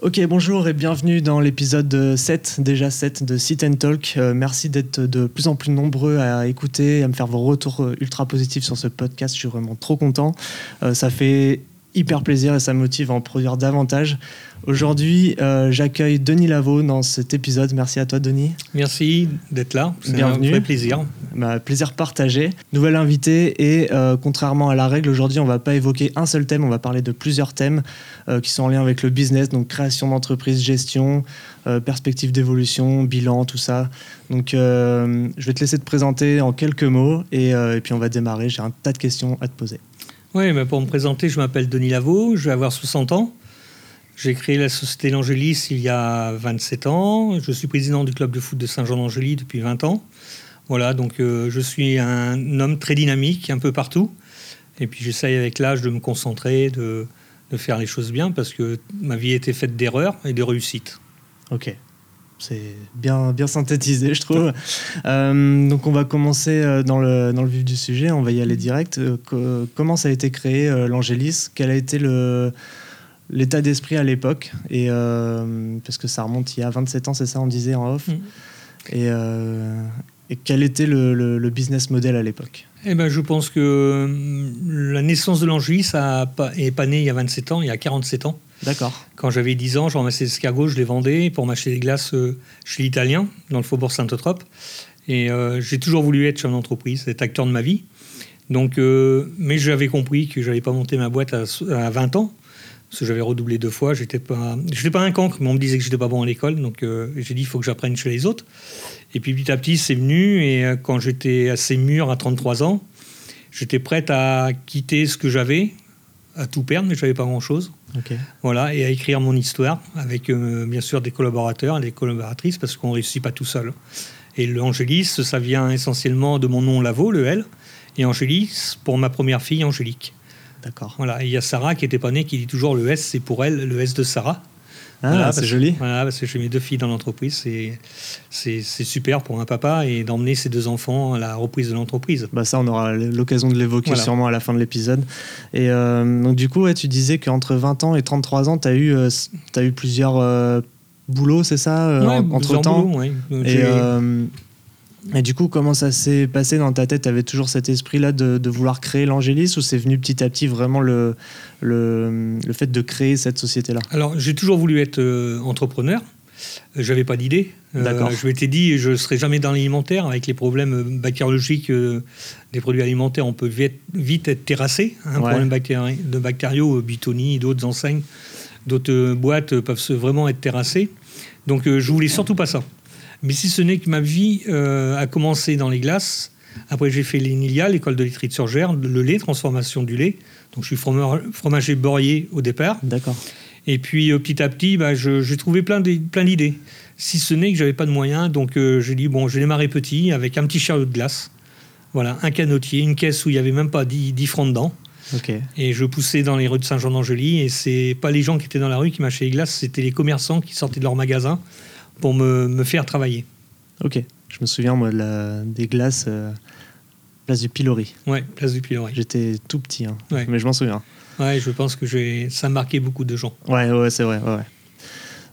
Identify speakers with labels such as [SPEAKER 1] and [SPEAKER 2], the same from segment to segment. [SPEAKER 1] Ok, bonjour et bienvenue dans l'épisode 7, déjà 7 de Sit and Talk. Euh, merci d'être de plus en plus nombreux à écouter, à me faire vos retours euh, ultra positifs sur ce podcast. Je suis vraiment trop content. Euh, ça fait hyper plaisir et ça me motive à en produire davantage. Aujourd'hui, euh, j'accueille Denis Lavaux dans cet épisode. Merci à toi, Denis.
[SPEAKER 2] Merci d'être là. C'est Bienvenue. un vrai plaisir.
[SPEAKER 1] Bah, plaisir partagé. Nouvelle invité et euh, contrairement à la règle, aujourd'hui, on ne va pas évoquer un seul thème, on va parler de plusieurs thèmes euh, qui sont en lien avec le business, donc création d'entreprise, gestion, perspective d'évolution, bilan, tout ça. Donc, euh, je vais te laisser te présenter en quelques mots et, euh, et puis on va démarrer. J'ai un tas de questions à te poser.
[SPEAKER 2] Oui, mais pour me présenter, je m'appelle Denis Lavaux, je vais avoir 60 ans. J'ai créé la société L'Angélis il y a 27 ans. Je suis président du club de foot de Saint-Jean-d'Angély depuis 20 ans. Voilà, donc euh, je suis un homme très dynamique, un peu partout. Et puis j'essaye avec l'âge de me concentrer, de, de, faire les choses bien, parce que ma vie était faite d'erreurs et de réussites.
[SPEAKER 1] Ok. C'est bien, bien synthétisé, je trouve. euh, donc on va commencer euh, dans le, dans le vif du sujet, on va y aller direct. Euh, comment ça a été créé, euh, l'Angélis Quel a été le l'état d'esprit à l'époque, et euh, parce que ça remonte il y a 27 ans, c'est ça, on disait en off. Mmh. Et, euh, et, quel était le, le, le business model à l'époque
[SPEAKER 2] eh ben, Je pense que hum, la naissance de l'Angélis n'est pas née il y a 27 ans, il y a 47 ans.
[SPEAKER 1] D'accord.
[SPEAKER 2] Quand j'avais 10 ans, je ramassais des escargots, je les vendais pour m'acheter des glaces euh, chez l'Italien, dans le faubourg Saint-Eutrope. Et euh, j'ai toujours voulu être chef d'entreprise, être acteur de ma vie. Donc, euh, mais j'avais compris que je n'allais pas monter ma boîte à, à 20 ans parce que j'avais redoublé deux fois. J'étais pas, j'étais pas un cancre, mais on me disait que j'étais pas bon à l'école, donc euh, j'ai dit il faut que j'apprenne chez les autres. Et puis petit à petit, c'est venu. Et euh, quand j'étais assez mûr, à 33 ans, j'étais prête à quitter ce que j'avais, à tout perdre, mais j'avais pas grand chose.
[SPEAKER 1] Okay.
[SPEAKER 2] Voilà, et à écrire mon histoire avec euh, bien sûr des collaborateurs, des collaboratrices, parce qu'on réussit pas tout seul. Et l'Angélis, ça vient essentiellement de mon nom Lavaux, le L, et Angélis pour ma première fille Angélique.
[SPEAKER 1] D'accord.
[SPEAKER 2] Voilà, il y a Sarah qui était pas née, qui dit toujours le S, c'est pour elle, le S de Sarah.
[SPEAKER 1] Ah, voilà, c'est joli.
[SPEAKER 2] Voilà, parce que j'ai mes deux filles dans l'entreprise, c'est super pour un papa et d'emmener ses deux enfants à la reprise de l'entreprise.
[SPEAKER 1] Bah ça, on aura l'occasion de l'évoquer voilà. sûrement à la fin de l'épisode. Et euh, donc du coup, ouais, tu disais qu'entre 20 ans et 33 ans, tu as, eu, euh, as eu plusieurs euh, boulots, c'est ça, euh,
[SPEAKER 2] ouais,
[SPEAKER 1] entre temps.
[SPEAKER 2] Boulot, ouais.
[SPEAKER 1] Et, euh, et du coup, comment ça s'est passé dans ta tête Tu avais toujours cet esprit-là de, de, vouloir créer l'Angélis ou c'est venu petit à petit vraiment le, le, le fait de créer cette société-là
[SPEAKER 2] Alors, j'ai toujours voulu être euh, entrepreneur. Euh, J'avais pas d'idée.
[SPEAKER 1] D'accord.
[SPEAKER 2] Euh, je m'étais dit, je ne serai jamais dans l'alimentaire. Avec les problèmes bactériologiques euh, des produits alimentaires, on peut vite, vite être terrassé. Un hein, ouais. problème bactéri de bactériaux, Bitoni, d'autres enseignes, d'autres euh, boîtes peuvent se vraiment être terrassées. Donc, euh, je voulais surtout pas ça. Mais si ce n'est que ma vie euh, a commencé dans les glaces. Après, j'ai fait l'INILIA, l'école de laiterie de Surgère, le lait, transformation du lait. Donc, je suis fromager borrier au départ.
[SPEAKER 1] D'accord.
[SPEAKER 2] Et puis, euh, petit à petit, bah, j'ai trouvé plein d'idées. Si ce n'est que j'avais pas de moyens, donc euh, j'ai dit, bon, je vais démarrer petit avec un petit chariot de glace. Voilà, un canotier, une caisse où il n'y avait même pas 10, 10 francs dedans.
[SPEAKER 1] Okay.
[SPEAKER 2] Et je poussais dans les rues de Saint-Jean-d'Angely. Et c'est pas les gens qui étaient dans la rue qui m'achetaient les glaces, c'était les commerçants qui sortaient de leur magasin pour me, me, faire travailler.
[SPEAKER 1] Ok, je me souviens moi de la, des glaces euh, place du Pilori.
[SPEAKER 2] Ouais, place du Pilori.
[SPEAKER 1] J'étais tout petit, hein,
[SPEAKER 2] ouais.
[SPEAKER 1] mais je m'en souviens.
[SPEAKER 2] Ouais, je pense que ça a marqué beaucoup de gens.
[SPEAKER 1] Ouais, ouais, c'est vrai. Ouais, ouais.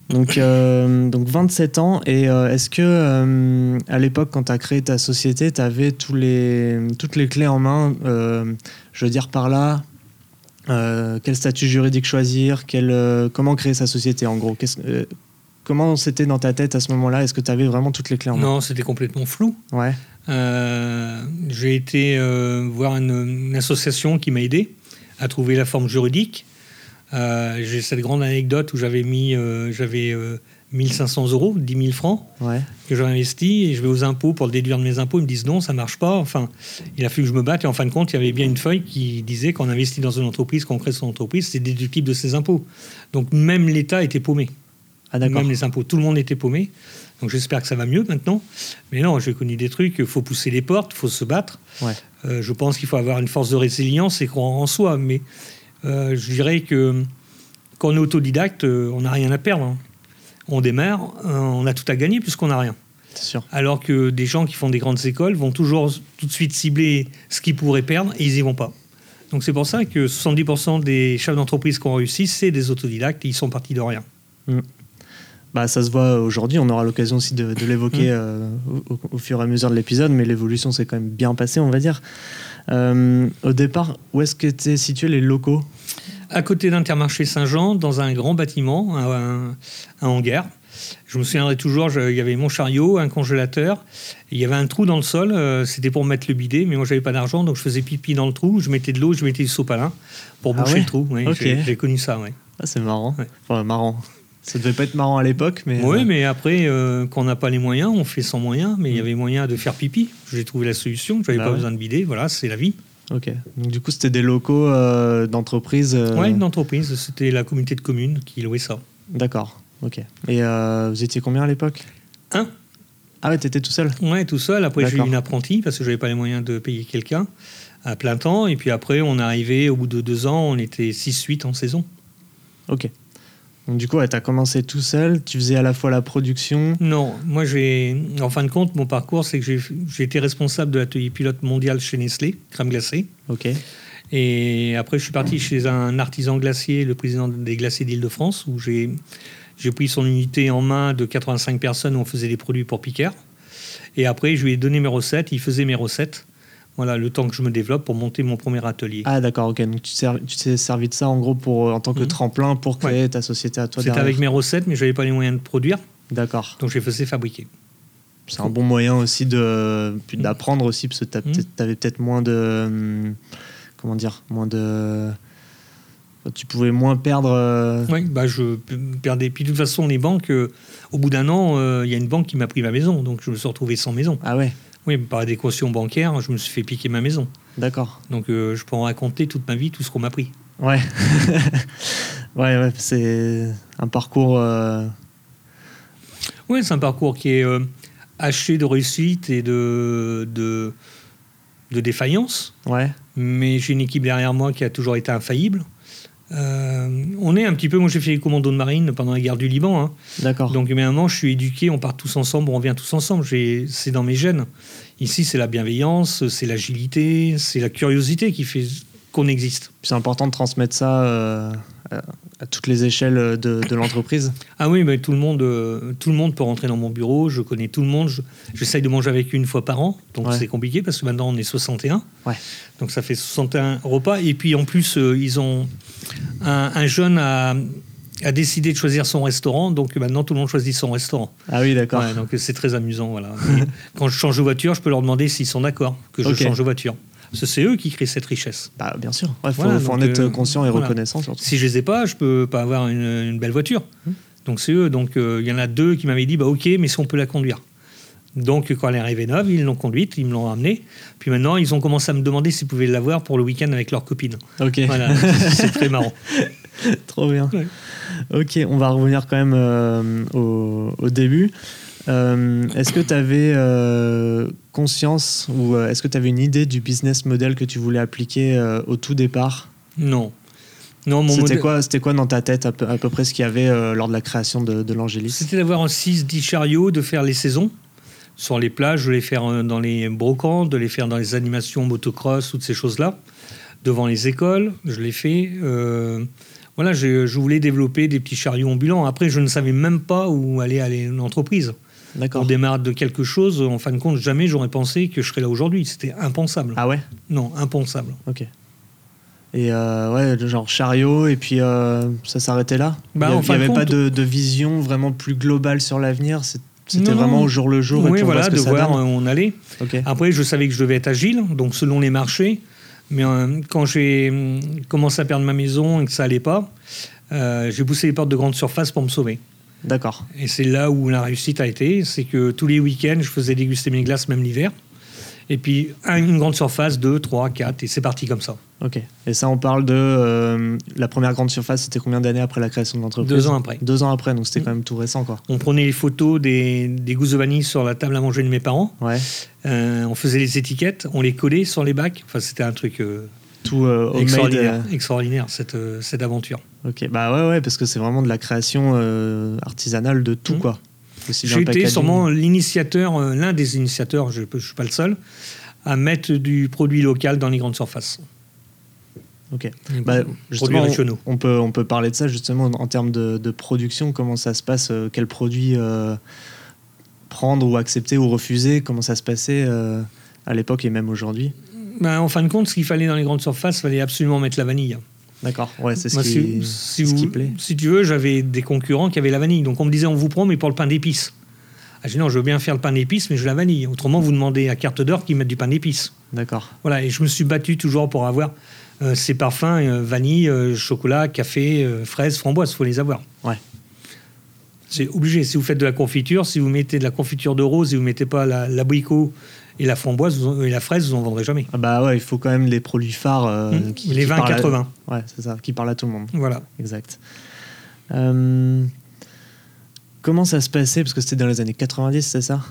[SPEAKER 1] Donc, euh, donc 27 ans, et euh, est-ce que à l'époque, quand tu as créé ta société, tu avais tous les, toutes les clés en main euh, Je veux dire par là, euh, quel statut juridique choisir, quel, euh, comment créer sa société en gros euh, comment c'était dans ta tête à ce moment-là Est-ce que tu avais vraiment toutes les clés en main
[SPEAKER 2] Non, c'était complètement flou.
[SPEAKER 1] Ouais.
[SPEAKER 2] Euh, j'ai été euh, voir une, une, association qui m'a aidé à trouver la forme juridique. Euh, j'ai cette grande anecdote où j'avais mis euh, j'avais 1500 euros, 10 000 francs
[SPEAKER 1] ouais.
[SPEAKER 2] que j'ai investi et je vais aux impôts pour le déduire de mes impôts. Ils me disent non, ça marche pas. Enfin, il a fallu que je me batte et en fin de compte, il y avait bien une feuille qui disait qu'on investit dans une entreprise, qu'on crée son entreprise, c'est déductible de ses impôts. Donc même l'État était paumé.
[SPEAKER 1] Ah,
[SPEAKER 2] Même les impôts, tout le monde était paumé. Donc j'espère que ça va mieux maintenant. Mais non, j'ai connu des trucs, il faut pousser les portes, il faut se battre.
[SPEAKER 1] Ouais.
[SPEAKER 2] Euh, je pense qu'il faut avoir une force de résilience et croire en soi. Mais euh, je dirais que quand on est autodidacte, on n'a rien à perdre. Hein. On démarre, euh, on a tout à gagner puisqu'on n'a rien.
[SPEAKER 1] Sûr.
[SPEAKER 2] Alors que des gens qui font des grandes écoles vont toujours tout de suite cibler ce qu'ils pourraient perdre et ils n'y vont pas. Donc c'est pour ça que 70% des chefs d'entreprise qui ont réussi, c'est des autodidactes, ils sont partis de rien.
[SPEAKER 1] Mm. Bah, ça se voit aujourd'hui, on aura l'occasion aussi de, de l'évoquer
[SPEAKER 2] Mm.
[SPEAKER 1] euh, au, au fur et à mesure de l'épisode, mais l'évolution s'est quand même bien passée, on va dire. Euh, au départ, où est-ce qu'étaient situés les locaux
[SPEAKER 2] à côté d'Intermarché Saint-Jean, dans un grand bâtiment, un, un- un hangar. Je me souviendrai toujours, je- il y avait mon chariot, un congélateur, il y avait un trou dans le sol, euh, c'était pour mettre le bidet, mais moi j'avais pas d'argent, donc je faisais pipi dans le trou, je mettais de l'eau, je mettais du sopalin pour
[SPEAKER 1] Ah
[SPEAKER 2] boucher
[SPEAKER 1] ouais
[SPEAKER 2] le trou. Oui,
[SPEAKER 1] Ok.
[SPEAKER 2] j'ai- J'ai connu ça, oui.
[SPEAKER 1] Ah, C'est marrant.
[SPEAKER 2] Ouais.
[SPEAKER 1] Enfin, marrant. Ça devait pas être marrant à l'époque, mais.
[SPEAKER 2] Oui,
[SPEAKER 1] euh,
[SPEAKER 2] mais après, euh, quand on n'a pas les moyens, on fait sans moyens, mais il y
[SPEAKER 1] Mm.
[SPEAKER 2] avait moyen de faire pipi. J'ai trouvé la solution, j'avais
[SPEAKER 1] Bah
[SPEAKER 2] pas
[SPEAKER 1] ouais.
[SPEAKER 2] besoin de bidet, voilà, c'est la vie.
[SPEAKER 1] Ok. Donc, du coup, c'était des locaux euh, d'entreprise. euh,
[SPEAKER 2] Ouais, une entreprise, c'était la communauté de communes qui louait ça.
[SPEAKER 1] D'accord. Ok. Et euh, vous étiez combien à l'époque
[SPEAKER 2] Un.
[SPEAKER 1] Ah ouais, t'étais tout seul
[SPEAKER 2] Ouais, tout seul. Après, j'ai eu
[SPEAKER 1] D'accord.
[SPEAKER 2] une apprentie parce que j'avais pas les moyens de payer quelqu'un à plein temps. Et puis après, on est arrivé au bout de deux ans, on était 6-8 en saison.
[SPEAKER 1] Ok. Donc, du coup, ouais, t'as commencé tout seul, tu faisais à la fois la production.
[SPEAKER 2] Non, moi, j'ai. En fin de compte, mon parcours, c'est que j'ai- j'ai été responsable de l'atelier pilote mondial chez Nestlé, crème glacée.
[SPEAKER 1] Ok.
[SPEAKER 2] Et après, je suis parti chez un artisan glacier, le président des glaciers d'Île-de-France, où j'ai j'ai pris son unité en main de 85 personnes où on faisait des produits pour Picard. Et après, je lui ai donné mes recettes, il faisait mes recettes. Voilà, le temps que je me développe pour monter mon premier atelier.
[SPEAKER 1] Ah d'accord, ok. Donc tu t'es servi- tu t'es servi de ça en gros pour, euh, en tant que
[SPEAKER 2] Mhm.
[SPEAKER 1] tremplin pour créer ta société à toi
[SPEAKER 2] C'était
[SPEAKER 1] derrière.
[SPEAKER 2] avec mes recettes, mais je n'avais pas les moyens de produire,
[SPEAKER 1] D'accord.
[SPEAKER 2] donc je les faisais fabriquer.
[SPEAKER 1] C'est un bon moyen aussi de puis
[SPEAKER 2] Mhm.
[SPEAKER 1] d'apprendre aussi parce que t'as
[SPEAKER 2] Mhm.
[SPEAKER 1] peut-être- t'avais peut-être moins de hum, comment dire moins de tu pouvais moins perdre. euh,
[SPEAKER 2] Oui, bah je p- perdais. Puis de toute façon, les banques, euh, au bout d'un an, euh, il y a une banque qui m'a pris ma maison, donc je me suis retrouvé sans maison.
[SPEAKER 1] Ah ouais,
[SPEAKER 2] Oui, par adéquation bancaire, je me suis fait piquer ma maison.
[SPEAKER 1] d'accord.
[SPEAKER 2] Donc euh, je peux en raconter toute ma vie, tout ce qu'on m'a pris.
[SPEAKER 1] Ouais. ouais, ouais. C'est un parcours. euh,
[SPEAKER 2] Oui, c'est un parcours qui est euh, haché de réussite et de, de, de défaillance.
[SPEAKER 1] Ouais.
[SPEAKER 2] mais j'ai une équipe derrière moi qui a toujours été infaillible. Euh, on est un petit peu, moi j'ai fait les commandos de marine pendant la guerre du Liban, hein.
[SPEAKER 1] D'accord.
[SPEAKER 2] donc mais à un moment je suis éduqué, on part tous ensemble, on revient tous ensemble, J'ai- c'est dans mes gènes. Ici c'est la bienveillance, c'est l'agilité, c'est la curiosité qui fait qu'on existe.
[SPEAKER 1] Puis C'est important de transmettre ça euh, à, à toutes les échelles de, de l'entreprise.
[SPEAKER 2] Ah oui, mais tout le monde, euh, tout le monde peut rentrer dans mon bureau. Je connais tout le monde. Je- J'essaye de manger avec eux une fois par an, donc
[SPEAKER 1] Ouais.
[SPEAKER 2] c'est compliqué parce que maintenant on est 61.
[SPEAKER 1] Ouais.
[SPEAKER 2] Donc ça fait 61 repas. Et puis en plus, euh, ils ont un, un jeune a, a décidé de choisir son restaurant, donc maintenant tout le monde choisit son restaurant.
[SPEAKER 1] Ah oui, d'accord.
[SPEAKER 2] Ouais, donc euh, c'est très amusant, voilà. Et quand je change de voiture, je peux leur demander s'ils sont d'accord que je
[SPEAKER 1] Ok.
[SPEAKER 2] change de voiture. Parce que c'est eux qui créent cette richesse.
[SPEAKER 1] Bah, bien sûr. Il faut,
[SPEAKER 2] Voilà,
[SPEAKER 1] faut en
[SPEAKER 2] donc,
[SPEAKER 1] être
[SPEAKER 2] euh,
[SPEAKER 1] conscient et
[SPEAKER 2] voilà.
[SPEAKER 1] reconnaissant surtout.
[SPEAKER 2] Si je les ai pas, je peux pas avoir une, une belle voiture.
[SPEAKER 1] Mm.
[SPEAKER 2] Donc c'est eux. Donc euh, il y en a deux qui m'avaient dit bah ok, mais si on peut la conduire. Donc quand elle est arrivée neuve, ils l'ont conduite, ils me l'ont ramenée. Puis maintenant ils ont commencé à me demander s'ils pouvaient l'avoir pour le week-end avec leur copine.
[SPEAKER 1] Ok,
[SPEAKER 2] Voilà, c'est c'est très marrant.
[SPEAKER 1] trop bien.
[SPEAKER 2] Ouais.
[SPEAKER 1] Ok, on va revenir quand même euh, au, au début. Euh, est-ce que tu avais conscience ou euh, est-ce que tu avais une idée du business model que tu voulais appliquer euh, au tout départ
[SPEAKER 2] Non, non mon
[SPEAKER 1] c'était,
[SPEAKER 2] modèle-
[SPEAKER 1] quoi, c'était quoi dans ta tête à peu, à peu près ce qu'il y avait euh, lors de la création de, de l'Angélis
[SPEAKER 2] C'était d'avoir en 6-10 chariots, de faire les saisons sur les plages, de les faire euh, dans les brocants, de les faire dans les animations motocross, toutes ces choses-là, devant les écoles, je l'ai fait. euh, voilà, je, je voulais développer des petits chariots ambulants. Après, je ne savais même pas où aller aller une entreprise. Quand on
[SPEAKER 1] D'accord.
[SPEAKER 2] démarre de quelque chose, en fin de compte, jamais j'aurais pensé que je serais là aujourd'hui. C'était impensable.
[SPEAKER 1] Ah ouais
[SPEAKER 2] Non, impensable.
[SPEAKER 1] Ok. Et euh, ouais, le genre chariot, et puis euh, ça s'arrêtait là
[SPEAKER 2] Bah,
[SPEAKER 1] Il y
[SPEAKER 2] en
[SPEAKER 1] a- Il
[SPEAKER 2] fin
[SPEAKER 1] n'y
[SPEAKER 2] de
[SPEAKER 1] avait pas
[SPEAKER 2] compte-
[SPEAKER 1] de, de vision vraiment plus globale sur l'avenir c'est- C'était
[SPEAKER 2] Non, non.
[SPEAKER 1] vraiment au jour le jour et
[SPEAKER 2] oui,
[SPEAKER 1] puis on
[SPEAKER 2] voilà,
[SPEAKER 1] voit ce que
[SPEAKER 2] de
[SPEAKER 1] ça
[SPEAKER 2] voir
[SPEAKER 1] donne.
[SPEAKER 2] euh, où on allait.
[SPEAKER 1] Ok.
[SPEAKER 2] Après, je savais que je devais être agile, donc selon les marchés. Mais euh, quand j'ai hum, commencé à perdre ma maison et que ça allait pas, euh, j'ai poussé les portes de grande surface pour me sauver.
[SPEAKER 1] D'accord.
[SPEAKER 2] Et c'est là où la réussite a été, c'est que tous les week-ends, je faisais déguster mes glaces, même l'hiver. Et puis, un- une grande surface, deux, trois, quatre, et c'est parti comme ça.
[SPEAKER 1] Ok. Et ça, on parle de euh, la première grande surface. C'était combien d'années après la création de l'entreprise
[SPEAKER 2] Deux ans Mm. après.
[SPEAKER 1] Deux ans après, donc c'était quand même tout récent, quoi.
[SPEAKER 2] On prenait les photos des, des gousses de vanille sur la table à manger de mes parents,
[SPEAKER 1] Ouais.
[SPEAKER 2] Euh, on faisait les étiquettes, on les collait sur les bacs. Enfin, c'était un truc euh,
[SPEAKER 1] Tout euh, homemade,
[SPEAKER 2] extraordinaire, extraordinaire cette, euh, cette aventure.
[SPEAKER 1] euh, ok. Bah ouais, ouais, parce que c'est vraiment de la création euh, artisanale de tout,
[SPEAKER 2] Mhm.
[SPEAKER 1] quoi. Aussi bien
[SPEAKER 2] J'ai
[SPEAKER 1] le
[SPEAKER 2] été
[SPEAKER 1] packaging.
[SPEAKER 2] sûrement l'initiateur, euh, l'un des initiateurs, je ne suis pas le seul, à mettre du produit local dans les grandes surfaces.
[SPEAKER 1] Ok.
[SPEAKER 2] des
[SPEAKER 1] Bah,
[SPEAKER 2] produits
[SPEAKER 1] justement, on,
[SPEAKER 2] régionaux.
[SPEAKER 1] on peut, on peut parler de ça justement en, en termes de, de production, comment ça se passe, euh, quels produits euh, prendre ou accepter ou refuser, comment ça se passait euh, à l'époque et même aujourd'hui.
[SPEAKER 2] Ben, en fin de compte, ce qu'il fallait dans les grandes surfaces, il fallait absolument mettre la vanille.
[SPEAKER 1] D'accord, ouais, c'est ce
[SPEAKER 2] Moi,
[SPEAKER 1] qui,
[SPEAKER 2] Bah, si, si
[SPEAKER 1] ce qui
[SPEAKER 2] vous-
[SPEAKER 1] plaît.
[SPEAKER 2] si tu veux, j'avais des concurrents qui avaient la vanille. Donc on me disait, on vous prend, mais pour le pain d'épices. Ah, j'ai dit, non, je veux bien faire le pain d'épices, mais je veux la vanille. Autrement, vous demandez à Carte d'Or qu'ils mettent du pain d'épices.
[SPEAKER 1] D'accord.
[SPEAKER 2] Voilà, et je me suis battu toujours pour avoir euh, ces parfums euh, vanille, euh, chocolat, café, euh, fraise, framboise. Il faut les avoir.
[SPEAKER 1] Ouais.
[SPEAKER 2] C'est obligé. Si vous faites de la confiture, si vous mettez de la confiture de rose et vous mettez pas la- l'abricot et la framboise vous en- et la fraise, vous en vendrez jamais.
[SPEAKER 1] Ah bah ouais, il faut quand même les produits phares euh,
[SPEAKER 2] Mmh. Les 20
[SPEAKER 1] parlent à-
[SPEAKER 2] 80.
[SPEAKER 1] Ouais, c'est ça, qui parlent à tout le monde.
[SPEAKER 2] Voilà.
[SPEAKER 1] Exact. Euh, comment ça se passait Parce que c'était dans les années 90, c'est ça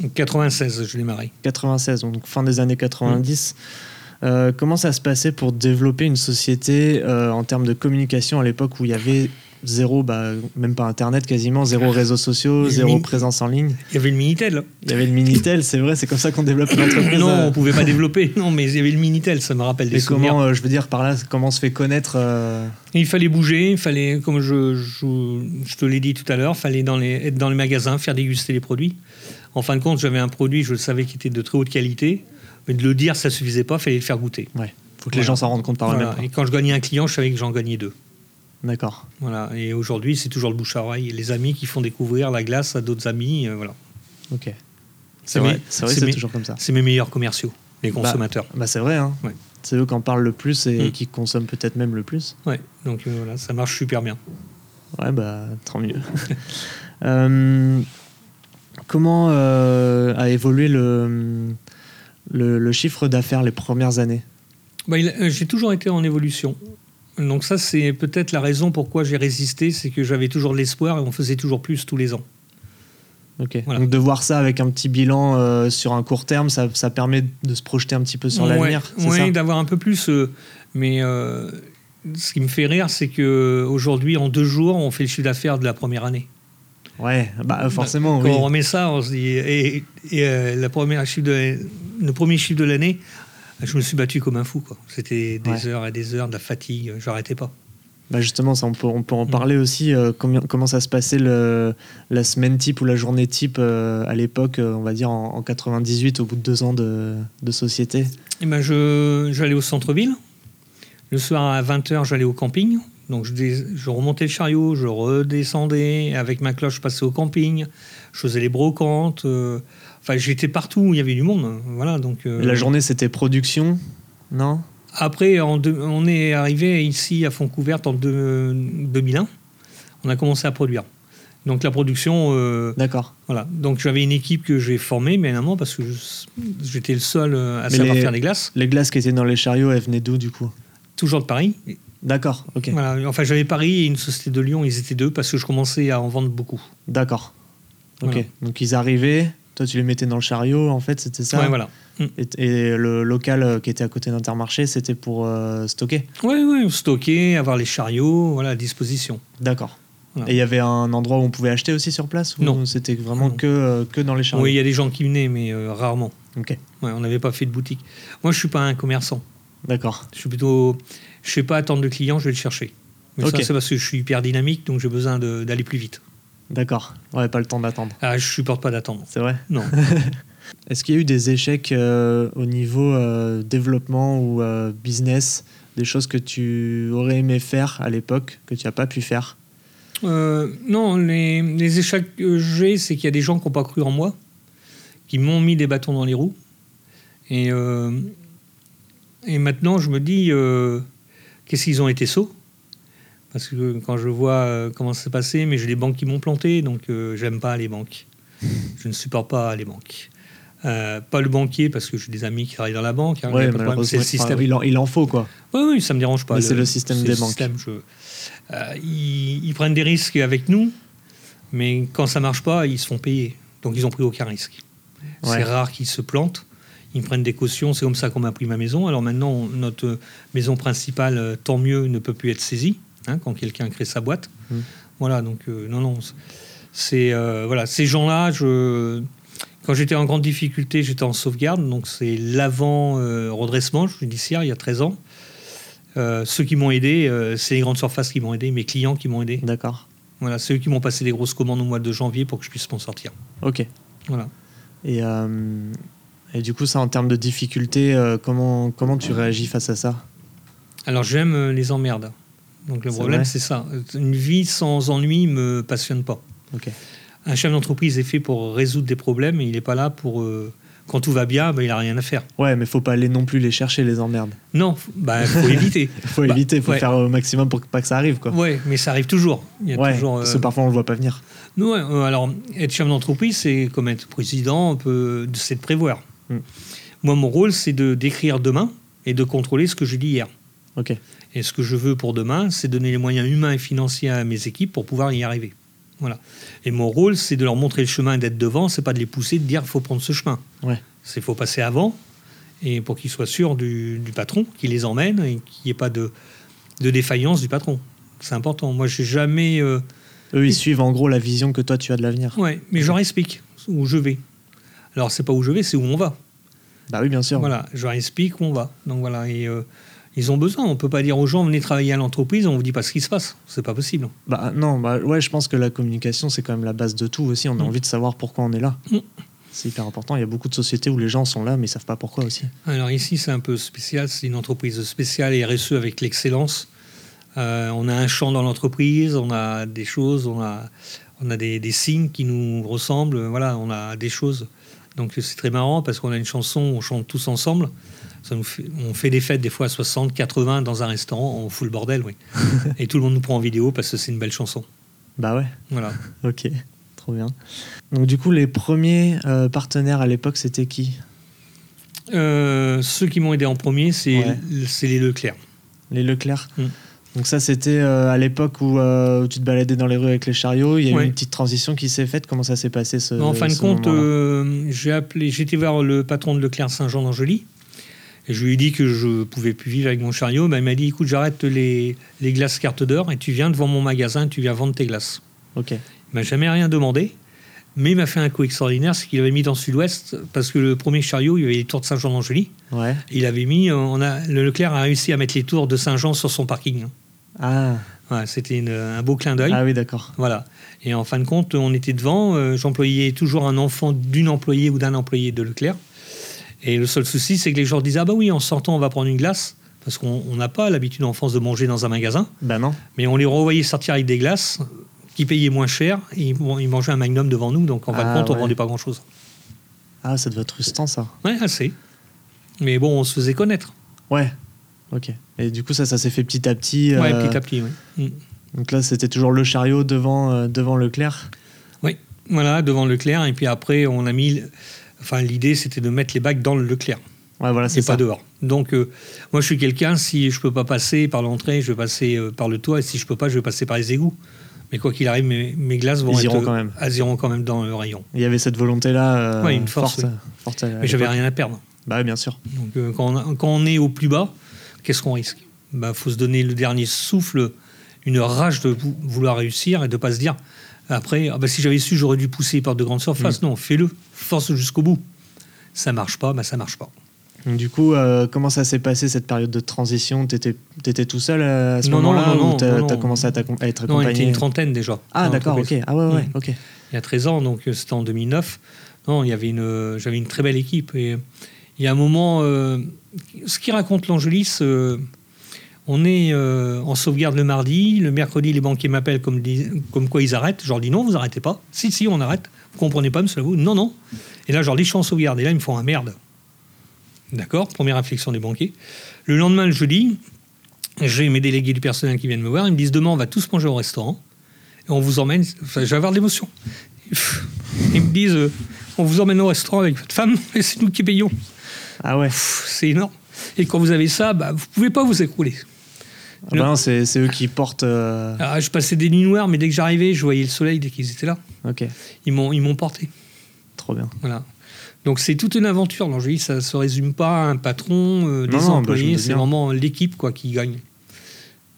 [SPEAKER 2] Donc, 96, je l'ai marré.
[SPEAKER 1] 96, donc fin des années 90.
[SPEAKER 2] Mm.
[SPEAKER 1] Euh, comment ça se passait pour développer une société euh, en termes de communication à l'époque où il y avait zéro, bah, même pas Internet quasiment, zéro réseaux sociaux,
[SPEAKER 2] Le
[SPEAKER 1] zéro
[SPEAKER 2] Ah. mini-
[SPEAKER 1] présence en ligne
[SPEAKER 2] Il y avait le Minitel.
[SPEAKER 1] Il y avait le Minitel, c'est vrai, c'est comme ça qu'on développe une entreprise.
[SPEAKER 2] non,
[SPEAKER 1] euh,
[SPEAKER 2] on pouvait pas développer. Non, mais il y avait le Minitel, ça me rappelle des
[SPEAKER 1] mais
[SPEAKER 2] souvenirs.
[SPEAKER 1] comment, euh, je veux dire par là, comment on se fait connaître euh,
[SPEAKER 2] Il fallait bouger, il fallait, comme je, je- je te l'ai dit tout à l'heure, il fallait dans les, être dans les magasins, faire déguster les produits. En fin de compte, j'avais un produit, je le savais, qui était de très haute qualité, mais de le dire, ça suffisait pas, il fallait le faire goûter.
[SPEAKER 1] Ouais, faut que les
[SPEAKER 2] Voilà.
[SPEAKER 1] gens s'en rendent compte par
[SPEAKER 2] Voilà.
[SPEAKER 1] eux-mêmes. quoi.
[SPEAKER 2] Et quand je gagnais un client, je savais que j'en gagnais deux.
[SPEAKER 1] D'accord.
[SPEAKER 2] Voilà. Et aujourd'hui, c'est toujours le bouche à oreille, les amis qui font découvrir la glace à d'autres amis. euh, voilà.
[SPEAKER 1] Ok.
[SPEAKER 2] C'est
[SPEAKER 1] C'est vrai,
[SPEAKER 2] mes-
[SPEAKER 1] c'est vrai,
[SPEAKER 2] c'est
[SPEAKER 1] c'est
[SPEAKER 2] mes-
[SPEAKER 1] toujours comme ça.
[SPEAKER 2] C'est mes meilleurs commerciaux, les consommateurs.
[SPEAKER 1] Bah c'est vrai, hein.
[SPEAKER 2] Ouais.
[SPEAKER 1] C'est eux qui en parlent le plus et
[SPEAKER 2] Mm.
[SPEAKER 1] qui consomment peut-être même le plus.
[SPEAKER 2] Ouais. Donc euh, voilà, ça marche super bien.
[SPEAKER 1] Ouais, bah tant mieux. Euh, comment euh, a évolué le, le, le chiffre d'affaires les premières années
[SPEAKER 2] Bah, il- euh, j'ai toujours été en évolution. Donc ça, c'est peut-être la raison pourquoi j'ai résisté, c'est que j'avais toujours de l'espoir et on faisait toujours plus tous les ans.
[SPEAKER 1] Ok.
[SPEAKER 2] Voilà.
[SPEAKER 1] Donc de voir ça avec un petit bilan euh, sur un court terme, ça, ça permet de se projeter un petit peu sur
[SPEAKER 2] Ouais,
[SPEAKER 1] l'avenir. c'est
[SPEAKER 2] ouais,
[SPEAKER 1] ça
[SPEAKER 2] d'avoir un peu plus. euh, mais euh, ce qui me fait rire, c'est que euh, aujourd'hui, en deux jours, on fait le chiffre d'affaires de la première année.
[SPEAKER 1] ouais, bah forcément,
[SPEAKER 2] Quand
[SPEAKER 1] oui.
[SPEAKER 2] on remet ça, on se dit et, et, euh, la première chiffre de, le premier chiffre de l'année, je me suis battu comme un fou. quoi. C'était des
[SPEAKER 1] Ouais.
[SPEAKER 2] heures et des heures, de la fatigue, j'arrêtais pas.
[SPEAKER 1] Bah justement, ça, on, peut, on peut
[SPEAKER 2] Mm.
[SPEAKER 1] en parler aussi. euh, combien- comment ça se passait le, la semaine type ou la journée type euh, à l'époque, euh, on va dire en, en 98, au bout de deux ans de, de société
[SPEAKER 2] Eh ben, je, j'allais au centre-ville. Le soir à 20h, j'allais au camping. Donc, je, dé- je remontais le chariot, je redescendais. Avec ma cloche, je passais au camping. Je faisais les brocantes. euh, Enfin, j'étais partout où il y avait du monde. Voilà, donc, euh,
[SPEAKER 1] La journée, c'était production, non
[SPEAKER 2] Après, en deux- on est arrivé ici à Foncouverte en deux- 2001. On a commencé à produire. Donc, la production, euh,
[SPEAKER 1] D'accord.
[SPEAKER 2] voilà. Donc, j'avais une équipe que j'ai formée, mais évidemment, parce que je- j'étais le seul euh, à
[SPEAKER 1] Mais
[SPEAKER 2] savoir
[SPEAKER 1] les-
[SPEAKER 2] faire des glaces.
[SPEAKER 1] Les glaces qui étaient dans les chariots, elles venaient d'où du coup
[SPEAKER 2] Toujours de Paris.
[SPEAKER 1] D'accord, ok.
[SPEAKER 2] Voilà, enfin j'avais Paris et une société de Lyon, ils étaient deux parce que je commençais à en vendre beaucoup.
[SPEAKER 1] D'accord. Ok.
[SPEAKER 2] Voilà.
[SPEAKER 1] Donc ils arrivaient, toi tu les mettais dans le chariot, en fait, c'était ça
[SPEAKER 2] Ouais, voilà.
[SPEAKER 1] et, et le local euh, qui était à côté d'Intermarché, c'était pour euh, stocker
[SPEAKER 2] Ouais, ouais, stocker, avoir les chariots, voilà, à disposition.
[SPEAKER 1] D'accord.
[SPEAKER 2] Voilà.
[SPEAKER 1] Et il y avait un endroit où on pouvait acheter aussi sur place ou
[SPEAKER 2] Non.
[SPEAKER 1] C'était vraiment
[SPEAKER 2] Non.
[SPEAKER 1] que, euh, que dans les chariots
[SPEAKER 2] Oui, il y a des gens qui venaient, mais euh, rarement.
[SPEAKER 1] Ok,
[SPEAKER 2] Ouais, on n'avait pas fait de boutique. Moi, je suis pas un commerçant.
[SPEAKER 1] d'accord.
[SPEAKER 2] Je suis plutôt, je sais pas attendre le client, je vais le chercher. Mais
[SPEAKER 1] Ok.
[SPEAKER 2] ça, c'est parce que je suis hyper dynamique, donc j'ai besoin de- d'aller plus vite.
[SPEAKER 1] D'accord. Ouais, pas le temps d'attendre.
[SPEAKER 2] Ah, je supporte pas d'attendre.
[SPEAKER 1] C'est vrai.
[SPEAKER 2] Non.
[SPEAKER 1] Est-ce qu'il y a eu des échecs euh, au niveau euh, développement ou euh, business Des choses que tu aurais aimé faire à l'époque, que tu n'as pas pu faire
[SPEAKER 2] Euh, non, les, les échecs que j'ai, c'est qu'il y a des gens qui n'ont pas cru en moi, qui m'ont mis des bâtons dans les roues. Et, euh, et maintenant, je me dis, euh, qu'est-ce qu'ils ont été sots Parce que quand je vois euh, comment c'est passé, mais j'ai les banques qui m'ont planté, donc euh, j'aime pas les banques. Je ne supporte pas les banques. Euh, pas le banquier, parce que j'ai des amis qui travaillent dans la banque. hein, il y a
[SPEAKER 1] Ouais,
[SPEAKER 2] pas de problème, c'est le
[SPEAKER 1] malheureusement,
[SPEAKER 2] système.
[SPEAKER 1] enfin, il, en, il en faut, quoi.
[SPEAKER 2] Oui, oui, ça me dérange pas.
[SPEAKER 1] Mais c'est le système
[SPEAKER 2] c'est
[SPEAKER 1] des
[SPEAKER 2] le
[SPEAKER 1] banques.
[SPEAKER 2] système, je- euh, ils, ils prennent des risques avec nous, mais quand ça marche pas, ils se font payer. Donc ils ont pris aucun risque.
[SPEAKER 1] Ouais.
[SPEAKER 2] C'est rare qu'ils se plantent. Ils prennent des cautions. C'est comme ça qu'on m'a pris ma maison. Alors maintenant, on- notre euh, maison principale, euh, tant mieux, ne peut plus être saisie hein, quand quelqu'un crée sa boîte.
[SPEAKER 1] Mm.
[SPEAKER 2] Voilà. Donc euh, non, non. C'est euh, voilà. Ces gens-là, je quand j'étais en grande difficulté, euh, j'étais en sauvegarde, donc c'est l'avant-redressement judiciaire il y a 13 ans. Euh, ceux qui m'ont aidé, euh, c'est les grandes surfaces qui m'ont aidé, mes clients qui m'ont aidé.
[SPEAKER 1] D'accord.
[SPEAKER 2] Voilà, c'est eux qui m'ont passé des grosses commandes au mois de janvier pour que je puisse m'en sortir.
[SPEAKER 1] Ok.
[SPEAKER 2] Voilà.
[SPEAKER 1] Et, euh, et du coup, ça, en termes de difficulté, euh, comment, comment tu réagis face à ça
[SPEAKER 2] Alors j'aime euh, les emmerdes. Donc le
[SPEAKER 1] C'est
[SPEAKER 2] problème,
[SPEAKER 1] vrai.
[SPEAKER 2] c'est ça. Une vie sans ennui me passionne pas.
[SPEAKER 1] Ok.
[SPEAKER 2] Un chef d'entreprise est fait pour résoudre des problèmes et il n'est pas là pour... euh, quand tout va bien, ben, il n'a rien à faire.
[SPEAKER 1] Ouais, mais faut pas aller non plus les chercher, les emmerdes.
[SPEAKER 2] Non, f- bah, faut éviter.
[SPEAKER 1] Faut
[SPEAKER 2] Bah,
[SPEAKER 1] éviter, faut
[SPEAKER 2] ouais.
[SPEAKER 1] faire au maximum pour que- pas que ça arrive, quoi.
[SPEAKER 2] Ouais, mais ça arrive toujours. Il y a
[SPEAKER 1] Ouais,
[SPEAKER 2] toujours. euh,
[SPEAKER 1] parce que parfois on le voit pas venir.
[SPEAKER 2] Ouais, euh, alors, être chef d'entreprise, c'est comme être président, on peut- c'est de prévoir.
[SPEAKER 1] Mm.
[SPEAKER 2] Moi, mon rôle, c'est de décrire demain et de contrôler ce que j'ai dit hier.
[SPEAKER 1] Ok.
[SPEAKER 2] Et ce que je veux pour demain, c'est donner les moyens humains et financiers à mes équipes pour pouvoir y arriver. Voilà. Et mon rôle, c'est de leur montrer le chemin et d'être devant, c'est pas de les pousser, de dire faut prendre ce chemin.
[SPEAKER 1] Ouais.
[SPEAKER 2] C'est faut passer avant, et pour qu'ils soient sûrs du, du patron, qui les emmène, et qu'il n'y ait pas de, de défaillance du patron. C'est important. Moi, j'ai jamais. euh,
[SPEAKER 1] Eux, ils suivent en gros la vision que toi tu as de l'avenir.
[SPEAKER 2] Ouais, mais je leur explique où je vais. Alors, c'est pas où je vais, c'est où on va.
[SPEAKER 1] Bah oui, bien sûr.
[SPEAKER 2] Voilà, je leur explique où on va. Donc voilà, et euh, ils ont besoin. On peut pas dire aux gens venez travailler à l'entreprise, on vous dit pas ce qui se passe. C'est pas possible.
[SPEAKER 1] Bah non, bah ouais, je pense que la communication, c'est quand même la base de tout aussi. On a
[SPEAKER 2] Mm.
[SPEAKER 1] envie de savoir pourquoi on est là.
[SPEAKER 2] Mm.
[SPEAKER 1] C'est hyper important. Il y a beaucoup de sociétés où les gens sont là, mais ils savent pas pourquoi aussi.
[SPEAKER 2] Alors ici, c'est un peu spécial. C'est une entreprise spéciale et RSE avec l'excellence. Euh, on a un champ dans l'entreprise, on a des choses, on a, on a des, des signes qui nous ressemblent. Voilà, on a des choses. Donc c'est très marrant parce qu'on a une chanson, on chante tous ensemble. Ça nous fait- on fait des fêtes des fois à 60, 80 dans un restaurant, on fout le bordel, oui. et tout le monde nous prend en vidéo parce que c'est une belle chanson.
[SPEAKER 1] Bah ouais.
[SPEAKER 2] Voilà.
[SPEAKER 1] Ok, trop bien. Donc du coup, les premiers euh, partenaires à l'époque, c'était qui
[SPEAKER 2] Euh, ceux qui m'ont aidé en premier, c'est
[SPEAKER 1] Ouais.
[SPEAKER 2] c'est les Leclerc.
[SPEAKER 1] Les Leclerc.
[SPEAKER 2] Mm.
[SPEAKER 1] Donc ça, c'était euh, à l'époque où, euh, où tu te baladais dans les rues avec les chariots. Il y a eu
[SPEAKER 2] Ouais.
[SPEAKER 1] une petite transition qui s'est faite. Comment ça s'est passé ce
[SPEAKER 2] en fin de
[SPEAKER 1] ce
[SPEAKER 2] compte,
[SPEAKER 1] moment-là
[SPEAKER 2] euh, j'ai appelé, j'étais voir le patron de Leclerc Saint-Jean d'Angely. Et je lui ai dit que je pouvais plus vivre avec mon chariot. Ben, il m'a dit écoute, j'arrête les, les glaces carte d'or et tu viens devant mon magasin, tu viens vendre tes glaces.
[SPEAKER 1] Ok.
[SPEAKER 2] Il m'a jamais rien demandé, mais il m'a fait un coup extraordinaire c'est qu'il avait mis dans Sud-Ouest, parce que le premier chariot, il y avait les tours de Saint-Jean d'Angely.
[SPEAKER 1] Ouais.
[SPEAKER 2] Il avait mis, euh, on a, le Leclerc a réussi à mettre les tours de Saint-Jean sur son parking.
[SPEAKER 1] Ah,
[SPEAKER 2] Voilà, C'était une- un beau clin d'œil.
[SPEAKER 1] ah oui, d'accord.
[SPEAKER 2] Voilà. Et en fin de compte, on était devant. euh, J'employais toujours un enfant d'une employée ou d'un employé de Leclerc. Et le seul souci, c'est que les gens disaient Ah, bah oui, en sortant, on va prendre une glace. Parce qu'on on n'a pas l'habitude en France de manger dans un magasin.
[SPEAKER 1] Bah non.
[SPEAKER 2] Mais on les revoyait sortir avec des glaces qui payaient moins cher. Et ils, man- ils mangeaient un magnum devant nous. Donc en fin
[SPEAKER 1] Ah,
[SPEAKER 2] de compte, on
[SPEAKER 1] ouais.
[SPEAKER 2] vendait pas grand-chose.
[SPEAKER 1] Ah, ça devait être frustrant, ça.
[SPEAKER 2] Ouais, assez. Mais bon, on se faisait connaître.
[SPEAKER 1] Ouais. Ok. Et du coup, ça, ça s'est fait petit à petit.
[SPEAKER 2] Ouais,
[SPEAKER 1] euh,
[SPEAKER 2] petit à petit. ouais. Mm.
[SPEAKER 1] Donc là, c'était toujours le chariot devant, euh, devant Leclerc.
[SPEAKER 2] Voilà, devant Leclerc. Et puis après, on a mis. Enfin, l'idée, c'était de mettre les bacs dans le Leclerc.
[SPEAKER 1] Ouais, voilà,
[SPEAKER 2] c'est
[SPEAKER 1] c'est
[SPEAKER 2] pas
[SPEAKER 1] ça.
[SPEAKER 2] dehors. Donc, euh, moi, je suis quelqu'un, si je peux pas passer par l'entrée, je vais passer euh, par le toit, et si je peux pas, je vais passer par les égouts. Mais quoi qu'il arrive, mes, mes glaces vont
[SPEAKER 1] Ils
[SPEAKER 2] être. euh,
[SPEAKER 1] iront quand même.
[SPEAKER 2] Elles iront quand même dans le rayon.
[SPEAKER 1] Il y avait cette volonté-là. euh,
[SPEAKER 2] Ouais, une force,
[SPEAKER 1] Forte, forte à
[SPEAKER 2] Mais j'avais
[SPEAKER 1] l'époque.
[SPEAKER 2] rien à perdre.
[SPEAKER 1] Bah, ouais, bien sûr.
[SPEAKER 2] Donc, euh, quand, on a- quand on est au plus bas, qu'est-ce qu'on risque Il faut se donner le dernier souffle, une rage de vou- vouloir réussir et de pas se dire après, ah bah, si j'avais su, j'aurais dû pousser par de grandes
[SPEAKER 1] Mm.
[SPEAKER 2] surfaces. Non, fais-le, force jusqu'au bout. Ça marche pas, bah, ça marche pas.
[SPEAKER 1] Donc, du coup, euh, comment ça s'est passé cette période de transition T'étais étais tout seul euh, à ce
[SPEAKER 2] Non, non,
[SPEAKER 1] moment-là
[SPEAKER 2] non, non,
[SPEAKER 1] ou t'as
[SPEAKER 2] non,
[SPEAKER 1] t'as
[SPEAKER 2] non.
[SPEAKER 1] commencé à, t'accom- à être
[SPEAKER 2] Non, il était
[SPEAKER 1] accompagné
[SPEAKER 2] une trentaine déjà.
[SPEAKER 1] Ah,
[SPEAKER 2] dans
[SPEAKER 1] d'accord, ok.
[SPEAKER 2] l'entreprise.
[SPEAKER 1] Ah, ouais, ouais,
[SPEAKER 2] Mm.
[SPEAKER 1] ok.
[SPEAKER 2] il y a 13 ans, donc euh, c'était en 2009. Non, il y avait une, euh, j'avais une très belle équipe. Et il y a un moment, euh, ce qui raconte l'Angelis, euh, on est euh, en sauvegarde le mardi, le mercredi, les banquiers m'appellent comme, dis- comme quoi ils arrêtent. Je leur dis non, vous arrêtez pas. Si, si, on arrête. Vous comprenez pas, monsieur vous Non, non. Et là, je leur dis je suis en sauvegarde. Et là, ils me font un merde. D'accord, première réflexion des banquiers. Le lendemain, le jeudi, j'ai mes délégués du personnel qui viennent me voir. Ils me disent demain, on va tous manger au restaurant. Et on vous emmène. Enfin, je vais avoir de l'émotion. Ils me disent euh, on vous emmène au restaurant avec votre femme, et c'est nous qui payons.
[SPEAKER 1] Ah, ouais.
[SPEAKER 2] Pff, C'est énorme. Et quand vous avez ça, bah, vous pouvez pas vous écrouler.
[SPEAKER 1] Ah bah non, c'est c'est eux qui portent. euh,
[SPEAKER 2] Ah, je passais des nuits noires, mais dès que j'arrivais, je voyais le soleil dès qu'ils étaient là.
[SPEAKER 1] Ok,
[SPEAKER 2] Ils m'ont, ils m'ont porté.
[SPEAKER 1] trop bien.
[SPEAKER 2] Voilà. Donc c'est toute une aventure. L'Angélie, ça se résume pas à un patron, euh, des
[SPEAKER 1] Non, non, bah, je me
[SPEAKER 2] employés.
[SPEAKER 1] doute
[SPEAKER 2] c'est
[SPEAKER 1] bien.
[SPEAKER 2] vraiment l'équipe quoi qui gagne.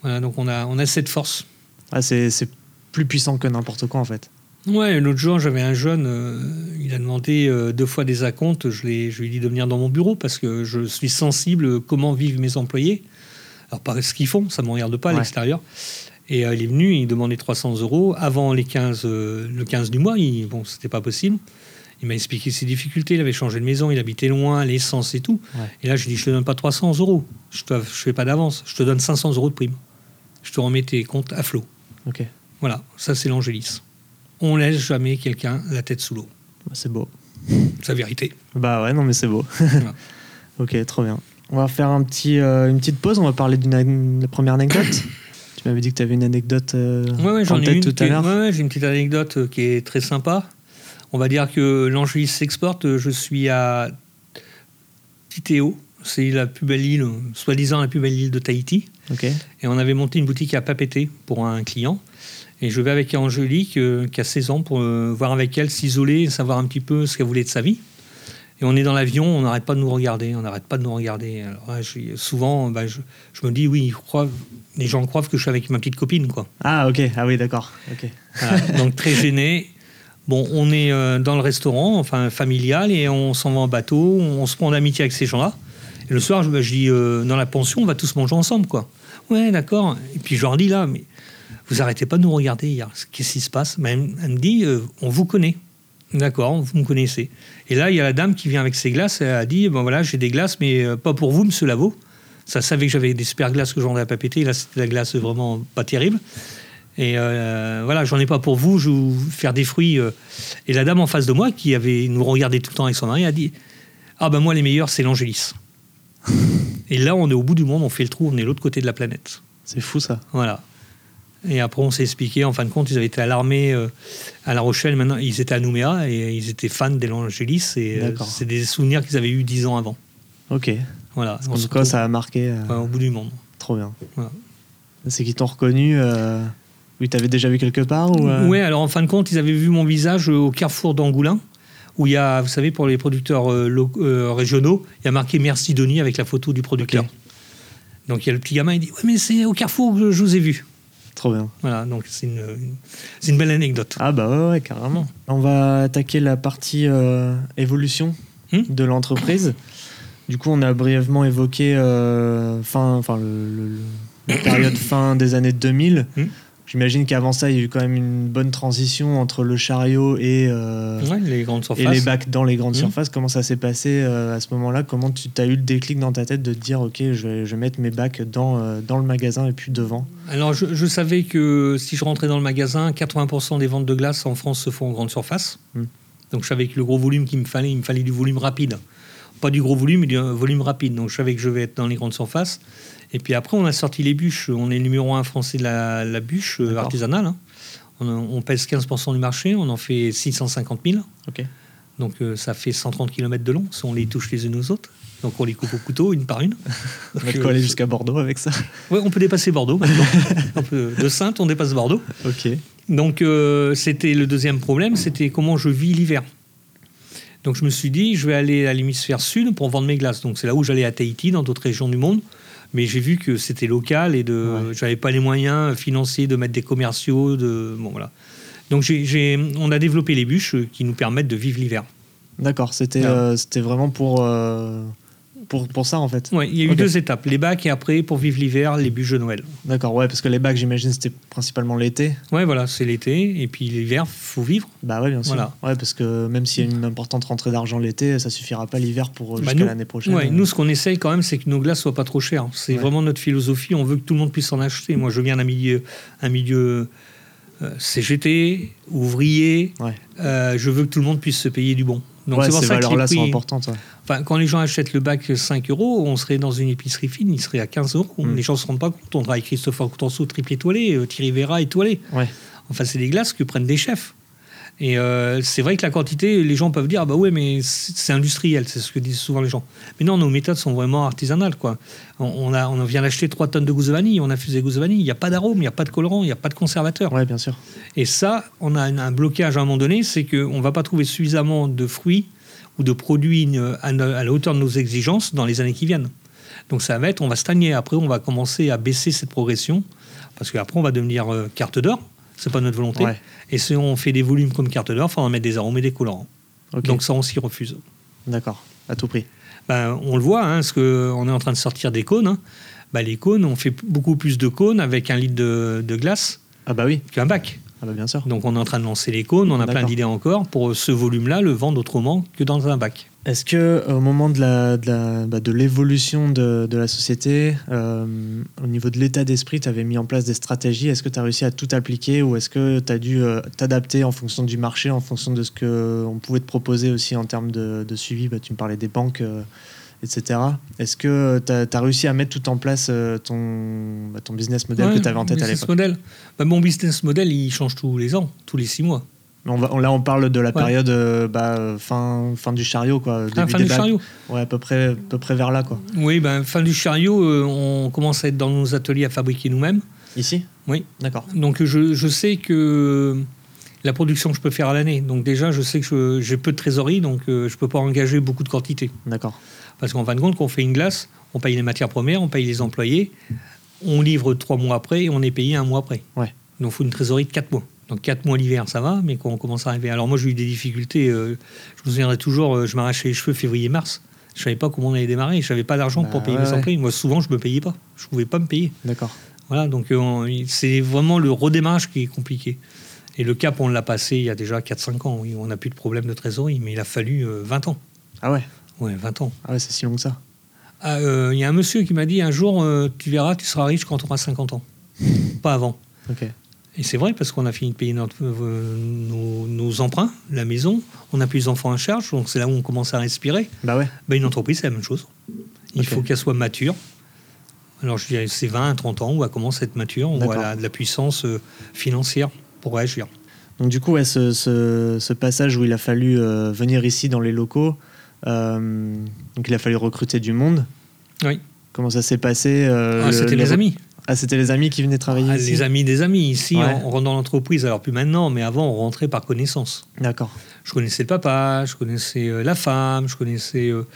[SPEAKER 2] Voilà. Donc on a, on a cette force.
[SPEAKER 1] Ah, c'est c'est plus puissant que n'importe quoi en fait.
[SPEAKER 2] Ouais, l'autre jour, j'avais un jeune, euh, il a demandé euh, deux fois des acomptes. Je, l'ai- je lui ai dit de venir dans mon bureau parce que je suis sensible à comment vivent mes employés. Alors, pas ce qu'ils font, ça ne me regarde pas à
[SPEAKER 1] Ouais.
[SPEAKER 2] l'extérieur. Et euh, il est venu, il demandait 300 euros. Avant les 15, euh, le 15 du mois, il, bon, c'était pas possible. Il m'a expliqué ses difficultés, il avait changé de maison, il habitait loin, l'essence et tout.
[SPEAKER 1] Ouais.
[SPEAKER 2] Et là, je lui ai dit, je te donne pas 300 euros, je ne fais pas d'avance, je te donne 500 euros de prime. Je te remets tes comptes à flot.
[SPEAKER 1] Ok.
[SPEAKER 2] Voilà, ça c'est l'Angélis. On laisse jamais quelqu'un la tête sous l'eau.
[SPEAKER 1] Bah, C'est beau.
[SPEAKER 2] C'est la vérité.
[SPEAKER 1] Bah ouais, non, mais c'est beau.
[SPEAKER 2] Voilà.
[SPEAKER 1] ok, trop bien. On va faire un petit, euh, une petite pause. On va parler d'une an- la première anecdote. tu m'avais dit que tu avais une anecdote euh,
[SPEAKER 2] Ouais, ouais,
[SPEAKER 1] en
[SPEAKER 2] j'en ai
[SPEAKER 1] tête
[SPEAKER 2] une.
[SPEAKER 1] tout
[SPEAKER 2] qui
[SPEAKER 1] à
[SPEAKER 2] est-
[SPEAKER 1] l'heure.
[SPEAKER 2] ouais, ouais, j'ai une petite anecdote euh, qui est très sympa. On va dire que l'Angélis s'exporte. euh, Je suis à Titéo. C'est la plus belle île, euh, soi-disant la plus belle île de Tahiti.
[SPEAKER 1] Ok.
[SPEAKER 2] Et on avait monté une boutique à Papété pour un client. Et je vais avec Angélique, euh, qui a 16 ans, pour euh, voir avec elle, s'isoler, savoir un petit peu ce qu'elle voulait de sa vie. Et on est dans l'avion, on n'arrête pas de nous regarder, on n'arrête pas de nous regarder. Alors, ouais, je- souvent, bah, je, je me dis, oui, ils croient- les gens croient que je suis avec ma petite copine, quoi.
[SPEAKER 1] Ah, ok. Ah oui, d'accord. Ok.
[SPEAKER 2] Voilà, donc très gêné. Bon, on est euh, dans le restaurant, enfin familial, et on s'en va en bateau, on se prend d'amitié avec ces gens-là. Et le soir, je, bah, je dis, euh, dans la pension, on va tous manger ensemble, quoi. Ouais, d'accord. Et puis je leur dis, là, mais vous arrêtez pas de nous regarder hier. Qu'est-ce qui se passe Mais elle, elle me dit, euh, on vous connaît. D'accord, vous me connaissez. Et là, il y a la dame qui vient avec ses glaces, elle a dit, ben voilà, j'ai des glaces, mais euh, pas pour vous, monsieur Lavo. Ça savait que j'avais des super glaces que j'en avais pas pété. Là, c'était la glace vraiment pas terrible. Et euh, voilà, j'en ai pas pour vous, je vais vous faire des fruits. euh. Et la dame en face de moi, qui avait nous regardait tout le temps avec son mari, a dit Ah ben moi, les meilleurs, c'est l'Angélis. Et là, on est au bout du monde, on fait le trou, on est de l'autre côté de la planète.
[SPEAKER 1] C'est fou ça.
[SPEAKER 2] Voilà. Et après, on s'est expliqué, en fin de compte, ils avaient été alarmés euh, à La Rochelle, maintenant, ils étaient à Nouméa et euh, ils étaient fans des l'Angélis. Et euh,
[SPEAKER 1] D'accord.
[SPEAKER 2] c'est des souvenirs qu'ils avaient eus dix ans avant.
[SPEAKER 1] Ok.
[SPEAKER 2] Voilà. On
[SPEAKER 1] En
[SPEAKER 2] se
[SPEAKER 1] tout cas,
[SPEAKER 2] retrouve,
[SPEAKER 1] ça a marqué. euh,
[SPEAKER 2] ouais, au bout du monde.
[SPEAKER 1] Trop bien.
[SPEAKER 2] Voilà.
[SPEAKER 1] C'est qu'ils t'ont reconnu. euh, Oui, t'avais déjà vu quelque part ou euh,
[SPEAKER 2] Ouais, alors en fin de compte, ils avaient vu mon visage euh, au carrefour d'Angoulin, où il y a, vous savez, pour les producteurs euh, lo- euh, régionaux, il y a marqué Merci Denis avec la photo du producteur.
[SPEAKER 1] Ok.
[SPEAKER 2] Donc il y a le petit gamin, il dit Ouais, mais c'est au carrefour que je vous ai vu.
[SPEAKER 1] Trop bien.
[SPEAKER 2] Voilà, donc c'est une, une- c'est une belle anecdote.
[SPEAKER 1] Ah bah ouais, ouais, carrément. On va attaquer la partie euh, évolution
[SPEAKER 2] Hmm.
[SPEAKER 1] de l'entreprise. Du coup, on a brièvement évoqué euh, fin, enfin le- le- le- la période fin des années 2000.
[SPEAKER 2] Hmm.
[SPEAKER 1] J'imagine qu'avant ça, il y a eu quand même une bonne transition entre le chariot et, euh,
[SPEAKER 2] Ouais, les grandes
[SPEAKER 1] et
[SPEAKER 2] surfaces.
[SPEAKER 1] les bacs dans les grandes
[SPEAKER 2] Hmm.
[SPEAKER 1] surfaces. Comment ça s'est passé euh, à ce moment-là Comment tu as eu le déclic dans ta tête de te dire, ok, je vais, je vais mettre mes bacs dans, euh, dans le magasin et puis devant
[SPEAKER 2] Alors je, je savais que si je rentrais dans le magasin, 80% des ventes de glace en France se font en grande surface.
[SPEAKER 1] Mm.
[SPEAKER 2] Donc je savais que le gros volume qu'il me fallait, il me fallait du volume rapide. Pas du gros volume, mais du euh, volume rapide. Donc je savais que je vais être dans les grandes surfaces. Et puis après, on a sorti les bûches. On est numéro un français de la, la bûche euh,
[SPEAKER 1] D'accord.
[SPEAKER 2] artisanale. hein. On, on pèse 15% du marché, on en fait 650 000.
[SPEAKER 1] Ok.
[SPEAKER 2] Donc euh, ça fait 130 km de long, si on les touche les unes aux autres. Donc on les coupe au couteau, une par une.
[SPEAKER 1] On va te
[SPEAKER 2] euh,
[SPEAKER 1] coller jusqu'à Bordeaux avec ça.
[SPEAKER 2] Ouais, on peut dépasser Bordeaux maintenant. On peut- de Sainte, on dépasse Bordeaux.
[SPEAKER 1] Ok.
[SPEAKER 2] Donc, euh, c'était le deuxième problème, c'était comment je vis l'hiver. Donc, je me suis dit, je vais aller à l'hémisphère sud pour vendre mes glaces. Donc, c'est là où j'allais à Tahiti, dans d'autres régions du monde. Mais j'ai vu que c'était local et de,
[SPEAKER 1] Ouais.
[SPEAKER 2] j'avais pas les moyens financiers de mettre des commerciaux. De, bon, voilà. Donc, j'ai- j'ai- on a développé les bûches euh, qui nous permettent de vivre l'hiver.
[SPEAKER 1] D'accord, c'était
[SPEAKER 2] Ah.
[SPEAKER 1] euh, c'était vraiment pour, euh, pour, pour ça en fait.
[SPEAKER 2] Ouais, il y a eu
[SPEAKER 1] Ok.
[SPEAKER 2] deux étapes, les bacs et après, pour vivre l'hiver, les bûches de Noël.
[SPEAKER 1] D'accord, ouais, parce que les bacs, j'imagine, c'était principalement l'été.
[SPEAKER 2] Ouais, voilà, c'est l'été. Et puis, l'hiver, faut vivre.
[SPEAKER 1] Bah ouais, bien sûr.
[SPEAKER 2] Voilà.
[SPEAKER 1] Ouais, parce que même s'il y a une importante rentrée d'argent l'été, ça suffira pas l'hiver pour euh,
[SPEAKER 2] Bah,
[SPEAKER 1] jusqu'à
[SPEAKER 2] nous-
[SPEAKER 1] l'année prochaine.
[SPEAKER 2] Ouais, nous, ce qu'on essaye quand même, c'est que nos glaces soient pas trop chères. C'est
[SPEAKER 1] Ouais.
[SPEAKER 2] vraiment notre philosophie. On veut que tout le monde puisse en acheter. Moi, je viens d'un milieu, un milieu euh, CGT, ouvrier.
[SPEAKER 1] Ouais.
[SPEAKER 2] Euh, je veux que tout le monde puisse se payer du bon. Donc,
[SPEAKER 1] Ouais,
[SPEAKER 2] c'est pour
[SPEAKER 1] ces
[SPEAKER 2] ça que les
[SPEAKER 1] valeurs-là sont
[SPEAKER 2] prix-
[SPEAKER 1] importantes. ouais.
[SPEAKER 2] enfin, quand les gens achètent le bac 5 euros, on serait dans une épicerie fine, il serait à 15 euros.
[SPEAKER 1] Mm.
[SPEAKER 2] Les gens ne se rendent pas compte. On travaille avec Christopher Coutenceau, triple étoilé, euh, Thierry Vera étoilé.
[SPEAKER 1] Ouais.
[SPEAKER 2] Enfin, c'est des glaces que prennent des chefs. Et euh, c'est vrai que la quantité, les gens peuvent dire, ah bah ouais, mais c'est c'est industriel, c'est ce que disent souvent les gens. Mais non, nos méthodes sont vraiment artisanales, quoi. On, on a, on vient d'acheter 3 tonnes de gousse de vanille, on a fusé gousse de vanille, il n'y a pas d'arôme, il n'y a pas de colorant, il n'y a pas de conservateur.
[SPEAKER 1] Ouais, bien sûr.
[SPEAKER 2] Et ça, on a un, un blocage à un moment donné, c'est qu'on ne va pas trouver suffisamment de fruits ou de produits euh, à, no- à la hauteur de nos exigences dans les années qui viennent. Donc ça va être, on va stagner. Après, on va commencer à baisser cette progression parce qu'après, on va devenir euh, carte d'or. C'est pas notre volonté.
[SPEAKER 1] Ouais.
[SPEAKER 2] Et si on fait des volumes comme carte d'or, il faut en mettre des arômes et des colorants.
[SPEAKER 1] Ok.
[SPEAKER 2] Donc ça, on s'y refuse.
[SPEAKER 1] D'accord, à tout prix.
[SPEAKER 2] Ben, on le voit, hein, parce qu'on est en train de sortir des cônes. hein. bah, les cônes, on fait beaucoup plus de cônes avec un litre de, de glace
[SPEAKER 1] Ah bah oui,
[SPEAKER 2] qu'un bac.
[SPEAKER 1] ah bah bien sûr.
[SPEAKER 2] Donc on est en train de lancer les cônes, on a plein
[SPEAKER 1] D'accord.
[SPEAKER 2] d'idées encore pour ce volume-là le vendre autrement que dans un bac.
[SPEAKER 1] Est-ce que au moment de la de la- bah, de l'évolution de, de la société, euh, au niveau de l'état d'esprit, tu avais mis en place des stratégies. Est-ce que tu as réussi à tout appliquer ou est-ce que tu as dû euh, t'adapter en fonction du marché, en fonction de ce que on pouvait te proposer aussi en termes de, de suivi Bah, Tu me parlais des banques. euh, Etc. Est-ce que tu as, réussi à mettre tout en place euh, ton, bah, ton business model
[SPEAKER 2] Ouais,
[SPEAKER 1] que tu avais en tête à
[SPEAKER 2] business
[SPEAKER 1] l'époque
[SPEAKER 2] model. Bah, Mon business model, il change tous les ans, tous les six mois.
[SPEAKER 1] on va, on- Là, on parle de la
[SPEAKER 2] Ouais.
[SPEAKER 1] période euh, bah, euh, fin, fin du chariot, quoi.
[SPEAKER 2] Ah,
[SPEAKER 1] début
[SPEAKER 2] fin
[SPEAKER 1] des
[SPEAKER 2] du
[SPEAKER 1] bacs.
[SPEAKER 2] chariot.
[SPEAKER 1] Ouais, à peu près, à peu près vers là, quoi.
[SPEAKER 2] Oui, ben, fin du chariot, euh, on commence à être dans nos ateliers à fabriquer nous-mêmes.
[SPEAKER 1] Ici
[SPEAKER 2] Oui.
[SPEAKER 1] D'accord.
[SPEAKER 2] Donc je, je sais que la production que je peux faire à l'année. Donc déjà, je sais que je- j'ai peu de trésorerie, donc euh, je ne peux pas engager beaucoup de quantité.
[SPEAKER 1] D'accord.
[SPEAKER 2] Parce qu'en fin de compte, quand on fait une glace, on paye les matières premières, on paye les employés, on livre trois mois après et on est payé un mois après.
[SPEAKER 1] Ouais.
[SPEAKER 2] Donc il faut une trésorerie de quatre mois. Donc quatre mois l'hiver, ça va, mais quand on commence à arriver... Alors moi, j'ai eu des difficultés, euh, je me souviendrai toujours, euh, je m'arrachais les cheveux février-mars. Je savais pas comment on allait démarrer, je n'avais pas d'argent pour
[SPEAKER 1] Bah,
[SPEAKER 2] payer
[SPEAKER 1] ouais,
[SPEAKER 2] mes
[SPEAKER 1] ouais.
[SPEAKER 2] employés. Moi, souvent, je ne me payais pas. Je ne pouvais pas me payer.
[SPEAKER 1] D'accord.
[SPEAKER 2] Voilà, donc euh, on- il- c'est vraiment le redémarrage qui est compliqué. Et le cap, on l'a passé il y a déjà 4-5 ans. Oui, on n'a plus de problème de trésorerie, mais il a fallu euh, 20 ans.
[SPEAKER 1] Ah ouais,
[SPEAKER 2] Ouais, 20 ans.
[SPEAKER 1] ah ouais c'est si long que ça.
[SPEAKER 2] Ah, euh, Il y a un monsieur qui m'a dit un jour, euh, tu verras, tu seras riche quand tu auras 50 ans. Pas avant.
[SPEAKER 1] Ok.
[SPEAKER 2] Et c'est vrai, parce qu'on a fini de payer notre- euh, nos, nos emprunts, la maison, on a plus les enfants à charge, donc c'est là où on commence à respirer.
[SPEAKER 1] Bah ouais.
[SPEAKER 2] Ben, une entreprise, c'est la même chose. Il
[SPEAKER 1] Ok.
[SPEAKER 2] faut qu'elle soit mature. Alors, je dirais, c'est 20 à 30 ans où elle commence à être mature, où
[SPEAKER 1] D'accord.
[SPEAKER 2] elle a de la puissance euh, financière pour réagir.
[SPEAKER 1] Donc du coup, ouais, ce, ce- ce passage où il a fallu euh, venir ici dans les locaux, euh, donc il a fallu recruter du monde.
[SPEAKER 2] Oui.
[SPEAKER 1] Comment ça s'est passé euh,
[SPEAKER 2] Ah,
[SPEAKER 1] le-
[SPEAKER 2] C'était les, amis.
[SPEAKER 1] Ah, c'était les amis qui venaient travailler
[SPEAKER 2] Ah,
[SPEAKER 1] ici
[SPEAKER 2] les amis des amis. Ici,
[SPEAKER 1] Ouais.
[SPEAKER 2] on, on rentre dans l'entreprise, alors plus maintenant, mais avant, on rentrait par connaissance.
[SPEAKER 1] D'accord.
[SPEAKER 2] Je connaissais le papa, je connaissais euh, la femme, je connaissais. euh,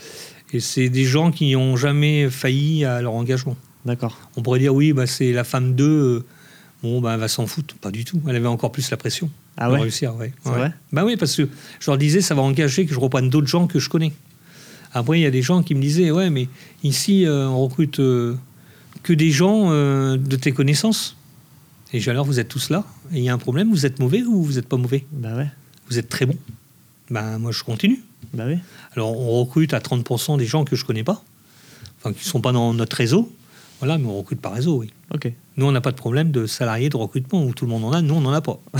[SPEAKER 2] et c'est des gens qui n'ont jamais failli à leur engagement.
[SPEAKER 1] D'accord.
[SPEAKER 2] On pourrait dire, oui, bah, c'est la femme 2, bon, bah, elle va s'en foutre. Pas du tout. Elle avait encore plus la pression.
[SPEAKER 1] Ah
[SPEAKER 2] de
[SPEAKER 1] ouais
[SPEAKER 2] réussir, ouais.
[SPEAKER 1] C'est
[SPEAKER 2] Ouais.
[SPEAKER 1] vrai
[SPEAKER 2] Bah oui, parce que je leur disais, ça va engager que je reprenne d'autres gens que je connais. Après, il y a des gens qui me disaient, ouais, mais ici, euh, on recrute euh, que des gens euh, de tes connaissances. Et j'ai alors, vous êtes tous là, et il y a un problème, vous êtes mauvais ou vous n'êtes pas mauvais
[SPEAKER 1] Bah ouais.
[SPEAKER 2] Vous êtes très bon. Ben, moi, je continue.
[SPEAKER 1] Bah oui.
[SPEAKER 2] Alors, on recrute à 30% des gens que je connais pas, enfin, qui ne sont pas dans notre réseau. Voilà, mais on recrute par réseau, oui.
[SPEAKER 1] Ok.
[SPEAKER 2] Nous, on n'a pas de problème de salariés de recrutement où tout le monde en a. Nous, on n'en a pas.
[SPEAKER 1] Bon,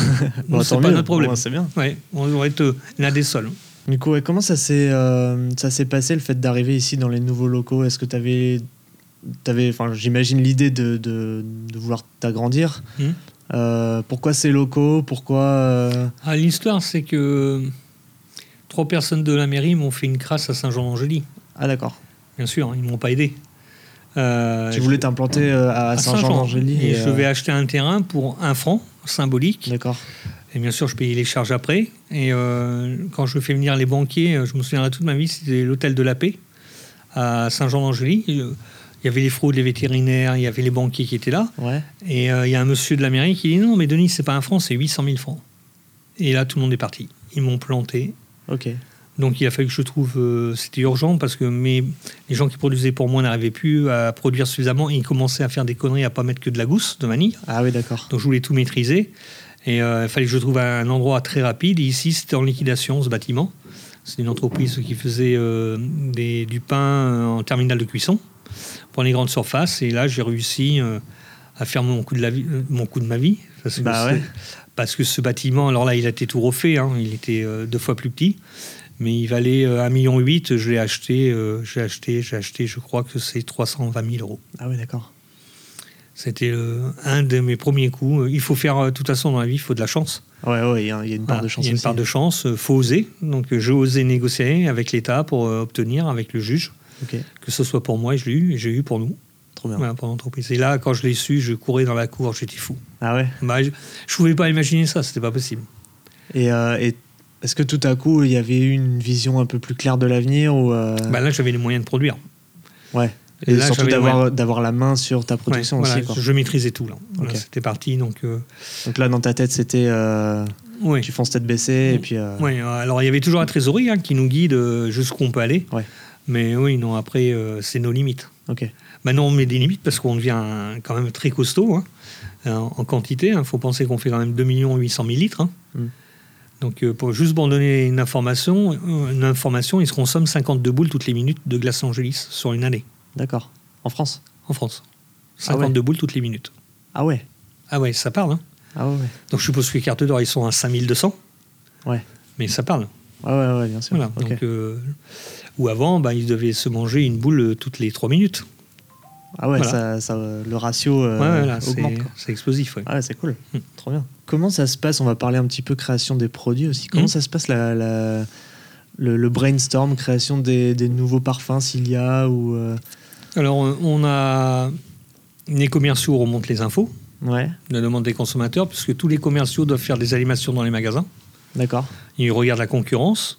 [SPEAKER 2] Nous, c'est
[SPEAKER 1] tant
[SPEAKER 2] pas
[SPEAKER 1] mieux.
[SPEAKER 2] notre problème.
[SPEAKER 1] Bon, c'est bien.
[SPEAKER 2] Ouais, on doit être euh, l'un des seuls.
[SPEAKER 1] Du coup, ouais, comment ça s'est euh, ça s'est passé le fait d'arriver ici dans les nouveaux locaux Est-ce que tu avais, enfin, j'imagine l'idée de, de, de vouloir t'agrandir.
[SPEAKER 2] Mhm.
[SPEAKER 1] Euh, pourquoi ces locaux Pourquoi euh,
[SPEAKER 2] Ah, L'histoire, c'est que euh, trois personnes de la mairie m'ont fait une crasse à Saint-Jean-en-Joli.
[SPEAKER 1] Ah d'accord.
[SPEAKER 2] Bien sûr, hein, ils m'ont pas aidé. Euh,
[SPEAKER 1] tu voulais
[SPEAKER 2] je-
[SPEAKER 1] t'implanter euh, à Saint-Jean-d'Angély
[SPEAKER 2] Et, je
[SPEAKER 1] euh,
[SPEAKER 2] vais acheter un terrain pour un franc symbolique.
[SPEAKER 1] D'accord.
[SPEAKER 2] Et bien sûr, je payais les charges après. Et euh, quand je fais venir les banquiers, euh, je me souviendrai toute ma vie, c'était l'hôtel de la paix à Saint-Jean-d'Angély. Euh, Il y avait les fraudes, les vétérinaires, il y avait les banquiers qui étaient là.
[SPEAKER 1] Ouais.
[SPEAKER 2] Et euh, il y a un monsieur de la mairie qui dit non, mais Denis, c'est pas un franc, c'est 800 000 francs. Et là, tout le monde est parti. Ils m'ont planté.
[SPEAKER 1] Ok.
[SPEAKER 2] Donc il a fallu que je trouve. euh, C'était urgent parce que mes, les gens qui produisaient pour moi n'arrivaient plus à produire suffisamment et ils commençaient à faire des conneries, à pas mettre que de la gousse de vanille.
[SPEAKER 1] Ah oui d'accord.
[SPEAKER 2] Donc je voulais tout maîtriser. Et euh, il fallait que je trouve un endroit très rapide. Et ici, c'était en liquidation, ce bâtiment. C'est une entreprise qui faisait euh, des- du pain euh, en terminal de cuisson pour les grandes surfaces. Et là, j'ai réussi euh, à faire mon coup de, la vie- euh, mon coup de ma vie. Parce que,
[SPEAKER 1] Bah
[SPEAKER 2] ce-
[SPEAKER 1] ouais.
[SPEAKER 2] parce que ce bâtiment, alors là, il a été tout refait. hein. il était euh, deux fois plus petit. Mais il valait euh, 1,8 million. Je l'ai acheté, euh, j'ai acheté, j'ai acheté, je crois que c'est 320 000 euros.
[SPEAKER 1] Ah oui d'accord.
[SPEAKER 2] C'était euh, un de mes premiers coups. Il faut faire, euh, de toute façon, dans la vie, il faut de la chance.
[SPEAKER 1] Ouais ouais. Il y, a il y a une part
[SPEAKER 2] Voilà,
[SPEAKER 1] de chance.
[SPEAKER 2] Ah, Il y a une
[SPEAKER 1] aussi.
[SPEAKER 2] part de chance. Il faut oser. Donc, euh, j'ai osé négocier avec l'État pour euh, obtenir, avec le juge,
[SPEAKER 1] Ok.
[SPEAKER 2] que ce soit pour moi, je l'ai eu, et j'ai eu pour nous,
[SPEAKER 1] Trop bien.
[SPEAKER 2] voilà, pour l'entreprise. Et là, quand je l'ai su, je courais dans la cour, j'étais fou.
[SPEAKER 1] Ah ouais.
[SPEAKER 2] Bah, je ne pouvais pas imaginer ça, c'était pas possible.
[SPEAKER 1] Et, euh, et est-ce que tout à coup il y avait eu une vision un peu plus claire de l'avenir ou euh,
[SPEAKER 2] Bah, là, j'avais les moyens de produire.
[SPEAKER 1] Ouais.
[SPEAKER 2] Et
[SPEAKER 1] Et,
[SPEAKER 2] là,
[SPEAKER 1] surtout
[SPEAKER 2] j'avais-
[SPEAKER 1] d'avoir d'avoir la main sur ta
[SPEAKER 2] Ouais,
[SPEAKER 1] production
[SPEAKER 2] voilà,
[SPEAKER 1] aussi. Quoi.
[SPEAKER 2] je maîtrisais tout. Là, Voilà,
[SPEAKER 1] Ok.
[SPEAKER 2] c'était parti. Donc, euh,
[SPEAKER 1] Donc là, dans ta tête, c'était euh,
[SPEAKER 2] ouais.
[SPEAKER 1] tu fonces tête baissée et puis. euh,
[SPEAKER 2] Ouais, euh, alors il y avait toujours la trésorerie hein, qui nous guide euh, jusqu'où on peut aller.
[SPEAKER 1] Ouais.
[SPEAKER 2] Mais oui, non, après, euh, c'est nos limites.
[SPEAKER 1] Ok.
[SPEAKER 2] Maintenant, on met des limites parce qu'on devient un- quand même très costaud hein, en, en quantité. Il faut penser qu'on fait quand même 2 800 000 litres. hein.
[SPEAKER 1] Mm.
[SPEAKER 2] Donc, euh, pour, juste pour donner une information, euh, une information, il se consomme 52 boules toutes les minutes de glace Angelis sur une année
[SPEAKER 1] D'accord. En France
[SPEAKER 2] en France.
[SPEAKER 1] Ah ouais.
[SPEAKER 2] 52 boules toutes les minutes.
[SPEAKER 1] Ah ouais.
[SPEAKER 2] Ah ouais, ça parle. hein.
[SPEAKER 1] Ah ouais, ouais.
[SPEAKER 2] Donc, je suppose que les cartes d'or, ils sont à 5200.
[SPEAKER 1] Ouais.
[SPEAKER 2] Mais ça parle.
[SPEAKER 1] Ouais, ouais, ouais, bien sûr.
[SPEAKER 2] Voilà.
[SPEAKER 1] Ok.
[SPEAKER 2] Donc, euh, ou avant, bah, ils devaient se manger une boule euh, toutes les 3 minutes.
[SPEAKER 1] ah ouais,
[SPEAKER 2] voilà.
[SPEAKER 1] ça, ça, euh, le ratio euh,
[SPEAKER 2] Ouais, voilà,
[SPEAKER 1] augmente.
[SPEAKER 2] c'est-
[SPEAKER 1] quoi.
[SPEAKER 2] c'est explosif. ouais.
[SPEAKER 1] Ah ouais, c'est cool.
[SPEAKER 2] Hmm.
[SPEAKER 1] Trop bien. Comment ça se passe On va parler un petit peu création des produits aussi. Comment
[SPEAKER 2] Hmm.
[SPEAKER 1] ça se passe la, la- le, le brainstorm, création des, des nouveaux parfums s'il y a ou euh,
[SPEAKER 2] Alors, on on a. Les commerciaux remontent les infos,
[SPEAKER 1] Ouais,
[SPEAKER 2] la demande des consommateurs, puisque tous les commerciaux doivent faire des animations dans les magasins.
[SPEAKER 1] d'accord.
[SPEAKER 2] Ils regardent la concurrence.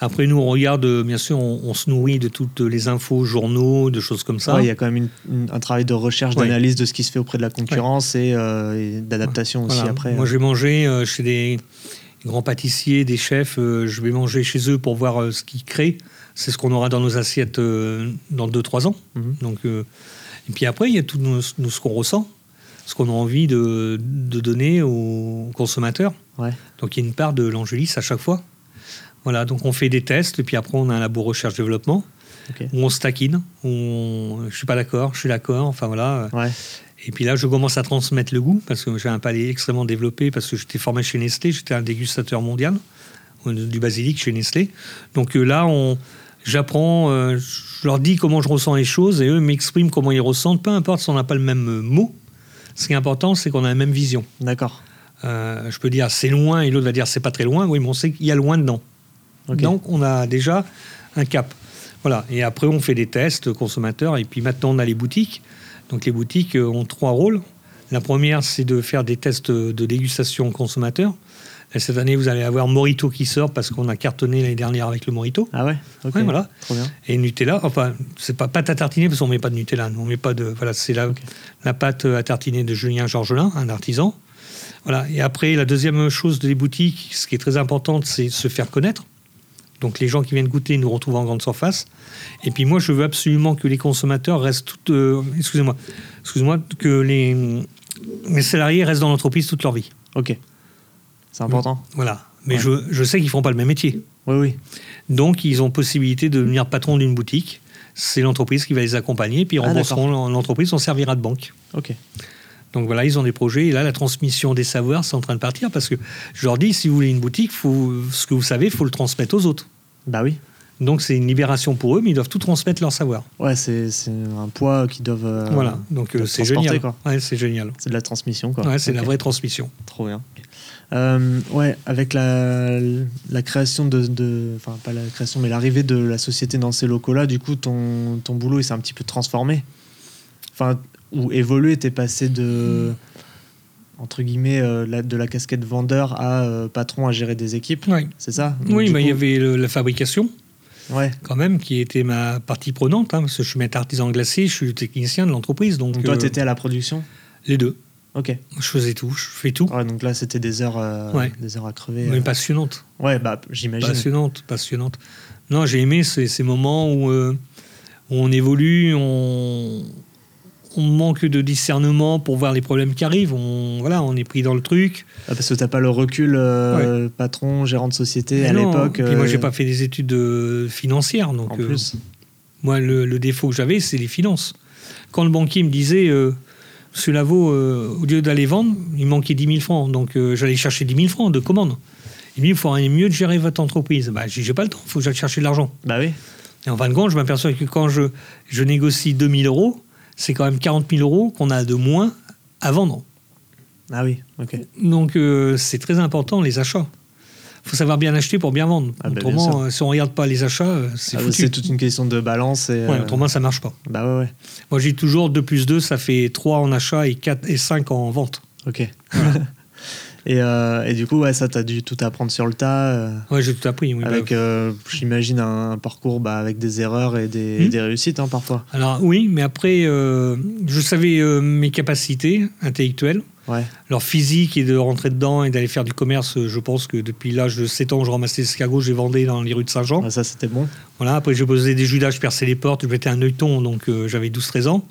[SPEAKER 2] Après, nous, on regarde, euh, bien sûr, on, on se nourrit de toutes les infos, journaux, de choses comme ça.
[SPEAKER 1] Ouais, Il y a quand même une- une- un travail de recherche,
[SPEAKER 2] Hein Ouais.
[SPEAKER 1] d'analyse de ce qui se fait auprès de la concurrence et, euh, et d'adaptation aussi
[SPEAKER 2] Voilà.
[SPEAKER 1] après.
[SPEAKER 2] Moi, j'ai mangé euh, chez des grands pâtissiers, des chefs. euh, je vais manger chez eux pour voir euh, ce qu'ils créent. C'est ce qu'on aura dans nos assiettes euh, dans 2-3 ans.
[SPEAKER 1] Mhm.
[SPEAKER 2] Donc, euh, et puis après, il y a tout nos- nous, ce qu'on ressent, ce qu'on a envie de, de donner aux consommateurs.
[SPEAKER 1] Ouais.
[SPEAKER 2] Donc, il y a une part de l'angélis à chaque fois. Voilà, donc on fait des tests, et puis après, on a un labo recherche-développement
[SPEAKER 1] Ok.
[SPEAKER 2] où on se taquine, où on- je suis pas d'accord, je suis d'accord, enfin voilà.
[SPEAKER 1] Ouais.
[SPEAKER 2] Et puis là, je commence à transmettre le goût parce que j'ai un palais extrêmement développé parce que j'étais formé chez Nestlé, j'étais un dégustateur mondial euh, du basilic chez Nestlé. Donc euh, là, on, j'apprends, euh, je leur dis comment je ressens les choses et eux m'expriment comment ils ressentent. Peu importe si on n'a pas le même euh, mot, ce qui est important, c'est qu'on a la même vision.
[SPEAKER 1] D'accord.
[SPEAKER 2] Euh, je peux dire c'est loin et l'autre va dire c'est pas très loin. Oui, mais on sait qu'il y a loin dedans.
[SPEAKER 1] Ok.
[SPEAKER 2] Donc on a déjà un cap. Voilà. Et après on fait des tests consommateurs et puis maintenant on a les boutiques. Donc les boutiques euh, ont trois rôles. La première c'est de faire des tests euh, de dégustation consommateur. Et cette année vous allez avoir Morito qui sort parce qu'on a cartonné l'année dernière avec le Morito.
[SPEAKER 1] Ah ouais Ok.
[SPEAKER 2] Ouais, voilà.
[SPEAKER 1] Trop bien.
[SPEAKER 2] Et Nutella, enfin, c'est pas pâte à tartiner parce qu'on met pas de Nutella, nous, on met pas de, voilà, c'est la, la pâte euh, à tartiner de Julien Georgelin, un artisan. Voilà. Et après, la deuxième chose des boutiques, ce qui est très important, c'est se faire connaître. Donc les gens qui viennent goûter nous retrouvent en grande surface. Et puis moi, je veux absolument que les consommateurs restent toutes, euh, excusez-moi, excusez-moi, que les, les salariés restent dans l'entreprise toute leur vie.
[SPEAKER 1] Ok. C'est important.
[SPEAKER 2] Voilà. Mais
[SPEAKER 1] Ouais.
[SPEAKER 2] je, je sais qu'ils feront pas le même métier.
[SPEAKER 1] Oui, oui.
[SPEAKER 2] Donc, ils ont possibilité de devenir patron d'une boutique. C'est l'entreprise qui va les accompagner, puis ils
[SPEAKER 1] Ah,
[SPEAKER 2] rembourseront l'en- l'entreprise, on servira de banque.
[SPEAKER 1] Ok.
[SPEAKER 2] Donc voilà, ils ont des projets. Et là, la transmission des savoirs, c'est en train de partir parce que je leur dis, si vous voulez une boutique, faut, ce que vous savez, il faut le transmettre aux autres.
[SPEAKER 1] Bah oui.
[SPEAKER 2] Donc c'est une libération pour eux, mais ils doivent tout transmettre leur savoir.
[SPEAKER 1] Ouais, c'est c'est un poids qu'ils doivent. euh,
[SPEAKER 2] voilà, donc euh,
[SPEAKER 1] de
[SPEAKER 2] c'est
[SPEAKER 1] transporter,
[SPEAKER 2] génial.
[SPEAKER 1] quoi.
[SPEAKER 2] Ouais, c'est génial.
[SPEAKER 1] C'est de la transmission, quoi.
[SPEAKER 2] Ouais, c'est la
[SPEAKER 1] Ok.
[SPEAKER 2] vraie transmission.
[SPEAKER 1] Trop bien. Euh, ouais, avec la, la création de, de- Enfin, pas la création, mais l'arrivée de la société dans ces locaux-là, du coup, ton, ton boulot, il s'est un petit peu transformé. Enfin, ou évolué, t'es passé de. Entre guillemets, euh, la- de la casquette vendeur à euh, patron à gérer des équipes,
[SPEAKER 2] Ouais.
[SPEAKER 1] c'est ça
[SPEAKER 2] Oui,
[SPEAKER 1] Du
[SPEAKER 2] mais il
[SPEAKER 1] coup-
[SPEAKER 2] y avait le- la fabrication.
[SPEAKER 1] Ouais.
[SPEAKER 2] quand même, qui était ma partie prenante, hein, parce que je suis maître artisan glacier, je suis technicien de l'entreprise, donc,
[SPEAKER 1] Donc, toi,
[SPEAKER 2] euh,
[SPEAKER 1] t'étais à la production
[SPEAKER 2] les deux.
[SPEAKER 1] Ok.
[SPEAKER 2] Je faisais tout, je fais tout.
[SPEAKER 1] Ouais, donc là, c'était des heures, euh,
[SPEAKER 2] Ouais.
[SPEAKER 1] des heures à crever.
[SPEAKER 2] Mais
[SPEAKER 1] euh.
[SPEAKER 2] passionnante,
[SPEAKER 1] Ouais, bah, j'imagine.
[SPEAKER 2] passionnante, passionnante. Non, j'ai aimé ces, ces moments où, euh, où on évolue, on, on manque de discernement pour voir les problèmes qui arrivent. On, voilà, on est pris dans le truc.
[SPEAKER 1] Ah, Parce que t'as pas le recul euh, patron, gérant de société à
[SPEAKER 2] Mais non,
[SPEAKER 1] l'époque.
[SPEAKER 2] Puis moi,
[SPEAKER 1] euh,
[SPEAKER 2] j'ai pas fait des études euh, financières, donc.
[SPEAKER 1] En
[SPEAKER 2] euh,
[SPEAKER 1] plus.
[SPEAKER 2] Moi, le, le défaut que j'avais, c'est les finances. Quand le banquier me disait, euh, Monsieur Lavaux, euh, au lieu d'aller vendre, il manquait 10 000 francs. Donc, euh, j'allais chercher 10 000 francs de commande. Il me dit, il faudrait mieux de gérer votre entreprise. Bah, j'ai j'ai pas le temps, il faut que j'aille chercher de l'argent.
[SPEAKER 1] Bah oui.
[SPEAKER 2] Et en fin de compte, je m'aperçois que quand je, je négocie 2 000 euros, c'est quand même 40 000 euros qu'on a de moins à vendre.
[SPEAKER 1] Ah oui, ok.
[SPEAKER 2] Donc, euh, c'est très important, les achats. Il faut savoir bien acheter pour bien vendre.
[SPEAKER 1] Ah, bah, bien sûr.
[SPEAKER 2] autrement, euh, si on regarde pas les achats, euh, c'est
[SPEAKER 1] Ah,
[SPEAKER 2] foutu.
[SPEAKER 1] C'est toute une question de balance. Et,
[SPEAKER 2] Ouais,
[SPEAKER 1] euh,
[SPEAKER 2] autrement, ça marche pas.
[SPEAKER 1] Bah ouais, ouais.
[SPEAKER 2] Moi, j'ai toujours 2 plus 2, ça fait 3 en achat et, 4, et 5 en vente.
[SPEAKER 1] Ok. Et, euh, et du coup, ouais, ça, t'as dû tout apprendre sur le tas. euh,
[SPEAKER 2] Ouais, j'ai tout appris. oui, bah,
[SPEAKER 1] avec, euh, j'imagine, un, un parcours bah, avec des erreurs et des,
[SPEAKER 2] Mhm.
[SPEAKER 1] des réussites hein, parfois.
[SPEAKER 2] Alors oui, mais après, euh, je savais euh, mes capacités intellectuelles.
[SPEAKER 1] Ouais.
[SPEAKER 2] Alors physique et de rentrer dedans et d'aller faire du commerce, euh, je pense que depuis l'âge de 7 ans, je ramassais des escargots, je les vendais dans les rues de Saint-Jean.
[SPEAKER 1] Ouais, ça, c'était bon.
[SPEAKER 2] Voilà, après je posais des judas, je perçais les portes, je mettais un œilleton, donc euh, j'avais 12-13 ans.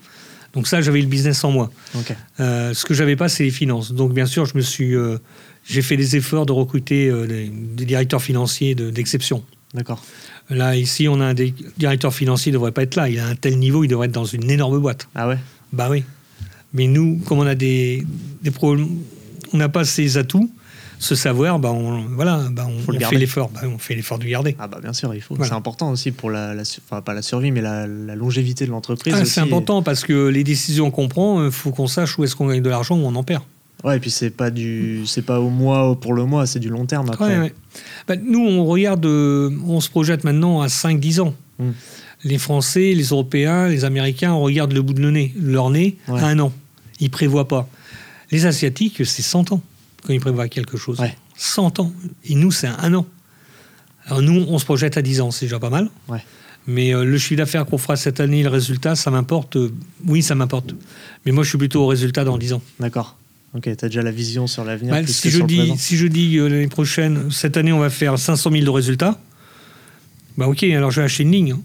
[SPEAKER 2] Donc ça, j'avais le business en moi.
[SPEAKER 1] Ok.
[SPEAKER 2] Euh, ce que j'avais pas, c'est les finances. Donc bien sûr, je me suis, euh, j'ai fait des efforts de recruter euh, des, des directeurs financiers de- d'exception.
[SPEAKER 1] D'accord.
[SPEAKER 2] Là, ici, on a un dé- directeur financier, il devrait pas être là. Il a un tel niveau, il devrait être dans une énorme boîte.
[SPEAKER 1] Ah ouais
[SPEAKER 2] Bah oui. Mais nous, comme on a des, des problèmes, on n'a pas ces atouts, ce savoir, bah on, voilà, bah on,
[SPEAKER 1] Faut le
[SPEAKER 2] on fait
[SPEAKER 1] garder.
[SPEAKER 2] l'effort, Bah oui, on fait l'effort de le garder.
[SPEAKER 1] Ah bah bien sûr, il faut.
[SPEAKER 2] Voilà.
[SPEAKER 1] C'est important aussi pour la, la su- enfin, pas la survie, mais la, la longévité de l'entreprise.
[SPEAKER 2] Ah,
[SPEAKER 1] aussi.
[SPEAKER 2] c'est important parce que les décisions qu'on prend, il faut qu'on sache où est-ce qu'on gagne de l'argent, où on en perd.
[SPEAKER 1] Ouais, et puis c'est pas du, c'est pas au mois pour le mois, c'est du long terme après.
[SPEAKER 2] Ouais, ouais. Bah, nous, on regarde, euh, on se projette maintenant à 5-10 ans.
[SPEAKER 1] Mm.
[SPEAKER 2] Les Français, les Européens, les Américains, on regarde le bout de le nez, leur nez,
[SPEAKER 1] Ouais.
[SPEAKER 2] à un an. Ils prévoient pas. Les Asiatiques, c'est 100 ans quand ils prévoient quelque chose.
[SPEAKER 1] Ouais.
[SPEAKER 2] 100 ans. Et nous, c'est un an. Alors nous, on se projette à 10 ans, c'est déjà pas mal.
[SPEAKER 1] Ouais.
[SPEAKER 2] Mais euh, le chiffre d'affaires qu'on fera cette année, le résultat, ça m'importe. euh, oui, ça m'importe. Mais moi, je suis plutôt au résultat dans 10 ans.
[SPEAKER 1] D'accord. Ok, t'as déjà la vision sur l'avenir
[SPEAKER 2] Bah,
[SPEAKER 1] plus
[SPEAKER 2] si,
[SPEAKER 1] que
[SPEAKER 2] je
[SPEAKER 1] sur le
[SPEAKER 2] dis,
[SPEAKER 1] présent.
[SPEAKER 2] si je dis euh, l'année prochaine, cette année, on va faire 500 000 de résultats, bah ok, alors je vais acheter une ligne. hein.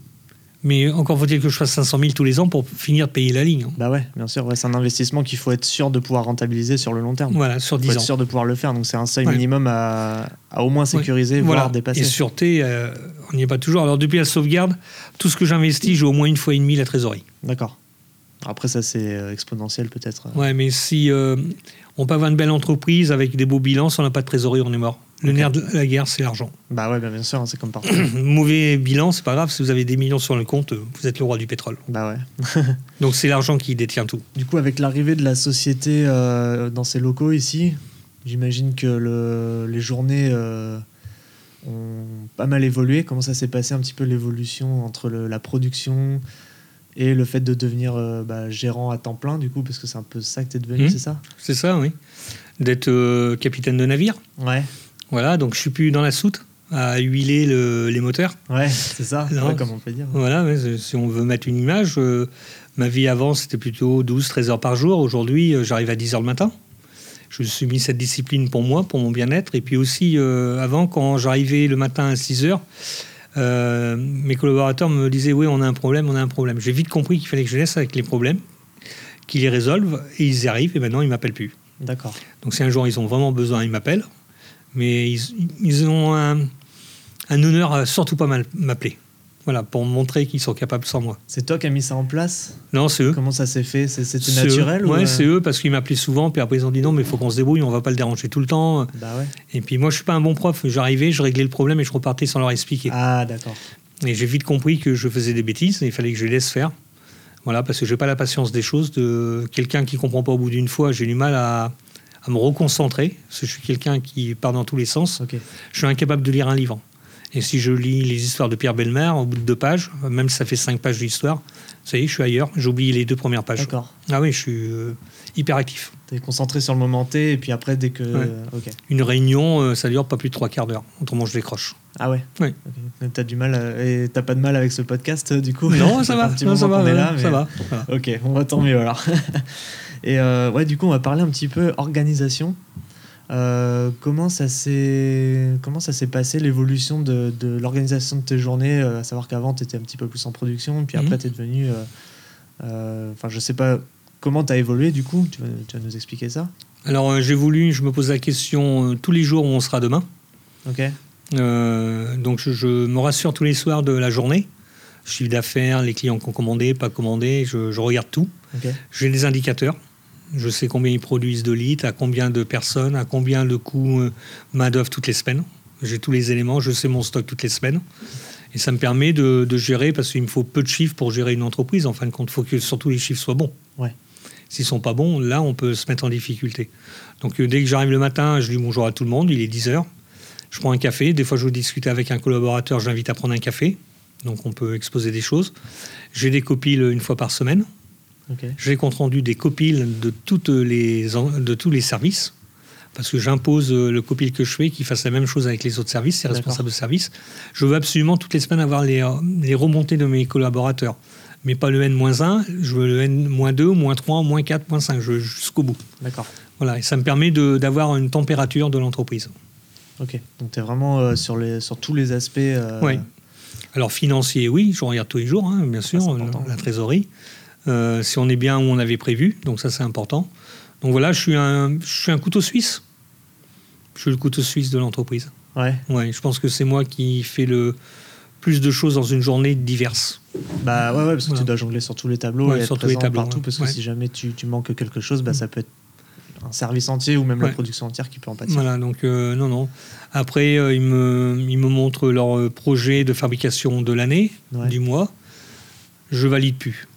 [SPEAKER 2] Mais encore faut-il que je fasse 500 000 tous les ans pour finir de payer la ligne. hein.
[SPEAKER 1] Bah ouais, bien sûr, ouais, c'est un investissement qu'il faut être sûr de pouvoir rentabiliser sur le long terme.
[SPEAKER 2] Voilà, sur
[SPEAKER 1] faut
[SPEAKER 2] 10
[SPEAKER 1] être
[SPEAKER 2] ans.
[SPEAKER 1] sûr de pouvoir le faire, donc c'est un seuil
[SPEAKER 2] Ouais.
[SPEAKER 1] minimum à, à au moins sécuriser, voire
[SPEAKER 2] Voilà.
[SPEAKER 1] dépasser.
[SPEAKER 2] Et sûreté, euh, on n'y est pas toujours. Alors depuis la sauvegarde, tout ce que j'investis, j'ai au moins une fois et demie la trésorerie.
[SPEAKER 1] D'accord. Après ça c'est euh, exponentiel peut-être.
[SPEAKER 2] Ouais, mais si euh, on peut avoir une belle entreprise avec des beaux bilans, si on n'a pas de trésorerie, on est mort. Le nerf de la guerre, c'est l'argent.
[SPEAKER 1] Bah ouais, bah bien sûr, hein, c'est comme partout.
[SPEAKER 2] Mauvais bilan, c'est pas grave. Si vous avez des millions sur le compte, euh, vous êtes le roi du pétrole.
[SPEAKER 1] bah ouais.
[SPEAKER 2] Donc c'est l'argent qui détient tout.
[SPEAKER 1] Du coup, avec l'arrivée de la société euh, dans ses locaux ici, j'imagine que le- les journées euh, ont pas mal évolué. Comment ça s'est passé un petit peu l'évolution entre le- la production et le fait de devenir euh, bah, gérant à temps plein, du coup, parce que c'est un peu ça que t'es devenu,
[SPEAKER 2] Mhm.
[SPEAKER 1] c'est ça
[SPEAKER 2] C'est ça, oui. D'être euh, capitaine de navire.
[SPEAKER 1] Ouais,
[SPEAKER 2] Voilà, donc je suis plus dans la soute à huiler le- les moteurs.
[SPEAKER 1] ouais, c'est ça,
[SPEAKER 2] Non.
[SPEAKER 1] ouais, comme on peut dire.
[SPEAKER 2] Voilà, ouais, c'est- si on veut mettre une image, euh, ma vie avant c'était plutôt 12-13 heures par jour. Aujourd'hui, euh, j'arrive à 10 heures le matin. Je me suis mis cette discipline pour moi, pour mon bien-être. Et puis aussi, euh, avant, quand j'arrivais le matin à 6 heures, euh, mes collaborateurs me disaient Oui, on a un problème, on a un problème. J'ai vite compris qu'il fallait que je laisse avec les problèmes, qu'ils les résolvent, et ils y arrivent, et maintenant ils m'appellent plus.
[SPEAKER 1] D'accord.
[SPEAKER 2] Donc si un jour ils ont vraiment besoin, ils m'appellent. Mais ils, ils ont un, un honneur à surtout pas mal- m'appeler. Voilà, pour montrer qu'ils sont capables sans moi.
[SPEAKER 1] C'est toi qui as mis ça en place
[SPEAKER 2] Non, c'est eux.
[SPEAKER 1] Comment ça s'est fait C'est- C'était
[SPEAKER 2] Hmm. C'est eux.
[SPEAKER 1] naturel ou,
[SPEAKER 2] Ouais,
[SPEAKER 1] euh,
[SPEAKER 2] c'est eux parce qu'ils m'appelaient souvent. Puis après, ils ont dit non, mais il faut qu'on se débrouille, on va pas le déranger tout le temps.
[SPEAKER 1] Bah ouais.
[SPEAKER 2] Et puis moi, je suis pas un bon prof. J'arrivais, je réglais le problème et je repartais sans leur expliquer.
[SPEAKER 1] Ah, d'accord.
[SPEAKER 2] Et j'ai vite compris que je faisais des bêtises et il fallait que je les laisse faire. Voilà, parce que j'ai pas la patience des choses. De quelqu'un qui comprend pas au bout d'une fois, j'ai du mal à, à me reconcentrer. Parce que je suis quelqu'un qui part dans tous les sens.
[SPEAKER 1] Ok.
[SPEAKER 2] Je suis incapable de lire un livre. Et si je lis les histoires de Pierre Bellemare, au bout de deux pages, même si ça fait cinq pages d'histoire, ça y est, je suis ailleurs. J'oublie les deux premières pages.
[SPEAKER 1] D'accord.
[SPEAKER 2] Ah oui, je suis euh, hyper actif.
[SPEAKER 1] T'es concentré sur le moment T et puis après, dès que.
[SPEAKER 2] Ouais.
[SPEAKER 1] Ok.
[SPEAKER 2] Une réunion, euh, ça dure pas plus de trois quarts d'heure. Autrement, je décroche.
[SPEAKER 1] Ah ouais.
[SPEAKER 2] Oui.
[SPEAKER 1] Ok. T'as du mal à- et t'as pas de mal avec ce podcast euh, du coup.
[SPEAKER 2] Non,
[SPEAKER 1] fait
[SPEAKER 2] ça
[SPEAKER 1] un
[SPEAKER 2] va.
[SPEAKER 1] petit
[SPEAKER 2] non, ça
[SPEAKER 1] moment
[SPEAKER 2] va.
[SPEAKER 1] qu'on est
[SPEAKER 2] ouais,
[SPEAKER 1] là, mais-
[SPEAKER 2] Ça va. Voilà.
[SPEAKER 1] Ok, on va tant mieux alors. et euh, ouais, du coup, on va parler un petit peu organisation. Euh, comment ça s'est comment ça s'est passé l'évolution de, de l'organisation de tes journées euh, À savoir qu'avant, t'étais un petit peu plus en production, puis après,
[SPEAKER 2] Mhm.
[SPEAKER 1] t'es devenu. euh, euh, Enfin, je sais pas comment t'as évolué du coup. Tu vas, tu vas nous expliquer ça.
[SPEAKER 2] Alors, euh, j'ai voulu, je me pose la question euh, tous les jours où on sera demain.
[SPEAKER 1] Ok.
[SPEAKER 2] Euh, donc, je, je me rassure tous les soirs de la journée. Chiffre d'affaires, les clients qui ont commandé, pas commandé, je- je regarde tout.
[SPEAKER 1] Ok.
[SPEAKER 2] J'ai des indicateurs. Je sais combien ils produisent de litres, à combien de personnes, à combien le coût euh, main-d'œuvre toutes les semaines. J'ai tous les éléments, je sais mon stock toutes les semaines. Et ça me permet de, de gérer, parce qu'il me faut peu de chiffres pour gérer une entreprise. En fin de compte, il faut que surtout les chiffres soient bons.
[SPEAKER 1] Ouais.
[SPEAKER 2] S'ils sont pas bons, là, on peut se mettre en difficulté. Donc, euh, dès que j'arrive le matin, je dis bonjour à tout le monde, il est 10 heures. Je prends un café. Des fois, je veux discuter avec un collaborateur, je l'invite à prendre un café. Donc, on peut exposer des choses. J'ai des copies le- une fois par semaine.
[SPEAKER 1] Ok.
[SPEAKER 2] J'ai compte rendu des copiles de, toutes les, en- de tous les services parce que j'impose euh, le copil que je fais qu'il fasse la même chose avec les autres services, ses responsables de service. Je veux absolument toutes les semaines avoir les, euh, les remontées de mes collaborateurs, mais pas le N-1, je veux le N-2, moins 3, moins 4, moins 5, je veux jusqu'au bout.
[SPEAKER 1] D'accord.
[SPEAKER 2] Voilà, et ça me permet de- d'avoir une température de l'entreprise.
[SPEAKER 1] Ok. Donc tu es vraiment euh, sur, les, sur tous les aspects. euh,
[SPEAKER 2] Ouais. Alors financier, oui, je regarde tous les jours, hein, bien sûr,
[SPEAKER 1] c'est
[SPEAKER 2] euh,
[SPEAKER 1] important.
[SPEAKER 2] la trésorerie. Euh, si on est bien où on avait prévu, donc ça c'est important. Donc voilà, je suis un, je suis un couteau suisse. Je suis le couteau suisse de l'entreprise.
[SPEAKER 1] ouais.
[SPEAKER 2] Ouais, je pense que c'est moi qui fais le plus de choses dans une journée diverse.
[SPEAKER 1] Bah ouais, ouais, parce que
[SPEAKER 2] Voilà.
[SPEAKER 1] tu dois jongler sur tous les tableaux
[SPEAKER 2] Ouais,
[SPEAKER 1] et être
[SPEAKER 2] sur tous les
[SPEAKER 1] présent
[SPEAKER 2] tableaux,
[SPEAKER 1] partout,
[SPEAKER 2] ouais.
[SPEAKER 1] parce que
[SPEAKER 2] Ouais.
[SPEAKER 1] si jamais tu, tu manques quelque chose, bah,
[SPEAKER 2] Mm.
[SPEAKER 1] ça peut être un service entier ou même la
[SPEAKER 2] Ouais.
[SPEAKER 1] production entière qui peut en pâtir.
[SPEAKER 2] Voilà, donc euh, non, non. Après, euh, ils, me, ils me montrent leur euh, projet de fabrication de l'année,
[SPEAKER 1] Ouais.
[SPEAKER 2] du mois. Je valide plus.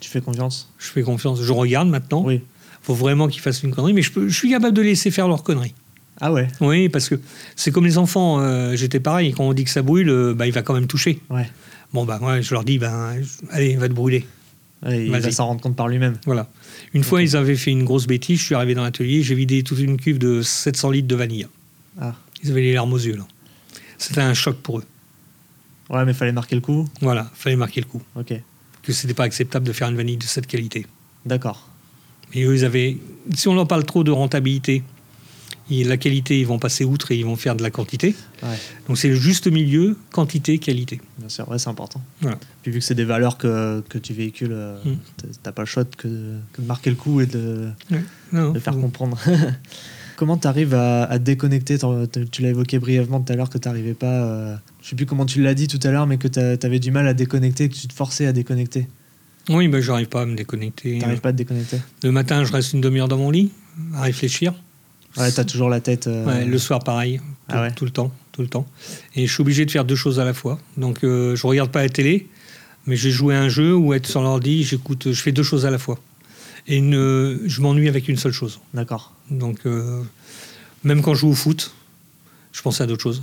[SPEAKER 1] Tu fais confiance
[SPEAKER 2] Je fais confiance. Je regarde maintenant.
[SPEAKER 1] Oui.
[SPEAKER 2] faut vraiment qu'ils fassent une connerie, mais je, peux, je suis capable de laisser faire leurs conneries.
[SPEAKER 1] Ah ouais
[SPEAKER 2] Oui, parce que c'est comme les enfants, euh, j'étais pareil, quand on dit que ça brûle, euh, bah, il va quand même toucher.
[SPEAKER 1] Ouais.
[SPEAKER 2] Bon, bah, moi, je leur dis, ben, je- allez, va te brûler.
[SPEAKER 1] Ouais, il va
[SPEAKER 2] Vas-y.
[SPEAKER 1] s'en rendre compte par lui-même.
[SPEAKER 2] Voilà. Une fois,
[SPEAKER 1] Ok.
[SPEAKER 2] ils avaient fait une grosse bêtise, je suis arrivé dans l'atelier, j'ai vidé toute une cuve de 700 litres de vanille.
[SPEAKER 1] Ah.
[SPEAKER 2] Ils avaient les larmes aux yeux, là. C'était un choc pour eux.
[SPEAKER 1] Ouais, mais fallait marquer le coup.
[SPEAKER 2] Voilà, fallait marquer le coup,
[SPEAKER 1] Ok.
[SPEAKER 2] que c'était pas acceptable de faire une vanille de cette qualité.
[SPEAKER 1] D'accord.
[SPEAKER 2] Mais eux, ils avaient. Si on leur parle trop de rentabilité, et la qualité, ils vont passer outre et ils vont faire de la quantité.
[SPEAKER 1] Ouais.
[SPEAKER 2] Donc c'est le juste milieu, quantité, qualité.
[SPEAKER 1] Bien sûr, ouais, c'est important.
[SPEAKER 2] Voilà.
[SPEAKER 1] Puis vu que c'est des valeurs que, que tu véhicules, euh,
[SPEAKER 2] Mm.
[SPEAKER 1] t'as- t'as pas le choix de- que, que de marquer le coup et de,
[SPEAKER 2] Non,
[SPEAKER 1] de faire
[SPEAKER 2] faut-
[SPEAKER 1] comprendre. comment tu arrives à, à te déconnecter T'en- t- Tu l'as évoqué brièvement tout à l'heure que tu n'arrivais pas. euh, je sais plus comment tu l'as dit tout à l'heure, mais que tu avais du mal à déconnecter, que tu te forçais à déconnecter.
[SPEAKER 2] Oui, ben, j'arrive pas à me déconnecter.
[SPEAKER 1] T'arrives pas à te déconnecter.
[SPEAKER 2] Le matin, je reste une demi-heure dans mon lit à réfléchir.
[SPEAKER 1] Ouais, t'as toujours la tête. euh,
[SPEAKER 2] Ouais, le soir, pareil, tout,
[SPEAKER 1] Ah ouais.
[SPEAKER 2] tout le temps, tout le temps. Et je suis obligé de faire deux choses à la fois. Donc euh, je regarde pas la télé, mais j'ai joué à un jeu ou être sur l'ordi, j'écoute, je fais deux choses à la fois. Et une, euh, je m'ennuie avec une seule chose.
[SPEAKER 1] D'accord.
[SPEAKER 2] Donc euh, même quand je joue au foot, je pense à d'autres choses.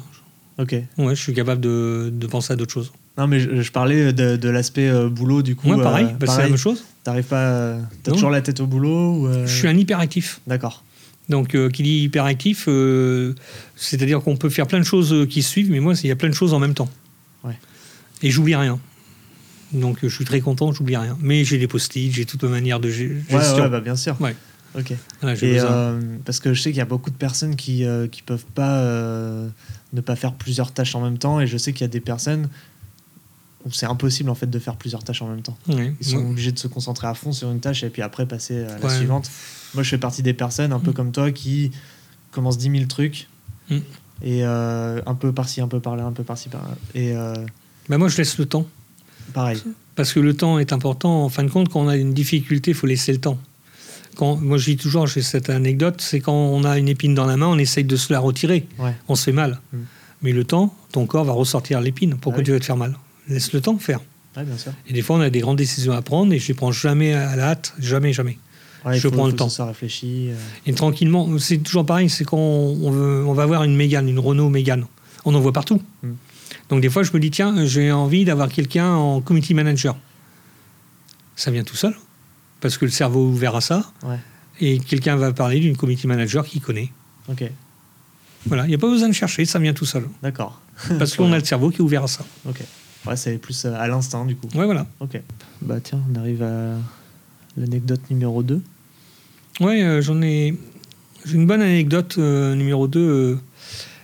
[SPEAKER 1] Ok.
[SPEAKER 2] Ouais, je suis capable de, de penser à d'autres choses.
[SPEAKER 1] Non, mais je, je parlais de, de l'aspect euh, boulot du coup.
[SPEAKER 2] Moi, pareil,
[SPEAKER 1] euh,
[SPEAKER 2] bah, c'est la même chose.
[SPEAKER 1] T'arrives pas. euh, T'as
[SPEAKER 2] Non.
[SPEAKER 1] toujours la tête au boulot ou, euh,
[SPEAKER 2] Je suis un hyperactif.
[SPEAKER 1] D'accord.
[SPEAKER 2] Donc, euh, qui dit hyperactif, euh, c'est-à-dire qu'on peut faire plein de choses euh, qui suivent, mais moi, il y a plein de choses en même temps.
[SPEAKER 1] Ouais.
[SPEAKER 2] Et j'oublie rien. Donc, euh, je suis très content, j'oublie rien. Mais j'ai des post-it, j'ai toute ma manière de gé-
[SPEAKER 1] Ouais,
[SPEAKER 2] gestion.
[SPEAKER 1] ouais, bah, bien sûr.
[SPEAKER 2] Ouais.
[SPEAKER 1] Ok.
[SPEAKER 2] Voilà, j'ai
[SPEAKER 1] Et,
[SPEAKER 2] besoin.
[SPEAKER 1] euh, parce que je sais qu'il y a beaucoup de personnes qui ne peuvent pas euh, ne pas faire plusieurs tâches en même temps et je sais qu'il y a des personnes où c'est impossible en fait de faire plusieurs tâches en même temps.
[SPEAKER 2] Ouais,
[SPEAKER 1] euh, Ils sont
[SPEAKER 2] ouais.
[SPEAKER 1] obligés de se concentrer à fond sur une tâche et puis après passer à la
[SPEAKER 2] Ouais.
[SPEAKER 1] suivante. Moi je fais partie des personnes un peu comme toi qui commencent 10 000 trucs
[SPEAKER 2] Mm.
[SPEAKER 1] et euh, un peu par-ci, un peu par-là, un peu par-ci, par-là. Et euh,
[SPEAKER 2] Bah, moi, je laisse le temps.
[SPEAKER 1] pareil.
[SPEAKER 2] Parce que le temps est important. En fin de compte, quand on a une difficulté, il faut laisser le temps. Quand, moi, je dis toujours, j'ai cette anecdote, c'est quand on a une épine dans la main, on essaye de se la retirer.
[SPEAKER 1] Ouais.
[SPEAKER 2] On se fait mal.
[SPEAKER 1] Mm.
[SPEAKER 2] Mais le temps, ton corps va ressortir l'épine. Pourquoi
[SPEAKER 1] Ah oui.
[SPEAKER 2] tu vas te faire mal Laisse le temps faire.
[SPEAKER 1] Ouais, bien sûr.
[SPEAKER 2] Et des fois, on a des grandes décisions à prendre et je les prends jamais à la hâte, jamais, jamais.
[SPEAKER 1] Ouais, il
[SPEAKER 2] Je prends
[SPEAKER 1] que
[SPEAKER 2] le
[SPEAKER 1] ce
[SPEAKER 2] temps.
[SPEAKER 1] soit réfléchi. euh,
[SPEAKER 2] Et tranquillement, c'est toujours pareil, c'est quand on, on veut- on va voir une Mégane, une Renault Mégane, on en voit partout.
[SPEAKER 1] Mm.
[SPEAKER 2] Donc des fois, je me dis, tiens, j'ai envie d'avoir quelqu'un en community manager. Ça vient tout seul, parce que le cerveau est ouvert à ça.
[SPEAKER 1] Ouais.
[SPEAKER 2] Et quelqu'un va parler d'une community manager qu'il connaît.
[SPEAKER 1] Ok,
[SPEAKER 2] Voilà, il n'y a pas besoin de chercher, ça vient tout seul.
[SPEAKER 1] d'accord.
[SPEAKER 2] Parce qu'on a le cerveau qui est ouvert à ça.
[SPEAKER 1] Ok. Ouais, c'est plus euh, à l'instinct du coup.
[SPEAKER 2] Ouais, voilà.
[SPEAKER 1] Ok. Bah tiens, on arrive à l'anecdote numéro 2.
[SPEAKER 2] Ouais, euh, j'en ai. J'ai une bonne anecdote euh, numéro 2.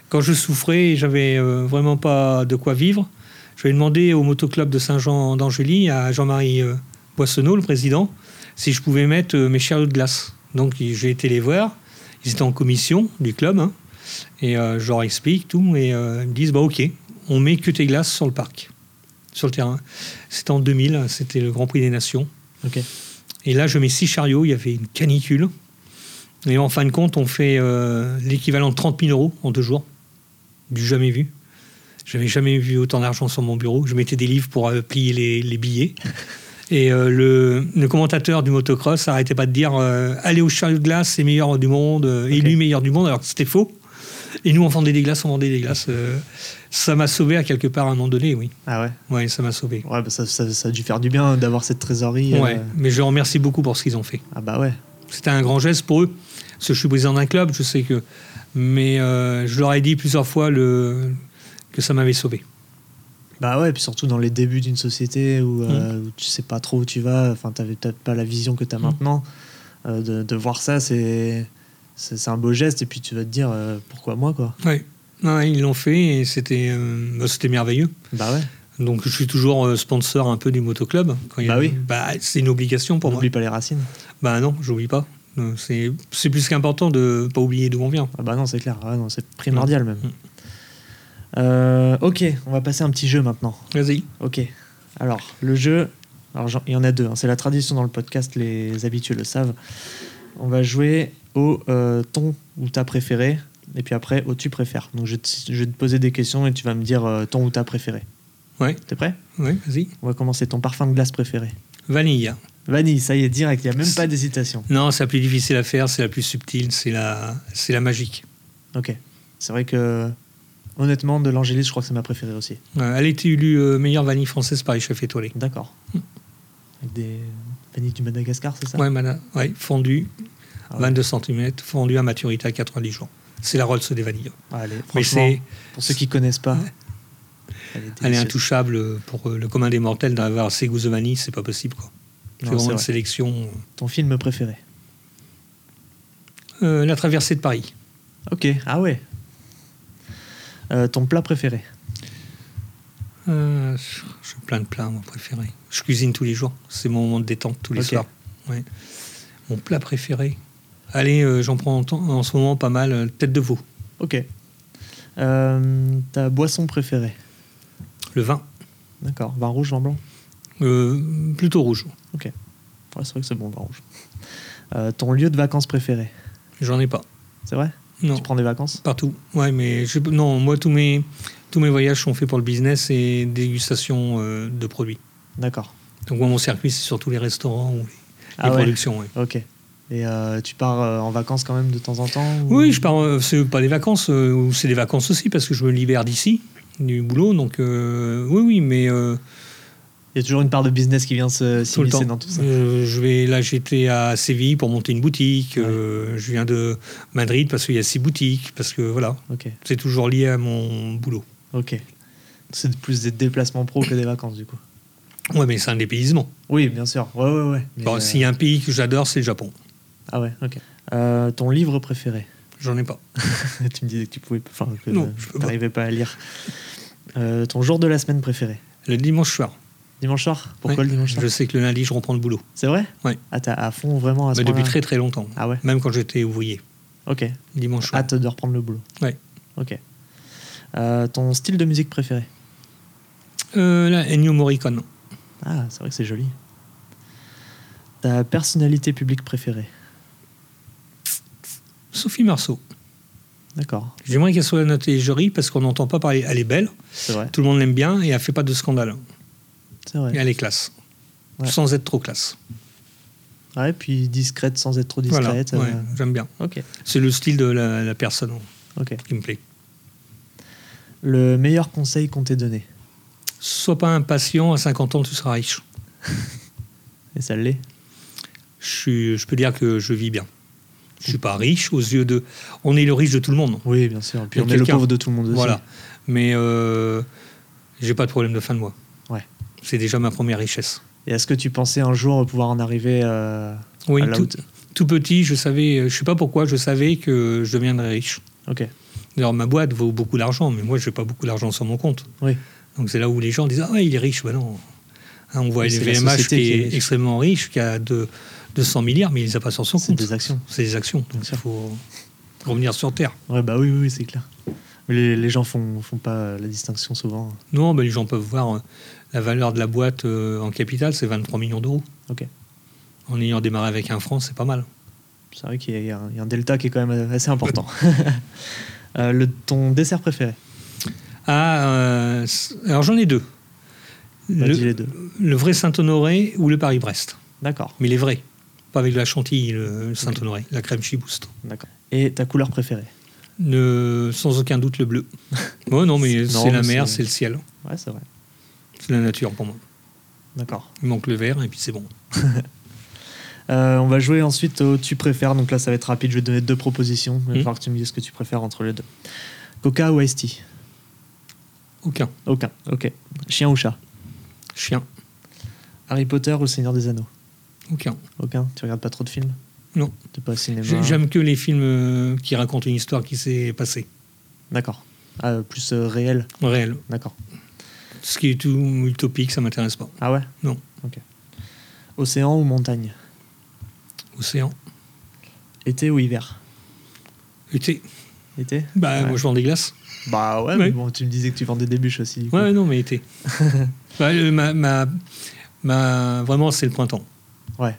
[SPEAKER 2] quand je souffrais et j'avais euh, vraiment pas de quoi vivre, j'avais demandé au motoclub de Saint-Jean d'Angély à Jean-Marie euh, Boissonneau, le président, si je pouvais mettre euh, mes chariots de glace. Donc il- j'ai été les voir. Ils étaient en commission du club. hein. et euh, je leur explique tout. Et euh, ils me disent bah, Ok, on met que tes glaces sur le parc, sur le terrain. C'était en 2000, c'était le Grand Prix des Nations.
[SPEAKER 1] Ok.
[SPEAKER 2] Et là, je mets six chariots, il y avait une canicule. Et en fin de compte, on fait euh, l'équivalent de 30 000 euros en deux jours. Du jamais vu. J'avais jamais vu autant d'argent sur mon bureau. Je mettais des livres pour euh, plier les, les billets. Et euh, le, le commentateur du motocross n'arrêtait pas de dire euh, Allez au chariot de glace, c'est meilleur du monde, euh, élu meilleur du monde, alors que c'était faux. Et nous, on vendait des glaces, on vendait des glaces. euh, ça m'a sauvé à quelque part à un moment donné, oui.
[SPEAKER 1] Ah ouais
[SPEAKER 2] Ouais, ça m'a sauvé.
[SPEAKER 1] Ouais, bah ça, ça, ça a dû faire du bien d'avoir cette trésorerie. euh,
[SPEAKER 2] Ouais, mais je les remercie beaucoup pour ce qu'ils ont fait.
[SPEAKER 1] Ah bah ouais.
[SPEAKER 2] c'était un grand geste pour eux. Parce que je suis président d'un club, je sais que. Mais euh, je leur ai dit plusieurs fois le, que ça m'avait sauvé.
[SPEAKER 1] Bah ouais, et puis surtout dans les débuts d'une société où, euh,
[SPEAKER 2] Mm.
[SPEAKER 1] où tu sais pas trop où tu vas, enfin t'avais peut-être pas la vision que t'as maintenant, euh, de, de voir ça, c'est c'est c'est un beau geste et puis tu vas te dire euh, pourquoi moi quoi.
[SPEAKER 2] Ouais. Ouais, ils l'ont fait et c'était euh, bah, c'était merveilleux.
[SPEAKER 1] Bah ouais.
[SPEAKER 2] Donc je suis toujours euh, sponsor un peu du motoclub. Quand il y a-
[SPEAKER 1] Bah oui.
[SPEAKER 2] Bah, c'est une obligation pour moi.
[SPEAKER 1] N'oublie pas les racines.
[SPEAKER 2] Bah non, j'oublie pas. Euh, C'est c'est plus qu'important de pas oublier d'où on vient.
[SPEAKER 1] Ah bah non, c'est clair, Ah non, c'est
[SPEAKER 2] Mm.
[SPEAKER 1] primordial même. Euh, ok, on va passer à un petit jeu maintenant.
[SPEAKER 2] Vas-y.
[SPEAKER 1] Ok. Alors, le jeu. Alors, j'en- il y en a deux. hein. C'est la tradition dans le podcast, les habitués le savent. On va jouer au euh, ton ou ta préféré, et puis après au tu préfères. Donc, je, te- je vais te poser des questions et tu vas me dire euh, ton ou ta préféré.
[SPEAKER 2] Ouais.
[SPEAKER 1] T'es prêt
[SPEAKER 2] Ouais, vas-y.
[SPEAKER 1] On va commencer. Ton parfum de glace préféré
[SPEAKER 2] Vanille.
[SPEAKER 1] Vanille, ça y est, direct, il n'y a même pas d'hésitation.
[SPEAKER 2] Non, c'est la plus difficile à faire, c'est la plus subtile, c'est la c'est la magique.
[SPEAKER 1] Ok. C'est vrai que, honnêtement, de l'Angélis, je crois que c'est ma préférée aussi.
[SPEAKER 2] Euh, elle a été élue euh, meilleure vanille française par les chefs étoilés.
[SPEAKER 1] D'accord. Avec des vanilles du Madagascar, c'est ça
[SPEAKER 2] Hmm. Ouais, madame. Ouais, fondue,
[SPEAKER 1] Ah ouais.
[SPEAKER 2] 22 cm, fondue à maturité à 90 jours. C'est la Rolls des vanilles.
[SPEAKER 1] Allez,
[SPEAKER 2] Mais
[SPEAKER 1] franchement,
[SPEAKER 2] c'est
[SPEAKER 1] pour ceux qui connaissent pas, elle est,
[SPEAKER 2] elle est
[SPEAKER 1] délicieuse.
[SPEAKER 2] intouchable euh, pour euh, le commun des mortels d'avoir ses gousses de vanille, c'est pas possible quoi. C'est
[SPEAKER 1] Non,
[SPEAKER 2] vraiment
[SPEAKER 1] c'est
[SPEAKER 2] une
[SPEAKER 1] vrai.
[SPEAKER 2] sélection.
[SPEAKER 1] Ton film préféré
[SPEAKER 2] Euh, la traversée de Paris.
[SPEAKER 1] Ok, ah ouais. Euh, ton plat préféré
[SPEAKER 2] Euh, J'ai plein de plats, mon préféré. Je cuisine tous les jours. C'est mon moment de détente tous les
[SPEAKER 1] Ok.
[SPEAKER 2] soirs. Ouais. Mon plat préféré. Allez, euh, j'en prends en, temps- en ce moment pas mal. euh, tête de veau,
[SPEAKER 1] Ok. Euh, ta boisson préférée
[SPEAKER 2] le vin,
[SPEAKER 1] D'accord. Vin rouge, vin blanc
[SPEAKER 2] Euh, plutôt rouge.
[SPEAKER 1] Ouais, c'est vrai que c'est bon, le vin rouge. Euh, ton lieu de vacances préféré
[SPEAKER 2] J'en ai pas.
[SPEAKER 1] C'est vrai
[SPEAKER 2] Non,
[SPEAKER 1] Tu prends des vacances
[SPEAKER 2] partout. Ouais, mais j'ai- non, moi tous mes tous mes voyages sont faits pour le business et dégustation euh, de produits.
[SPEAKER 1] D'accord.
[SPEAKER 2] Donc moi mon circuit c'est surtout les restaurants ou les,
[SPEAKER 1] Ah
[SPEAKER 2] les
[SPEAKER 1] ouais.
[SPEAKER 2] productions. ouais.
[SPEAKER 1] Ok. Et euh, tu pars euh, en vacances quand même de temps en temps ou-
[SPEAKER 2] Oui, je pars. euh, C'est pas des vacances, euh, ou c'est des vacances aussi parce que je me libère d'ici du boulot. Donc euh, oui, oui, mais euh,
[SPEAKER 1] Il y a toujours une part de business qui vient se
[SPEAKER 2] tout le temps.
[SPEAKER 1] s'immiscer dans tout ça.
[SPEAKER 2] Euh, je vais là, j'étais à Séville pour monter une boutique. euh, je viens de Madrid parce qu'il y a six boutiques. Parce que voilà,
[SPEAKER 1] Ok.
[SPEAKER 2] c'est toujours lié à mon boulot.
[SPEAKER 1] Ok. C'est plus des déplacements pro que des vacances du coup.
[SPEAKER 2] Ouais, mais c'est un dépaysement.
[SPEAKER 1] Oui, bien sûr. Ouais, ouais, ouais. Mais,
[SPEAKER 2] Bon,
[SPEAKER 1] euh,
[SPEAKER 2] S'il y a un pays que j'adore, c'est le Japon.
[SPEAKER 1] Ah ouais, ok. Euh, ton livre préféré
[SPEAKER 2] J'en ai pas.
[SPEAKER 1] Tu me disais que tu pouvais, enfin, que
[SPEAKER 2] Non,
[SPEAKER 1] euh,
[SPEAKER 2] je peux pas.
[SPEAKER 1] t'arrivais pas à lire. Euh, ton jour de la semaine préféré
[SPEAKER 2] Le dimanche soir.
[SPEAKER 1] Dimanche soir Pourquoi
[SPEAKER 2] Ouais.
[SPEAKER 1] le dimanche soir
[SPEAKER 2] Je sais que le lundi, je reprends le boulot.
[SPEAKER 1] C'est vrai
[SPEAKER 2] Ouais.
[SPEAKER 1] Ah, t'as à fond vraiment à ce
[SPEAKER 2] Mais depuis
[SPEAKER 1] point-là
[SPEAKER 2] très très longtemps.
[SPEAKER 1] Ah ouais,
[SPEAKER 2] Même quand j'étais ouvrier.
[SPEAKER 1] ok.
[SPEAKER 2] Dimanche soir.
[SPEAKER 1] Hâte de reprendre le boulot.
[SPEAKER 2] Ouais.
[SPEAKER 1] Ok. Euh, ton style de musique préféré
[SPEAKER 2] Euh, là, Ennio Morricone.
[SPEAKER 1] Ah, c'est vrai que c'est joli. Ta personnalité publique préférée
[SPEAKER 2] Sophie Marceau.
[SPEAKER 1] D'accord,
[SPEAKER 2] J'aimerais qu'elle soit à notre jury parce qu'on n'entend pas parler. Elle est belle,
[SPEAKER 1] c'est vrai.
[SPEAKER 2] tout le monde l'aime bien et elle fait pas de scandale.
[SPEAKER 1] C'est vrai.
[SPEAKER 2] Et elle est classe.
[SPEAKER 1] Ouais.
[SPEAKER 2] Sans être trop classe.
[SPEAKER 1] Ouais, puis discrète sans être trop discrète.
[SPEAKER 2] voilà.
[SPEAKER 1] euh,
[SPEAKER 2] Ouais, J'aime bien.
[SPEAKER 1] Ok,
[SPEAKER 2] C'est le style de la, la personne
[SPEAKER 1] ok.
[SPEAKER 2] qui me plaît.
[SPEAKER 1] Le meilleur conseil qu'on t'ait donné
[SPEAKER 2] Sois pas impatient, à 50 ans, tu seras riche.
[SPEAKER 1] Et ça l'est
[SPEAKER 2] Je, suis- je peux dire que je vis bien. Je suis pas riche aux yeux de. On est le riche de tout le monde.
[SPEAKER 1] Oui, bien sûr. Puis
[SPEAKER 2] Et
[SPEAKER 1] on est le
[SPEAKER 2] quelqu'un-
[SPEAKER 1] pauvre de tout le monde aussi.
[SPEAKER 2] Voilà. Mais euh, j'ai pas de problème de fin de mois.
[SPEAKER 1] Ouais.
[SPEAKER 2] C'est déjà ma première richesse.
[SPEAKER 1] Et est-ce que tu pensais un jour pouvoir en arriver euh,
[SPEAKER 2] Oui,
[SPEAKER 1] à la
[SPEAKER 2] tout,
[SPEAKER 1] haute
[SPEAKER 2] tout petit, je savais, euh, je sais pas pourquoi, je savais que je deviendrais riche.
[SPEAKER 1] Ok.
[SPEAKER 2] D'ailleurs, ma boîte vaut beaucoup d'argent, mais moi, je n'ai pas beaucoup d'argent sur mon compte.
[SPEAKER 1] Oui.
[SPEAKER 2] Donc, c'est là où les gens disent Ah, ouais, il est riche. Ben non. Hein, on voit
[SPEAKER 1] Mais c'est
[SPEAKER 2] les
[SPEAKER 1] la
[SPEAKER 2] VMH qui
[SPEAKER 1] société qui
[SPEAKER 2] est,
[SPEAKER 1] est riche.
[SPEAKER 2] extrêmement riche, qui a de, 200 milliards, mais il ne les a pas sur son
[SPEAKER 1] C'est
[SPEAKER 2] compte.
[SPEAKER 1] des actions.
[SPEAKER 2] C'est des actions. Donc,
[SPEAKER 1] Bien
[SPEAKER 2] il
[SPEAKER 1] sûr.
[SPEAKER 2] faut revenir sur Terre.
[SPEAKER 1] Ouais, bah oui, oui, oui, c'est clair. Mais les, les gens font, font pas la distinction souvent.
[SPEAKER 2] Non, ben, les gens peuvent voir euh, la valeur de la boîte euh, en capital, c'est 23 millions d'euros.
[SPEAKER 1] Ok.
[SPEAKER 2] En ayant démarré avec un franc, c'est pas mal.
[SPEAKER 1] C'est vrai qu'il y, a- il y a un- il y a un delta qui est quand même assez important. Euh, le, ton dessert préféré
[SPEAKER 2] Ah, euh, c- alors j'en ai deux.
[SPEAKER 1] Bah,
[SPEAKER 2] Le-
[SPEAKER 1] dis les deux.
[SPEAKER 2] le vrai Saint-Honoré ou le Paris-Brest.
[SPEAKER 1] D'accord,
[SPEAKER 2] Mais les vrais. Pas avec de la chantilly, le Saint-Honoré, la crème chibouste.
[SPEAKER 1] d'accord. Et ta couleur préférée
[SPEAKER 2] Ne, sans aucun doute le bleu. Oh non, mais
[SPEAKER 1] Non,
[SPEAKER 2] c'est la
[SPEAKER 1] mais
[SPEAKER 2] mer,
[SPEAKER 1] c'est-
[SPEAKER 2] c'est le ciel.
[SPEAKER 1] Ouais, c'est vrai.
[SPEAKER 2] C'est la nature pour moi.
[SPEAKER 1] D'accord.
[SPEAKER 2] Il manque le vert et puis c'est bon.
[SPEAKER 1] Euh, on va jouer ensuite au tu préfères. Donc là, ça va être rapide. Je vais te donner deux propositions. Il va
[SPEAKER 2] Mhm.
[SPEAKER 1] falloir que tu me dises ce que tu préfères entre les deux. Coca ou Ice Tea
[SPEAKER 2] Aucun.
[SPEAKER 1] Aucun. Ok. Chien ou chat
[SPEAKER 2] Chien.
[SPEAKER 1] Harry Potter ou Seigneur des Anneaux
[SPEAKER 2] Aucun.
[SPEAKER 1] Aucun. Tu regardes pas trop de films
[SPEAKER 2] Non.
[SPEAKER 1] T'es pas au cinéma
[SPEAKER 2] J'ai- J'aime que les films euh, qui racontent une histoire qui s'est passée,
[SPEAKER 1] D'accord. Ah, plus euh, réel.
[SPEAKER 2] réelle.
[SPEAKER 1] D'accord.
[SPEAKER 2] Ce qui est tout utopique, ça m'intéresse pas.
[SPEAKER 1] Ah ouais
[SPEAKER 2] Non.
[SPEAKER 1] Ok. Océan ou montagne
[SPEAKER 2] Océan.
[SPEAKER 1] Été ou hiver
[SPEAKER 2] Été.
[SPEAKER 1] Été
[SPEAKER 2] Bah,
[SPEAKER 1] Ouais.
[SPEAKER 2] moi, je vends des glaces.
[SPEAKER 1] Bah ouais, mais
[SPEAKER 2] Ouais.
[SPEAKER 1] bon, tu me disais que tu vendais des bûches aussi. du coup.
[SPEAKER 2] Ouais, non, mais été. Bah, euh, ma, ma- ma- vraiment, c'est le printemps.
[SPEAKER 1] Ouais.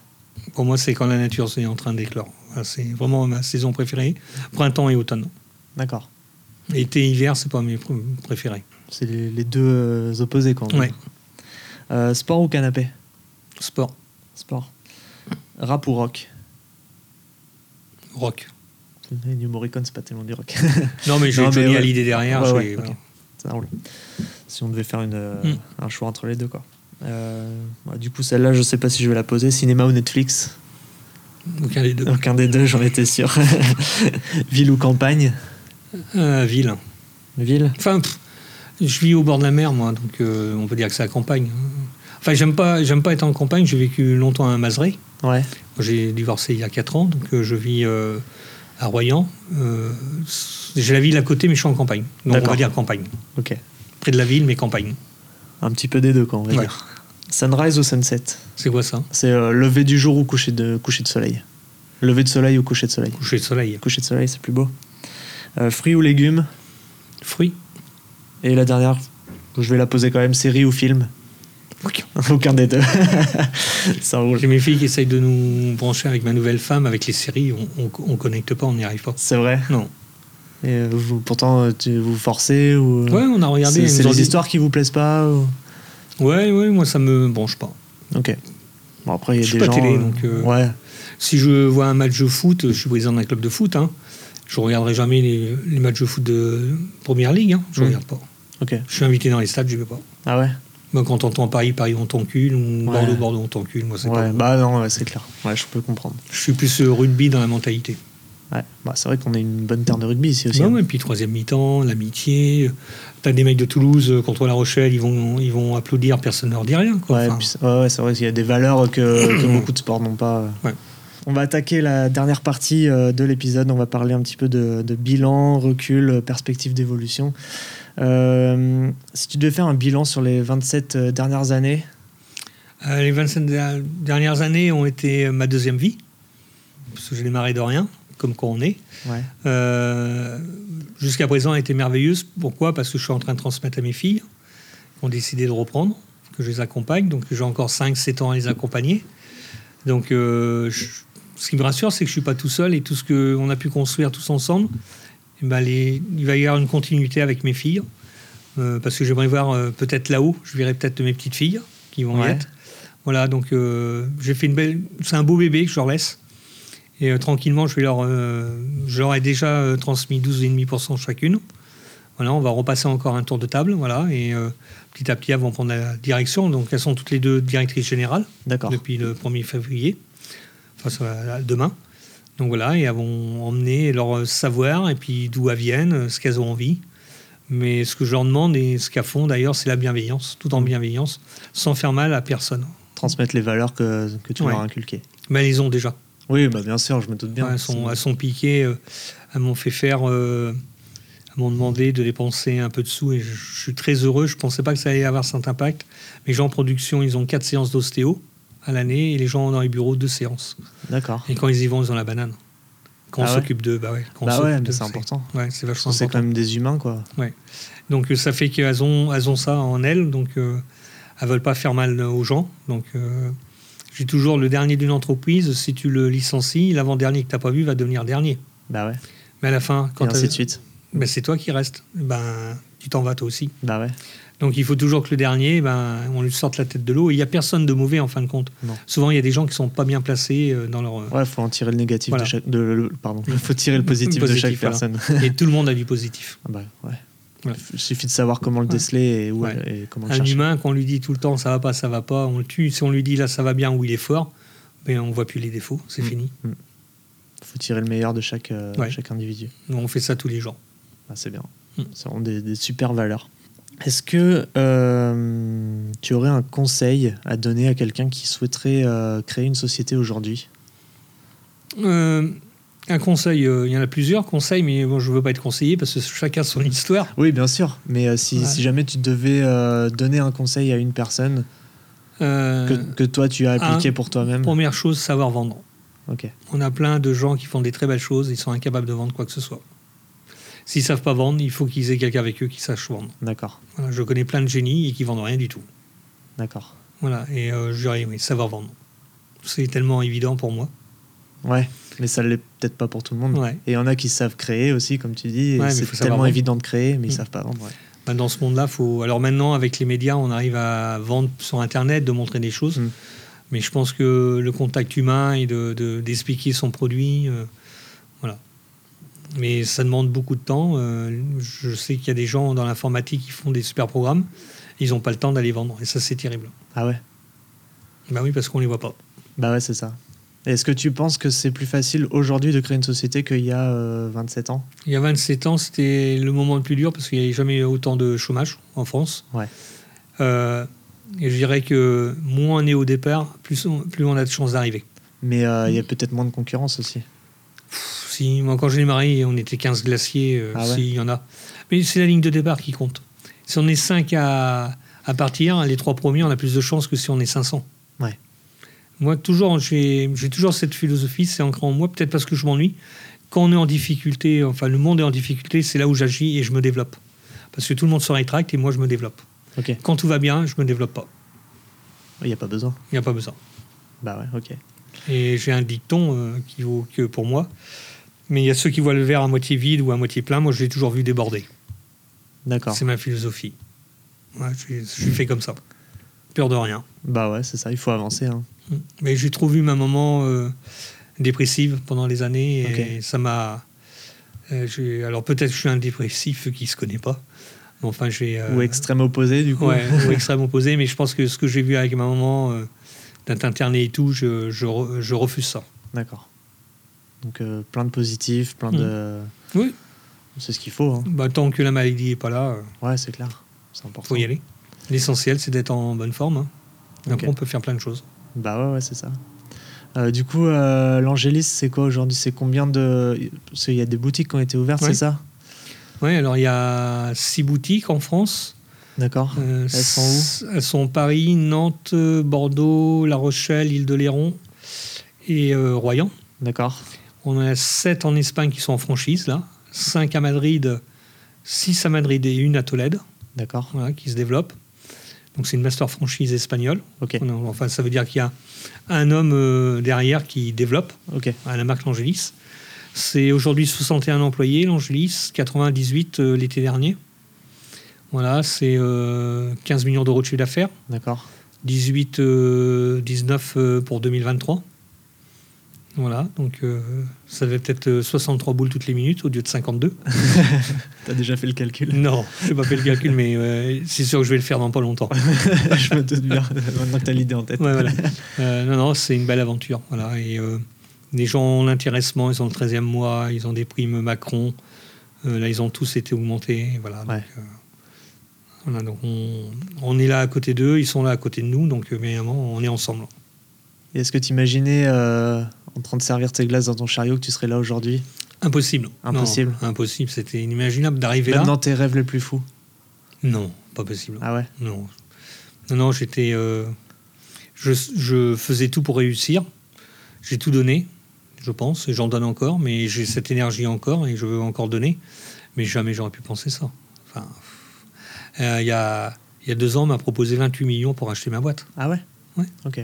[SPEAKER 2] Pour moi, c'est quand la nature est en train d'éclore. Voilà, C'est vraiment ma saison préférée. Printemps et automne.
[SPEAKER 1] D'accord.
[SPEAKER 2] Été, hiver, c'est pas mes pr- préférés.
[SPEAKER 1] C'est les, les deux euh, opposés, quoi. en fait.
[SPEAKER 2] Ouais.
[SPEAKER 1] Euh, sport ou canapé
[SPEAKER 2] Sport,
[SPEAKER 1] Sport. Rap ou rock
[SPEAKER 2] rock.
[SPEAKER 1] Les New Morricone, c'est pas tellement du rock.
[SPEAKER 2] Non, mais j'ai
[SPEAKER 1] Non, mais
[SPEAKER 2] Johnny
[SPEAKER 1] ouais.
[SPEAKER 2] Hallyday derrière.
[SPEAKER 1] Ouais,
[SPEAKER 2] j'ai-
[SPEAKER 1] ouais,
[SPEAKER 2] voilà.
[SPEAKER 1] ok. Ça roule. Si on devait faire une, euh,
[SPEAKER 2] Mm.
[SPEAKER 1] un choix entre les deux, quoi. Euh, bah, du coup, celle-là, je sais pas si je vais la poser. Cinéma ou Netflix
[SPEAKER 2] Aucun des deux.
[SPEAKER 1] Aucun des deux, j'en étais sûr. Ville ou campagne
[SPEAKER 2] Euh, ville.
[SPEAKER 1] Ville
[SPEAKER 2] Enfin, pff, je vis au bord de la mer, moi, donc euh, on peut dire que c'est la campagne. hein. Enfin, j'aime pas, j'aime pas être en campagne. J'ai vécu longtemps à Mazeray.
[SPEAKER 1] Ouais.
[SPEAKER 2] J'ai divorcé il y a 4 ans, donc euh, je vis euh, à Royan. Euh, j'ai la ville à côté, mais je suis en campagne. Donc on
[SPEAKER 1] D'accord.
[SPEAKER 2] va dire campagne.
[SPEAKER 1] Ok.
[SPEAKER 2] Près de la ville, mais campagne.
[SPEAKER 1] Un petit peu des deux, quoi, on va
[SPEAKER 2] Ouais.
[SPEAKER 1] dire. Sunrise ou sunset
[SPEAKER 2] C'est quoi ça
[SPEAKER 1] C'est euh, lever du jour ou coucher de, coucher de soleil Lever de soleil ou coucher de soleil
[SPEAKER 2] Coucher de soleil.
[SPEAKER 1] Coucher de soleil, c'est plus beau. Euh, fruits ou légumes
[SPEAKER 2] Fruits
[SPEAKER 1] Et la dernière, je vais la poser quand même, série ou film
[SPEAKER 2] Aucun.
[SPEAKER 1] Aucun des deux. Ça roule.
[SPEAKER 2] J'ai mes filles qui essayent de nous brancher avec ma nouvelle femme, avec les séries. On, on, on connecte pas, on n'y arrive pas.
[SPEAKER 1] C'est vrai.
[SPEAKER 2] Non.
[SPEAKER 1] Et euh, vous, pourtant, euh, tu, vous forcez ou... euh,
[SPEAKER 2] Ouais, on a regardé.
[SPEAKER 1] c'est
[SPEAKER 2] elles
[SPEAKER 1] c'est
[SPEAKER 2] nous ont
[SPEAKER 1] les
[SPEAKER 2] dit-
[SPEAKER 1] histoires qui vous plaisent pas ou-
[SPEAKER 2] Ouais, ouais, moi ça me branche pas.
[SPEAKER 1] Ok. Bon, après, il y
[SPEAKER 2] Je
[SPEAKER 1] a
[SPEAKER 2] suis
[SPEAKER 1] des gens...
[SPEAKER 2] pas télé,
[SPEAKER 1] euh,
[SPEAKER 2] donc, euh,
[SPEAKER 1] Ouais,
[SPEAKER 2] Si je vois un match de foot, je suis président d'un club de foot, hein, je regarderai jamais les, les matchs de foot de première ligue. hein, je
[SPEAKER 1] Mm.
[SPEAKER 2] regarde pas.
[SPEAKER 1] ok.
[SPEAKER 2] Je suis invité dans les stades, je vais pas.
[SPEAKER 1] Ah ouais
[SPEAKER 2] Moi, quand on entend Paris, Paris, on t'encule, ou
[SPEAKER 1] Ouais.
[SPEAKER 2] Bordeaux, Bordeaux, on t'encule. Moi, c'est
[SPEAKER 1] Ouais,
[SPEAKER 2] pas.
[SPEAKER 1] bah non, ouais, c'est clair. Ouais, je peux comprendre.
[SPEAKER 2] Je suis plus euh, rugby dans la mentalité.
[SPEAKER 1] Ouais. Bah, c'est vrai qu'on a une bonne terre de rugby ici aussi.
[SPEAKER 2] Bah Ouais,
[SPEAKER 1] hein.
[SPEAKER 2] ouais, puis troisième mi-temps, l'amitié. euh, T'as des mecs de Toulouse euh, contre La Rochelle, ils vont, ils vont applaudir, personne ne leur dit rien. Quoi.
[SPEAKER 1] Ouais,
[SPEAKER 2] Enfin,
[SPEAKER 1] puis c'est- ouais, ouais, c'est vrai qu'il y a des valeurs que, que beaucoup de sports n'ont pas.
[SPEAKER 2] Ouais.
[SPEAKER 1] On va attaquer la dernière partie euh, de l'épisode. On va parler un petit peu de, de bilan, recul, euh, perspective d'évolution. Euh, si tu devais faire un bilan sur les 27 euh, dernières années,
[SPEAKER 2] euh, les 25 der- dernières années ont été euh, ma deuxième vie, parce que j'ai démarré de rien, comme quand on est.
[SPEAKER 1] ouais,
[SPEAKER 2] Euh, jusqu'à présent a été merveilleuse. Pourquoi Parce que je suis en train de transmettre à mes filles, qui ont décidé de reprendre, que je les accompagne. Donc j'ai encore 5-7 ans à les accompagner. Donc euh, je- ce qui me rassure, c'est que je suis pas tout seul et tout ce qu'on a pu construire tous ensemble, eh ben, les- il va y avoir une continuité avec mes filles. Euh, parce que j'aimerais voir euh, peut-être là-haut, je verrai peut-être mes petites filles qui vont y
[SPEAKER 1] Ouais.
[SPEAKER 2] être. Voilà, donc euh, j'ai fait une belle. C'est un beau bébé que je leur laisse. Et euh, tranquillement, je vais leur, euh, je leur ai déjà euh, transmis 12,5% chacune. Voilà, on va repasser encore un tour de table. Voilà, et euh, petit à petit, elles vont prendre la direction. Donc, elles sont toutes les deux directrices générales
[SPEAKER 1] d'accord.
[SPEAKER 2] depuis le 1er février, enfin ça va, demain. Donc voilà, et elles vont emmener leur euh, savoir et puis d'où elles viennent, euh, ce qu'elles ont envie. Mais ce que je leur demande et ce qu'elles font d'ailleurs, c'est la bienveillance, tout en bienveillance, sans faire mal à personne.
[SPEAKER 1] Transmettre les valeurs que, que tu
[SPEAKER 2] Ouais.
[SPEAKER 1] leur as inculquées.
[SPEAKER 2] Mais elles les ont déjà.
[SPEAKER 1] Oui, bah, bien sûr, je me doute bien.
[SPEAKER 2] Ouais, elles,
[SPEAKER 1] C'est-
[SPEAKER 2] sont, elles sont piquées, euh, elles m'ont fait faire, euh, elles m'ont demandé de dépenser un peu de sous et je, je suis très heureux. Je ne pensais pas que ça allait avoir cet impact. Mes gens en production, ils ont quatre séances d'ostéo à l'année et les gens dans les bureaux, deux séances.
[SPEAKER 1] D'accord.
[SPEAKER 2] Et quand ils y vont, ils ont la banane. Quand
[SPEAKER 1] Ah
[SPEAKER 2] on
[SPEAKER 1] ouais
[SPEAKER 2] s'occupe d'eux, bah ouais. quand on
[SPEAKER 1] Bah ouais,
[SPEAKER 2] s'occupe
[SPEAKER 1] mais
[SPEAKER 2] d'eux,
[SPEAKER 1] c'est important.
[SPEAKER 2] Ouais, c'est vachement
[SPEAKER 1] C'est quand
[SPEAKER 2] important.
[SPEAKER 1] même des humains, quoi.
[SPEAKER 2] Donc euh, ça fait qu'elles ont, elles ont ça en elles, donc euh, elles veulent pas faire mal euh, aux gens. Donc euh, j'ai toujours le dernier d'une entreprise, si tu le licencies, l'avant-dernier que t'as pas vu va devenir dernier.
[SPEAKER 1] Bah ouais.
[SPEAKER 2] Mais à la fin, quand
[SPEAKER 1] Et ainsi
[SPEAKER 2] t'as-
[SPEAKER 1] de suite.
[SPEAKER 2] ben, c'est toi qui reste, ben tu t'en vas toi aussi.
[SPEAKER 1] Bah ouais.
[SPEAKER 2] Donc il faut toujours que le dernier, ben, on lui sorte la tête de l'eau. Il y a personne de mauvais en fin de compte.
[SPEAKER 1] Non.
[SPEAKER 2] Souvent il y a des gens qui sont pas bien placés euh, dans leur
[SPEAKER 1] Ouais, faut en tirer le négatif
[SPEAKER 2] Voilà.
[SPEAKER 1] de chaque. De, le- pardon. Faut tirer le positif,
[SPEAKER 2] Positif,
[SPEAKER 1] de chaque
[SPEAKER 2] voilà.
[SPEAKER 1] personne.
[SPEAKER 2] et tout le monde a du positif.
[SPEAKER 1] Ah bah, ouais.
[SPEAKER 2] Ouais.
[SPEAKER 1] Il suffit de savoir comment le
[SPEAKER 2] Ouais.
[SPEAKER 1] déceler et, où
[SPEAKER 2] Ouais.
[SPEAKER 1] elle- et comment le
[SPEAKER 2] Un
[SPEAKER 1] chercher.
[SPEAKER 2] humain, qu'on lui dit tout le temps ça va pas, ça va pas, on le tue. Si on lui dit là ça va bien ou il est fort, mais on voit plus les défauts, c'est
[SPEAKER 1] Mm.
[SPEAKER 2] fini.
[SPEAKER 1] faut tirer le meilleur de chaque, euh,
[SPEAKER 2] Ouais.
[SPEAKER 1] chaque individu.
[SPEAKER 2] Nous, on fait ça tous les jours.
[SPEAKER 1] Ah, c'est bien.
[SPEAKER 2] Mm.
[SPEAKER 1] Ça rend des, des super valeurs. Est-ce que euh, tu aurais un conseil à donner à quelqu'un qui souhaiterait euh, créer une société aujourd'hui
[SPEAKER 2] Euh, un conseil, euh, il y en a plusieurs conseils, mais bon, je veux pas être conseillé parce que chacun a son
[SPEAKER 1] Mm.
[SPEAKER 2] histoire.
[SPEAKER 1] Oui, bien sûr. Mais euh, si,
[SPEAKER 2] Ouais.
[SPEAKER 1] si jamais tu devais euh, donner un conseil à une personne
[SPEAKER 2] Euh,
[SPEAKER 1] que, que toi tu as appliqué
[SPEAKER 2] un-
[SPEAKER 1] pour toi-même,
[SPEAKER 2] Première chose, savoir vendre.
[SPEAKER 1] ok.
[SPEAKER 2] On a plein de gens qui font des très belles choses, ils sont incapables de vendre quoi que ce soit. S'ils savent pas vendre, il faut qu'ils aient quelqu'un avec eux qui sache vendre.
[SPEAKER 1] D'accord,
[SPEAKER 2] Voilà, je connais plein de génies et qui vendent rien du tout.
[SPEAKER 1] d'accord.
[SPEAKER 2] Voilà, et euh, je dirais, oui, savoir vendre. C'est tellement évident pour moi.
[SPEAKER 1] Ouais, mais ça l'est peut-être pas pour tout le monde.
[SPEAKER 2] Ouais.
[SPEAKER 1] Et il y en a qui savent créer aussi, comme tu dis. et
[SPEAKER 2] Ouais, mais
[SPEAKER 1] c'est
[SPEAKER 2] faut savoir
[SPEAKER 1] tellement
[SPEAKER 2] vendre.
[SPEAKER 1] évident de créer, mais ils
[SPEAKER 2] Mm.
[SPEAKER 1] savent pas vendre. ouais.
[SPEAKER 2] Bah, dans ce monde-là, faut. Alors maintenant, avec les médias, on arrive à vendre sur Internet, de montrer des choses.
[SPEAKER 1] Mm.
[SPEAKER 2] Mais je pense que le contact humain et de- de- d'expliquer son produit, euh, voilà. Mais ça demande beaucoup de temps. euh, je sais qu'il y a des gens dans l'informatique qui font des super programmes. Ils n'ont pas le temps d'aller vendre. Et ça, c'est terrible.
[SPEAKER 1] Ah ouais.
[SPEAKER 2] Bah oui, parce qu'on les voit pas.
[SPEAKER 1] Bah ouais, c'est ça. Est-ce que tu penses que c'est plus facile aujourd'hui de créer une société qu'il y a euh, 27 ans
[SPEAKER 2] Il y a 27 ans, c'était le moment le plus dur parce qu'il n'y avait jamais eu autant de chômage en France.
[SPEAKER 1] Ouais.
[SPEAKER 2] Euh, et je dirais que moins on est au départ, plus on, plus on a de chances d'arriver.
[SPEAKER 1] Mais euh, il
[SPEAKER 2] Mm.
[SPEAKER 1] y a peut-être moins de concurrence aussi.
[SPEAKER 2] Pff, Si, moi, quand j'ai démarré, on était 15 glaciers, euh,
[SPEAKER 1] Ah ouais
[SPEAKER 2] s'il y en a. Mais c'est la ligne de départ qui compte. Si on est 5 à, à partir, les trois premiers, on a plus de chances que si on est 500.
[SPEAKER 1] Ouais.
[SPEAKER 2] Moi, toujours, j'ai j'ai toujours cette philosophie, c'est ancré en moi, peut-être parce que je m'ennuie. Quand on est en difficulté, enfin, le monde est en difficulté, c'est là où j'agis et je me développe. Parce que tout le monde se rétracte et moi, je me développe.
[SPEAKER 1] Ok.
[SPEAKER 2] Quand tout va bien, je me développe pas.
[SPEAKER 1] Il n'y a pas besoin.
[SPEAKER 2] Il n'y a pas besoin.
[SPEAKER 1] Bah ouais, ok.
[SPEAKER 2] Et j'ai un dicton euh, qui vaut que pour moi. Mais il y a ceux qui voient le verre à moitié vide ou à moitié plein. Moi, je l'ai toujours vu déborder.
[SPEAKER 1] D'accord.
[SPEAKER 2] C'est ma philosophie. Ouais, je, suis- je suis fait comme ça. Peur de rien.
[SPEAKER 1] Bah ouais, c'est ça, il faut avancer. hein.
[SPEAKER 2] Mm. Mais j'ai trop vu ma maman euh, dépressive pendant les années. Et
[SPEAKER 1] Ok.
[SPEAKER 2] ça m'a. euh, j'ai- alors peut-être que je suis un dépressif qui se connaît pas. Mais enfin, j'ai. euh,
[SPEAKER 1] Ou extrême opposé, du coup.
[SPEAKER 2] ouais, ou extrême opposé. Mais je pense que ce que j'ai vu avec ma maman, euh, d'être internée et tout, je, je re- je refuse ça.
[SPEAKER 1] D'accord. Donc euh, plein de positifs, plein de.
[SPEAKER 2] Oui.
[SPEAKER 1] C'est ce qu'il faut. hein.
[SPEAKER 2] Bah, tant que la maladie est pas là. euh,
[SPEAKER 1] Ouais, c'est clair. C'est important.
[SPEAKER 2] faut y aller. L'essentiel, c'est d'être en bonne forme. hein.
[SPEAKER 1] Ok.
[SPEAKER 2] Après, on peut faire plein de choses.
[SPEAKER 1] Bah ouais, ouais, c'est ça. Euh, du coup, euh, l'Angélis, c'est quoi aujourd'hui C'est combien de. Parce qu'il y a des boutiques qui ont été ouvertes,
[SPEAKER 2] Ouais.
[SPEAKER 1] c'est ça
[SPEAKER 2] Oui, alors il y a six boutiques en France.
[SPEAKER 1] D'accord.
[SPEAKER 2] Euh,
[SPEAKER 1] Elles sont
[SPEAKER 2] Elles sont Paris, Nantes, euh, Bordeaux, La Rochelle, Île de Léron et euh, Royan.
[SPEAKER 1] D'accord.
[SPEAKER 2] On en a sept en Espagne qui sont en franchise, là. Cinq à Madrid, six à Madrid et une à Tolède,
[SPEAKER 1] D'accord.
[SPEAKER 2] voilà, qui se développe. Donc c'est une master franchise espagnole.
[SPEAKER 1] Ok.
[SPEAKER 2] On a- Enfin, ça veut dire qu'il y a un homme euh, derrière qui développe.
[SPEAKER 1] Ok.
[SPEAKER 2] à la marque L'Angélis. C'est aujourd'hui 61 employés, L'Angélis, 98 euh, l'été dernier. Voilà, c'est euh, 15 millions d'euros de chiffre d'affaires,
[SPEAKER 1] D'accord.
[SPEAKER 2] 18, euh, 19 euh, pour 2023. Voilà, donc euh, ça devait peut-être euh, 63 boules toutes les minutes au lieu de 52.
[SPEAKER 1] T'as déjà fait le calcul
[SPEAKER 2] Non, je n'ai pas fait le calcul, mais euh, c'est sûr que je vais le faire dans pas longtemps.
[SPEAKER 1] Je me doute bien, maintenant que t'as l'idée en tête.
[SPEAKER 2] Ouais, voilà. Euh, non, non, c'est une belle aventure. Voilà. Et euh, les gens ont l'intéressement, ils ont le 13e mois, ils ont des primes Macron. Euh, là, ils ont tous été augmentés. et Voilà. Donc,
[SPEAKER 1] Ouais.
[SPEAKER 2] euh, voilà, donc on, on est là à côté d'eux, ils sont là à côté de nous, donc euh, bien évidemment, on est ensemble.
[SPEAKER 1] Et Est-ce que t'imaginais, euh, en train de servir tes glaces dans ton chariot, que tu serais là aujourd'hui
[SPEAKER 2] Impossible.
[SPEAKER 1] Impossible.
[SPEAKER 2] Non, impossible, c'était inimaginable d'arriver
[SPEAKER 1] Même
[SPEAKER 2] là.
[SPEAKER 1] dans tes rêves les plus fous
[SPEAKER 2] Non, pas possible.
[SPEAKER 1] Ah ouais
[SPEAKER 2] Non, non, non, j'étais. euh, je, je faisais tout pour réussir. J'ai tout donné, je pense, et j'en donne encore, mais j'ai cette énergie encore et je veux encore donner. Mais jamais j'aurais pu penser ça. Enfin, pff. Euh, il y, a, il y a deux ans, on m'a proposé 28 millions pour acheter ma boîte.
[SPEAKER 1] Ah ouais
[SPEAKER 2] Ouais.
[SPEAKER 1] Ok.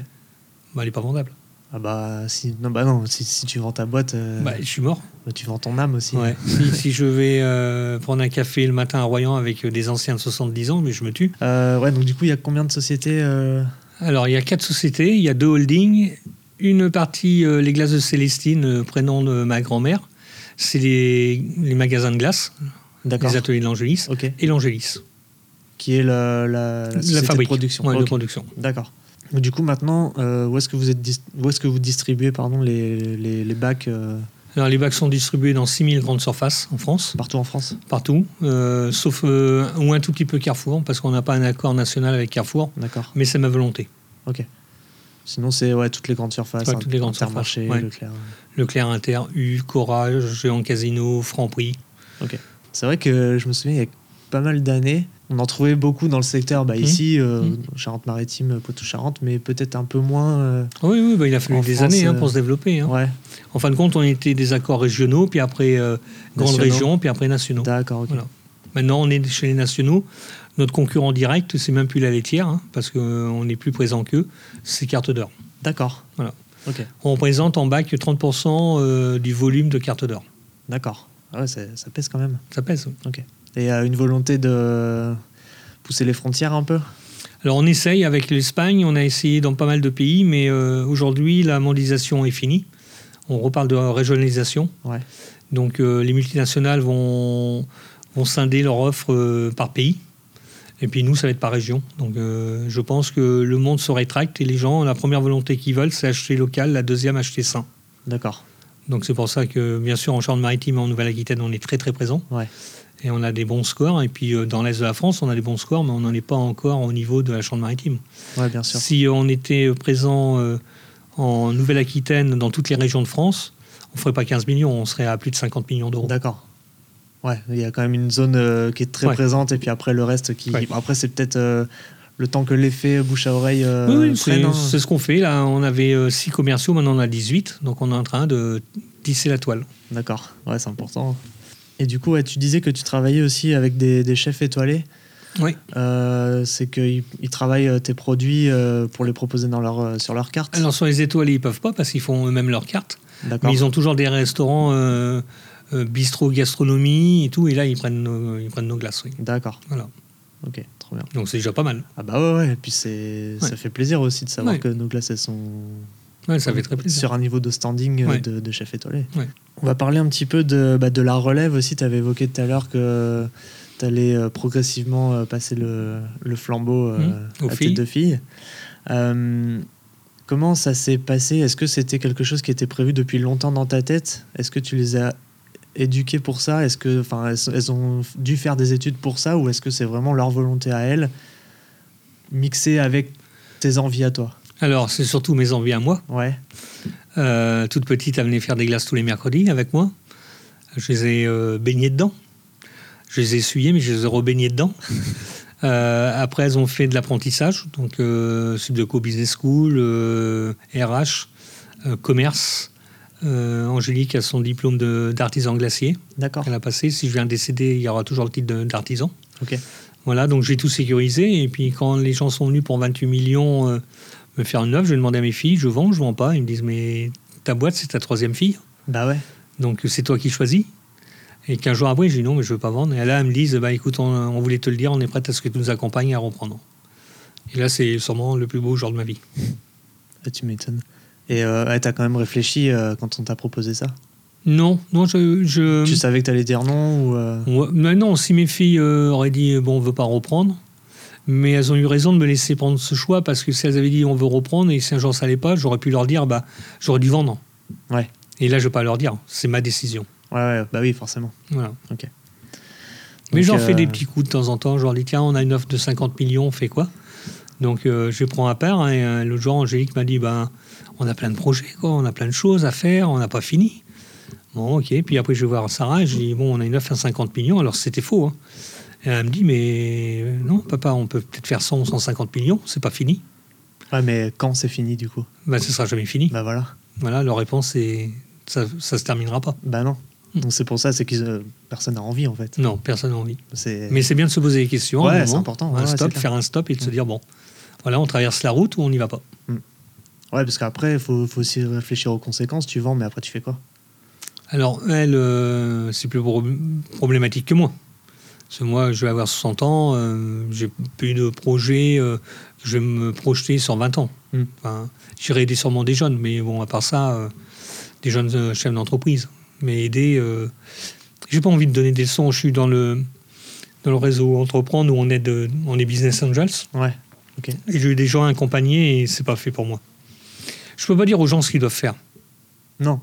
[SPEAKER 2] Bah, elle n'est pas vendable.
[SPEAKER 1] Ah bah si, non, bah non, si, si tu vends ta boîte, euh,
[SPEAKER 2] Bah, je suis mort.
[SPEAKER 1] bah, tu vends ton âme aussi.
[SPEAKER 2] Ouais. si, si je vais euh, prendre un café le matin à Royan avec euh, des anciens de 70 ans, mais je me tue.
[SPEAKER 1] Euh, ouais, donc du coup, il y a combien de sociétés euh,
[SPEAKER 2] Alors, il y a quatre sociétés, il y a deux holdings, une partie, euh, les glaces de Célestine, euh, prénom de ma grand-mère, c'est les, les magasins de glace,
[SPEAKER 1] D'accord.
[SPEAKER 2] les ateliers de l'Angélis,
[SPEAKER 1] Ok.
[SPEAKER 2] et l'Angélis,
[SPEAKER 1] Qui est la, la, la
[SPEAKER 2] la,
[SPEAKER 1] société
[SPEAKER 2] fabrique
[SPEAKER 1] de production.
[SPEAKER 2] ouais, de
[SPEAKER 1] Ok.
[SPEAKER 2] production.
[SPEAKER 1] D'accord. Mais du coup, maintenant, euh, où est-ce que vous êtes dis- où est-ce que vous distribuez pardon les, les, les bacs euh,
[SPEAKER 2] Alors, les bacs sont distribués dans 6000 grandes surfaces en France,
[SPEAKER 1] partout en France
[SPEAKER 2] partout, euh, sauf euh, ou un tout petit peu Carrefour, parce qu'on n'a pas un accord national avec Carrefour,
[SPEAKER 1] D'accord.
[SPEAKER 2] mais c'est ma volonté.
[SPEAKER 1] Sinon, c'est ouais toutes les grandes surfaces, hein,
[SPEAKER 2] Ouais, toutes les grandes surfaces,
[SPEAKER 1] Intermarché,
[SPEAKER 2] ouais.
[SPEAKER 1] Leclerc.
[SPEAKER 2] Leclerc Inter, U, Cora, Géant Casino, Franprix.
[SPEAKER 1] C'est vrai que je me souviens il y a pas mal d'années, on en trouvait beaucoup dans le secteur bah, ici, euh,
[SPEAKER 2] Mmh.
[SPEAKER 1] Charente-Maritime, Poitou-Charentes, mais il a peut-être un peu moins. euh,
[SPEAKER 2] Oui, oui, bah, il a fallu
[SPEAKER 1] En
[SPEAKER 2] des
[SPEAKER 1] France,
[SPEAKER 2] années hein,
[SPEAKER 1] euh,
[SPEAKER 2] pour se développer. hein.
[SPEAKER 1] Ouais,
[SPEAKER 2] En fin de compte, on était des accords régionaux, puis après euh, grandes
[SPEAKER 1] Nationaux.
[SPEAKER 2] régions, puis après nationaux.
[SPEAKER 1] d'accord, ok.
[SPEAKER 2] Voilà. Maintenant, on est chez les nationaux. Notre concurrent direct, c'est même plus la laitière, hein, parce qu'on est plus présent qu'eux, c'est Carte d'Or.
[SPEAKER 1] D'accord.
[SPEAKER 2] Voilà.
[SPEAKER 1] Ok,
[SPEAKER 2] On représente en bac 30% euh, du volume de Carte d'Or.
[SPEAKER 1] d'accord. Ah ouais, c'est- ça pèse quand même.
[SPEAKER 2] Ça pèse.
[SPEAKER 1] Et euh, une volonté de pousser les frontières un peu
[SPEAKER 2] Alors on essaye avec l'Espagne, on a essayé dans pas mal de pays, mais euh, aujourd'hui la mondialisation est finie. On reparle de régionalisation.
[SPEAKER 1] Ouais.
[SPEAKER 2] Donc euh, les multinationales vont, vont scinder leur offre euh, par pays. Et puis nous, ça va être par région. Donc euh, je pense que le monde se rétracte et les gens, la première volonté qu'ils veulent, c'est acheter local, la deuxième, acheter sain.
[SPEAKER 1] D'accord.
[SPEAKER 2] Donc c'est pour ça que, bien sûr, en Charente-Maritime et en Nouvelle-Aquitaine, on est très très présent.
[SPEAKER 1] Ouais.
[SPEAKER 2] Et on a des bons scores. Et puis euh, dans l'Est de la France, on a des bons scores, mais on n'en est pas encore au niveau de la Charente-Maritime.
[SPEAKER 1] Ouais, bien sûr.
[SPEAKER 2] Si on était présent euh, en Nouvelle-Aquitaine, dans toutes les régions de France, on ne ferait pas 15 millions, on serait à plus de 50 millions d'euros.
[SPEAKER 1] D'accord. Ouais, il y a quand même une zone euh, qui est très
[SPEAKER 2] Ouais.
[SPEAKER 1] présente et puis après le reste qui.
[SPEAKER 2] Ouais.
[SPEAKER 1] Bon, Après, c'est peut-être euh, le temps que l'effet bouche à oreille euh,
[SPEAKER 2] Oui, oui,
[SPEAKER 1] traîne,
[SPEAKER 2] c'est
[SPEAKER 1] hein.
[SPEAKER 2] c'est ce qu'on fait. Là, on avait 6 commerciaux, maintenant on en a 18. Donc on est en train de tisser la toile.
[SPEAKER 1] D'accord. Ouais, c'est important. Et du coup, ouais, tu disais que tu travaillais aussi avec des, des chefs étoilés.
[SPEAKER 2] Oui.
[SPEAKER 1] Euh, c'est qu'ils ils travaillent euh, tes produits euh, pour les proposer dans leur, euh, sur leur carte.
[SPEAKER 2] Alors sur les étoilés, ils peuvent pas parce qu'ils font eux-mêmes leurs cartes.
[SPEAKER 1] D'accord.
[SPEAKER 2] Mais ils ont toujours des restaurants euh, euh, bistrot, gastronomie et tout. Et là, ils prennent nos, ils prennent nos glaces. oui.
[SPEAKER 1] D'accord.
[SPEAKER 2] Voilà.
[SPEAKER 1] Ok, trop bien.
[SPEAKER 2] Donc c'est déjà pas mal.
[SPEAKER 1] Ah bah ouais, ouais. Et puis c'est, ça
[SPEAKER 2] Ouais.
[SPEAKER 1] fait plaisir aussi de savoir
[SPEAKER 2] Ouais.
[SPEAKER 1] que nos glaces elles sont
[SPEAKER 2] Ouais, ça fait très plaisir.
[SPEAKER 1] Mmh. Sur un niveau de standing euh,
[SPEAKER 2] Ouais.
[SPEAKER 1] de, de chef étoilé.
[SPEAKER 2] Ouais.
[SPEAKER 1] On va parler un petit peu de, bah, de la relève aussi. Tu avais évoqué tout à l'heure que tu allais progressivement euh, passer le, le flambeau euh,
[SPEAKER 2] Mmh, aux
[SPEAKER 1] à
[SPEAKER 2] filles.
[SPEAKER 1] tes deux filles. Euh, comment ça s'est passé Est-ce que c'était quelque chose qui était prévu depuis longtemps dans ta tête Est-ce que tu les as éduquées pour ça Est-ce que, enfin, elles, elles ont dû faire des études pour ça ou est-ce que c'est vraiment leur volonté à elles, mixée avec tes envies à toi
[SPEAKER 2] Alors c'est surtout mes envies à moi.
[SPEAKER 1] Ouais,
[SPEAKER 2] Euh, toute petite, elle venait faire des glaces tous les mercredis avec moi. Je les ai euh, baignées dedans. Je les ai essuyées, mais je les ai rebaignées dedans. Euh, après, elles ont fait de l'apprentissage, donc euh, Subdeco Business School, euh, RH, euh, commerce. Euh, Angélique a son diplôme de- d'artisan glacier
[SPEAKER 1] d'accord.
[SPEAKER 2] qu'elle a passé. Si je viens de décéder, il y aura toujours le titre de- d'artisan.
[SPEAKER 1] Ok.
[SPEAKER 2] Voilà, donc j'ai tout sécurisé. Et puis quand les gens sont venus pour 28 millions euh, me faire une offre, je demandais à mes filles, je vends, je vends pas. Ils me disent, mais ta boîte, c'est ta troisième fille,
[SPEAKER 1] Bah ouais.
[SPEAKER 2] donc c'est toi qui choisis. Et 15 jours après, j'ai dit non, mais je veux pas vendre. Et là, elles me disent, bah écoute, on, on voulait te le dire, on est prête à ce que tu nous accompagnes à reprendre. Et là, c'est sûrement le plus beau jour de ma vie.
[SPEAKER 1] Ah, tu m'étonnes. Et euh, ouais, t'as quand même réfléchi euh, quand on t'a proposé ça
[SPEAKER 2] Non, non, je. je...
[SPEAKER 1] Tu savais que t'allais dire non ou euh,
[SPEAKER 2] Ouais, mais non, si mes filles euh, auraient dit euh, bon, on veut pas reprendre, mais elles ont eu raison de me laisser prendre ce choix parce que si elles avaient dit on veut reprendre et si un jour ça allait pas, j'aurais pu leur dire bah j'aurais dû vendre.
[SPEAKER 1] Ouais.
[SPEAKER 2] Et là, je vais pas leur dire, c'est ma décision.
[SPEAKER 1] Ouais, ouais, bah oui, forcément.
[SPEAKER 2] Voilà.
[SPEAKER 1] Ok. Donc,
[SPEAKER 2] Mais j'en fais
[SPEAKER 1] euh,
[SPEAKER 2] des petits coups de temps en temps. Je leur dis tiens, on a une offre de 50 millions, on fait quoi Donc euh, je prends à part. hein, et euh, l'autre jour, Angélique m'a dit ben on a plein de projets, quoi, on a plein de choses à faire, on n'a pas fini. Bon, ok. Puis après, je vais voir Sarah, je dis bon, on a une offre à 50 millions. Alors c'était faux. hein. Et elle me dit mais euh, non, papa, on peut peut-être faire 100 ou 150 millions, c'est pas fini.
[SPEAKER 1] Ouais, mais quand c'est fini du coup
[SPEAKER 2] Ben, ce sera jamais fini.
[SPEAKER 1] Bah voilà.
[SPEAKER 2] Voilà, leur réponse est ça, ça se terminera pas.
[SPEAKER 1] Bah non.
[SPEAKER 2] Hmm.
[SPEAKER 1] Donc c'est pour ça, c'est que euh, personne n'a envie en fait.
[SPEAKER 2] Non, personne n'a envie.
[SPEAKER 1] C'est
[SPEAKER 2] Mais c'est bien de se poser des questions.
[SPEAKER 1] Ouais,
[SPEAKER 2] à un
[SPEAKER 1] c'est
[SPEAKER 2] moment,
[SPEAKER 1] important,
[SPEAKER 2] Un
[SPEAKER 1] ouais, c'est
[SPEAKER 2] stop,
[SPEAKER 1] clair.
[SPEAKER 2] faire un stop et de se dire bon, voilà, on traverse la route ou on n'y va pas.
[SPEAKER 1] ouais, parce qu'après, faut, faut aussi réfléchir aux conséquences. Tu vends, mais après, tu fais quoi
[SPEAKER 2] Alors, elle, euh, c'est plus pro- problématique que moi. Parce que moi, je vais avoir 60 ans, euh, j'ai plus de projet, euh, je vais me projeter sur 20 ans.
[SPEAKER 1] Mm.
[SPEAKER 2] Enfin, J'irai aider sûrement des jeunes, mais bon, à part ça, euh, des jeunes euh, chefs d'entreprise. Mais aider, euh, j'ai pas envie de donner des leçons, je suis dans le, dans le réseau Entreprendre où on aide, euh, on est Business Angels.
[SPEAKER 1] Ouais. Ok.
[SPEAKER 2] Et j'ai eu des gens accompagnés et c'est pas fait pour moi. Je peux pas dire aux gens ce qu'ils doivent faire.
[SPEAKER 1] Non.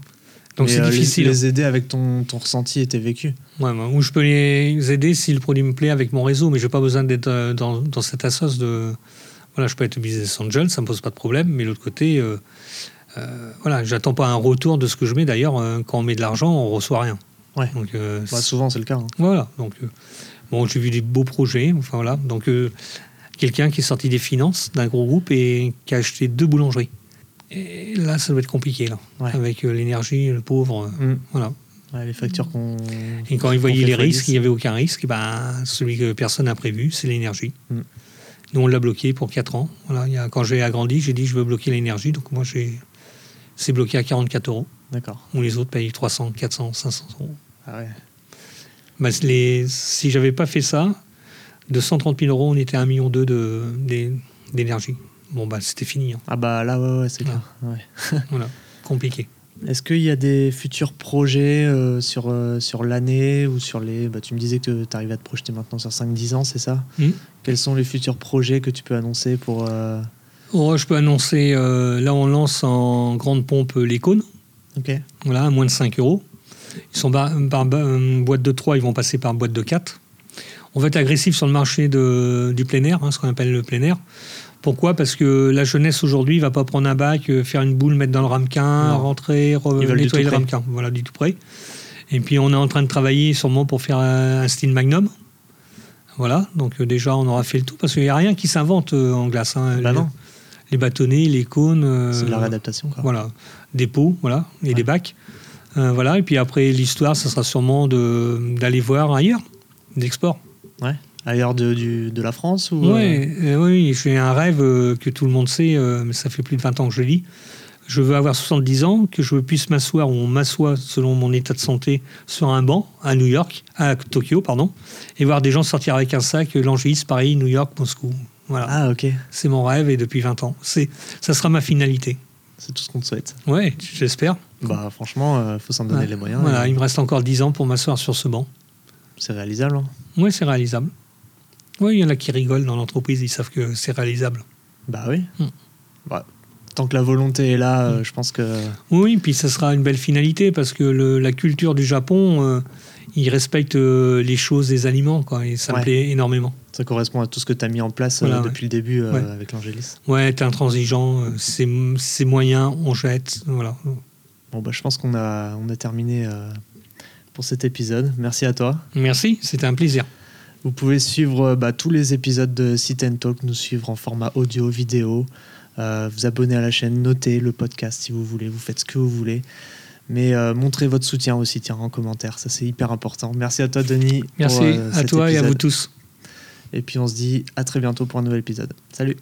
[SPEAKER 2] Donc
[SPEAKER 1] Mais,
[SPEAKER 2] c'est
[SPEAKER 1] euh, les-
[SPEAKER 2] difficile.
[SPEAKER 1] Les aider avec ton, ton ressenti et tes vécus.
[SPEAKER 2] Ouais, moi, ou je peux les aider si le produit me plaît avec mon réseau, mais j'ai pas besoin d'être euh, dans, dans cette assoce de. Voilà, je peux être business angel, ça me pose pas de problème, mais de l'autre côté, euh, euh, voilà, j'attends pas un retour de ce que je mets. D'ailleurs, euh, quand on met de l'argent, on reçoit rien.
[SPEAKER 1] Ouais.
[SPEAKER 2] Donc, euh,
[SPEAKER 1] Bah,
[SPEAKER 2] c'est-
[SPEAKER 1] souvent, c'est le cas. hein.
[SPEAKER 2] Voilà. Donc, euh, bon, j'ai vu des beaux projets. Enfin, voilà. Donc, euh, quelqu'un qui est sorti des finances d'un gros groupe et qui a acheté deux boulangeries. Et là, ça doit être compliqué, là.
[SPEAKER 1] Ouais.
[SPEAKER 2] Avec euh, l'énergie, le pauvre. euh,
[SPEAKER 1] Mm.
[SPEAKER 2] voilà.
[SPEAKER 1] Ouais, les factures qu'on.
[SPEAKER 2] Et quand ils
[SPEAKER 1] qu'on fait
[SPEAKER 2] voyaient les
[SPEAKER 1] fois
[SPEAKER 2] risques,
[SPEAKER 1] 10.
[SPEAKER 2] il n'y avait aucun risque. Ben, celui que personne n'a prévu, c'est l'énergie.
[SPEAKER 1] Mm.
[SPEAKER 2] Nous, on l'a bloqué pour 4 ans. Voilà, il y a- quand j'ai agrandi, j'ai dit je veux bloquer l'énergie. Donc, moi, j'ai. C'est bloqué à 44 euros,
[SPEAKER 1] D'accord.
[SPEAKER 2] où les autres payent 300, 400, 500 euros.
[SPEAKER 1] Ah ouais.
[SPEAKER 2] Bah, c'est les- si j'avais pas fait ça, de 130 000 euros, on était à 1,2 million de- d'é- d'énergie. Bon, bah, c'était fini. hein.
[SPEAKER 1] Ah bah là, ouais, ouais, c'est
[SPEAKER 2] Ouais.
[SPEAKER 1] clair. Ouais.
[SPEAKER 2] Voilà, compliqué.
[SPEAKER 1] Est-ce qu'il y a des futurs projets euh, sur, euh, sur l'année ou sur les. Bah, tu me disais que tu arrives à te projeter maintenant sur 5-10 ans, c'est ça
[SPEAKER 2] Mm.
[SPEAKER 1] Quels sont les futurs projets que tu peux annoncer pour. euh,
[SPEAKER 2] Oh, je peux annoncer, euh, là, on lance en grande pompe euh, les cônes,
[SPEAKER 1] Ok.
[SPEAKER 2] voilà, à moins de 5 euros. Ils sont par, par ba- euh, boîte de 3, ils vont passer par boîte de 4. On va être agressif sur le marché de- du plein air, hein, ce qu'on appelle le plein air. Pourquoi Parce que la jeunesse aujourd'hui ne va pas prendre un bac, euh, faire une boule, mettre dans le ramequin,
[SPEAKER 1] Non.
[SPEAKER 2] rentrer, re-
[SPEAKER 1] Ils veulent du
[SPEAKER 2] nettoyer
[SPEAKER 1] tout
[SPEAKER 2] le
[SPEAKER 1] prêt.
[SPEAKER 2] ramequin. Voilà, du tout près. Et puis on est en train de travailler sûrement pour faire euh, un un style magnum. Voilà, donc euh, déjà on aura fait le tout parce qu'il n'y a rien qui s'invente euh, en glace. hein.
[SPEAKER 1] Bah
[SPEAKER 2] les,
[SPEAKER 1] non.
[SPEAKER 2] les bâtonnets, les cônes. euh,
[SPEAKER 1] C'est de la réadaptation, quoi.
[SPEAKER 2] voilà, des pots, voilà, et
[SPEAKER 1] Ouais.
[SPEAKER 2] des bacs. Euh, voilà, et puis après, l'histoire, ça sera sûrement de- d'aller voir ailleurs, d'export.
[SPEAKER 1] Ailleurs de, du- de la France ou. euh,
[SPEAKER 2] Ouais, euh, oui, j'ai un rêve euh, que tout le monde sait, euh, mais ça fait plus de 20 ans que je le lis. Je veux avoir 70 ans, que je puisse m'asseoir, ou on m'assoit selon mon état de santé, sur un banc à New York, à Tokyo, pardon, et voir des gens sortir avec un sac, euh, Langéis, Paris, New York, Moscou. Voilà,
[SPEAKER 1] Ah, ok.
[SPEAKER 2] c'est mon rêve et depuis 20 ans. C'est, ça sera ma finalité.
[SPEAKER 1] C'est tout ce qu'on te souhaite.
[SPEAKER 2] Ouais, j'espère.
[SPEAKER 1] Bah, franchement, euh, faut s'en donner
[SPEAKER 2] Ouais.
[SPEAKER 1] les moyens.
[SPEAKER 2] Voilà,
[SPEAKER 1] et
[SPEAKER 2] il me reste encore 10 ans pour m'asseoir sur ce banc.
[SPEAKER 1] C'est réalisable. hein.
[SPEAKER 2] Oui, c'est réalisable. Oui, il y en a qui rigolent dans l'entreprise, ils savent que c'est réalisable.
[SPEAKER 1] Bah oui.
[SPEAKER 2] Hmm.
[SPEAKER 1] Bah, tant que la volonté est là, euh, je pense que.
[SPEAKER 2] Oui, puis ça sera une belle finalité parce que le- la culture du Japon, euh, ils respectent euh, les choses des aliments, quoi, et ça
[SPEAKER 1] Ouais.
[SPEAKER 2] me plaît énormément.
[SPEAKER 1] Ça correspond à tout ce que tu as mis en place euh,
[SPEAKER 2] Voilà, ouais.
[SPEAKER 1] depuis le début euh,
[SPEAKER 2] Ouais.
[SPEAKER 1] avec l'Angélis.
[SPEAKER 2] Ouais, t'es intransigeant, euh, c'est c'est moyen, on jette, voilà.
[SPEAKER 1] Bon, bah, je pense qu'on a, on a terminé euh, pour cet épisode. Merci à toi.
[SPEAKER 2] Merci, c'était un plaisir.
[SPEAKER 1] Vous pouvez suivre euh, bah, tous les épisodes de Sit and Talk, nous suivre en format audio, vidéo, euh, vous abonner à la chaîne, noter le podcast si vous voulez, vous faites ce que vous voulez. Mais euh, montrez votre soutien aussi, tiens, en commentaire, ça c'est hyper important. Merci à toi, Denis. pour,
[SPEAKER 2] Merci
[SPEAKER 1] euh,
[SPEAKER 2] à
[SPEAKER 1] cet
[SPEAKER 2] toi et à
[SPEAKER 1] épisode.
[SPEAKER 2] vous tous.
[SPEAKER 1] Et puis on se dit à très bientôt pour un nouvel épisode. Salut!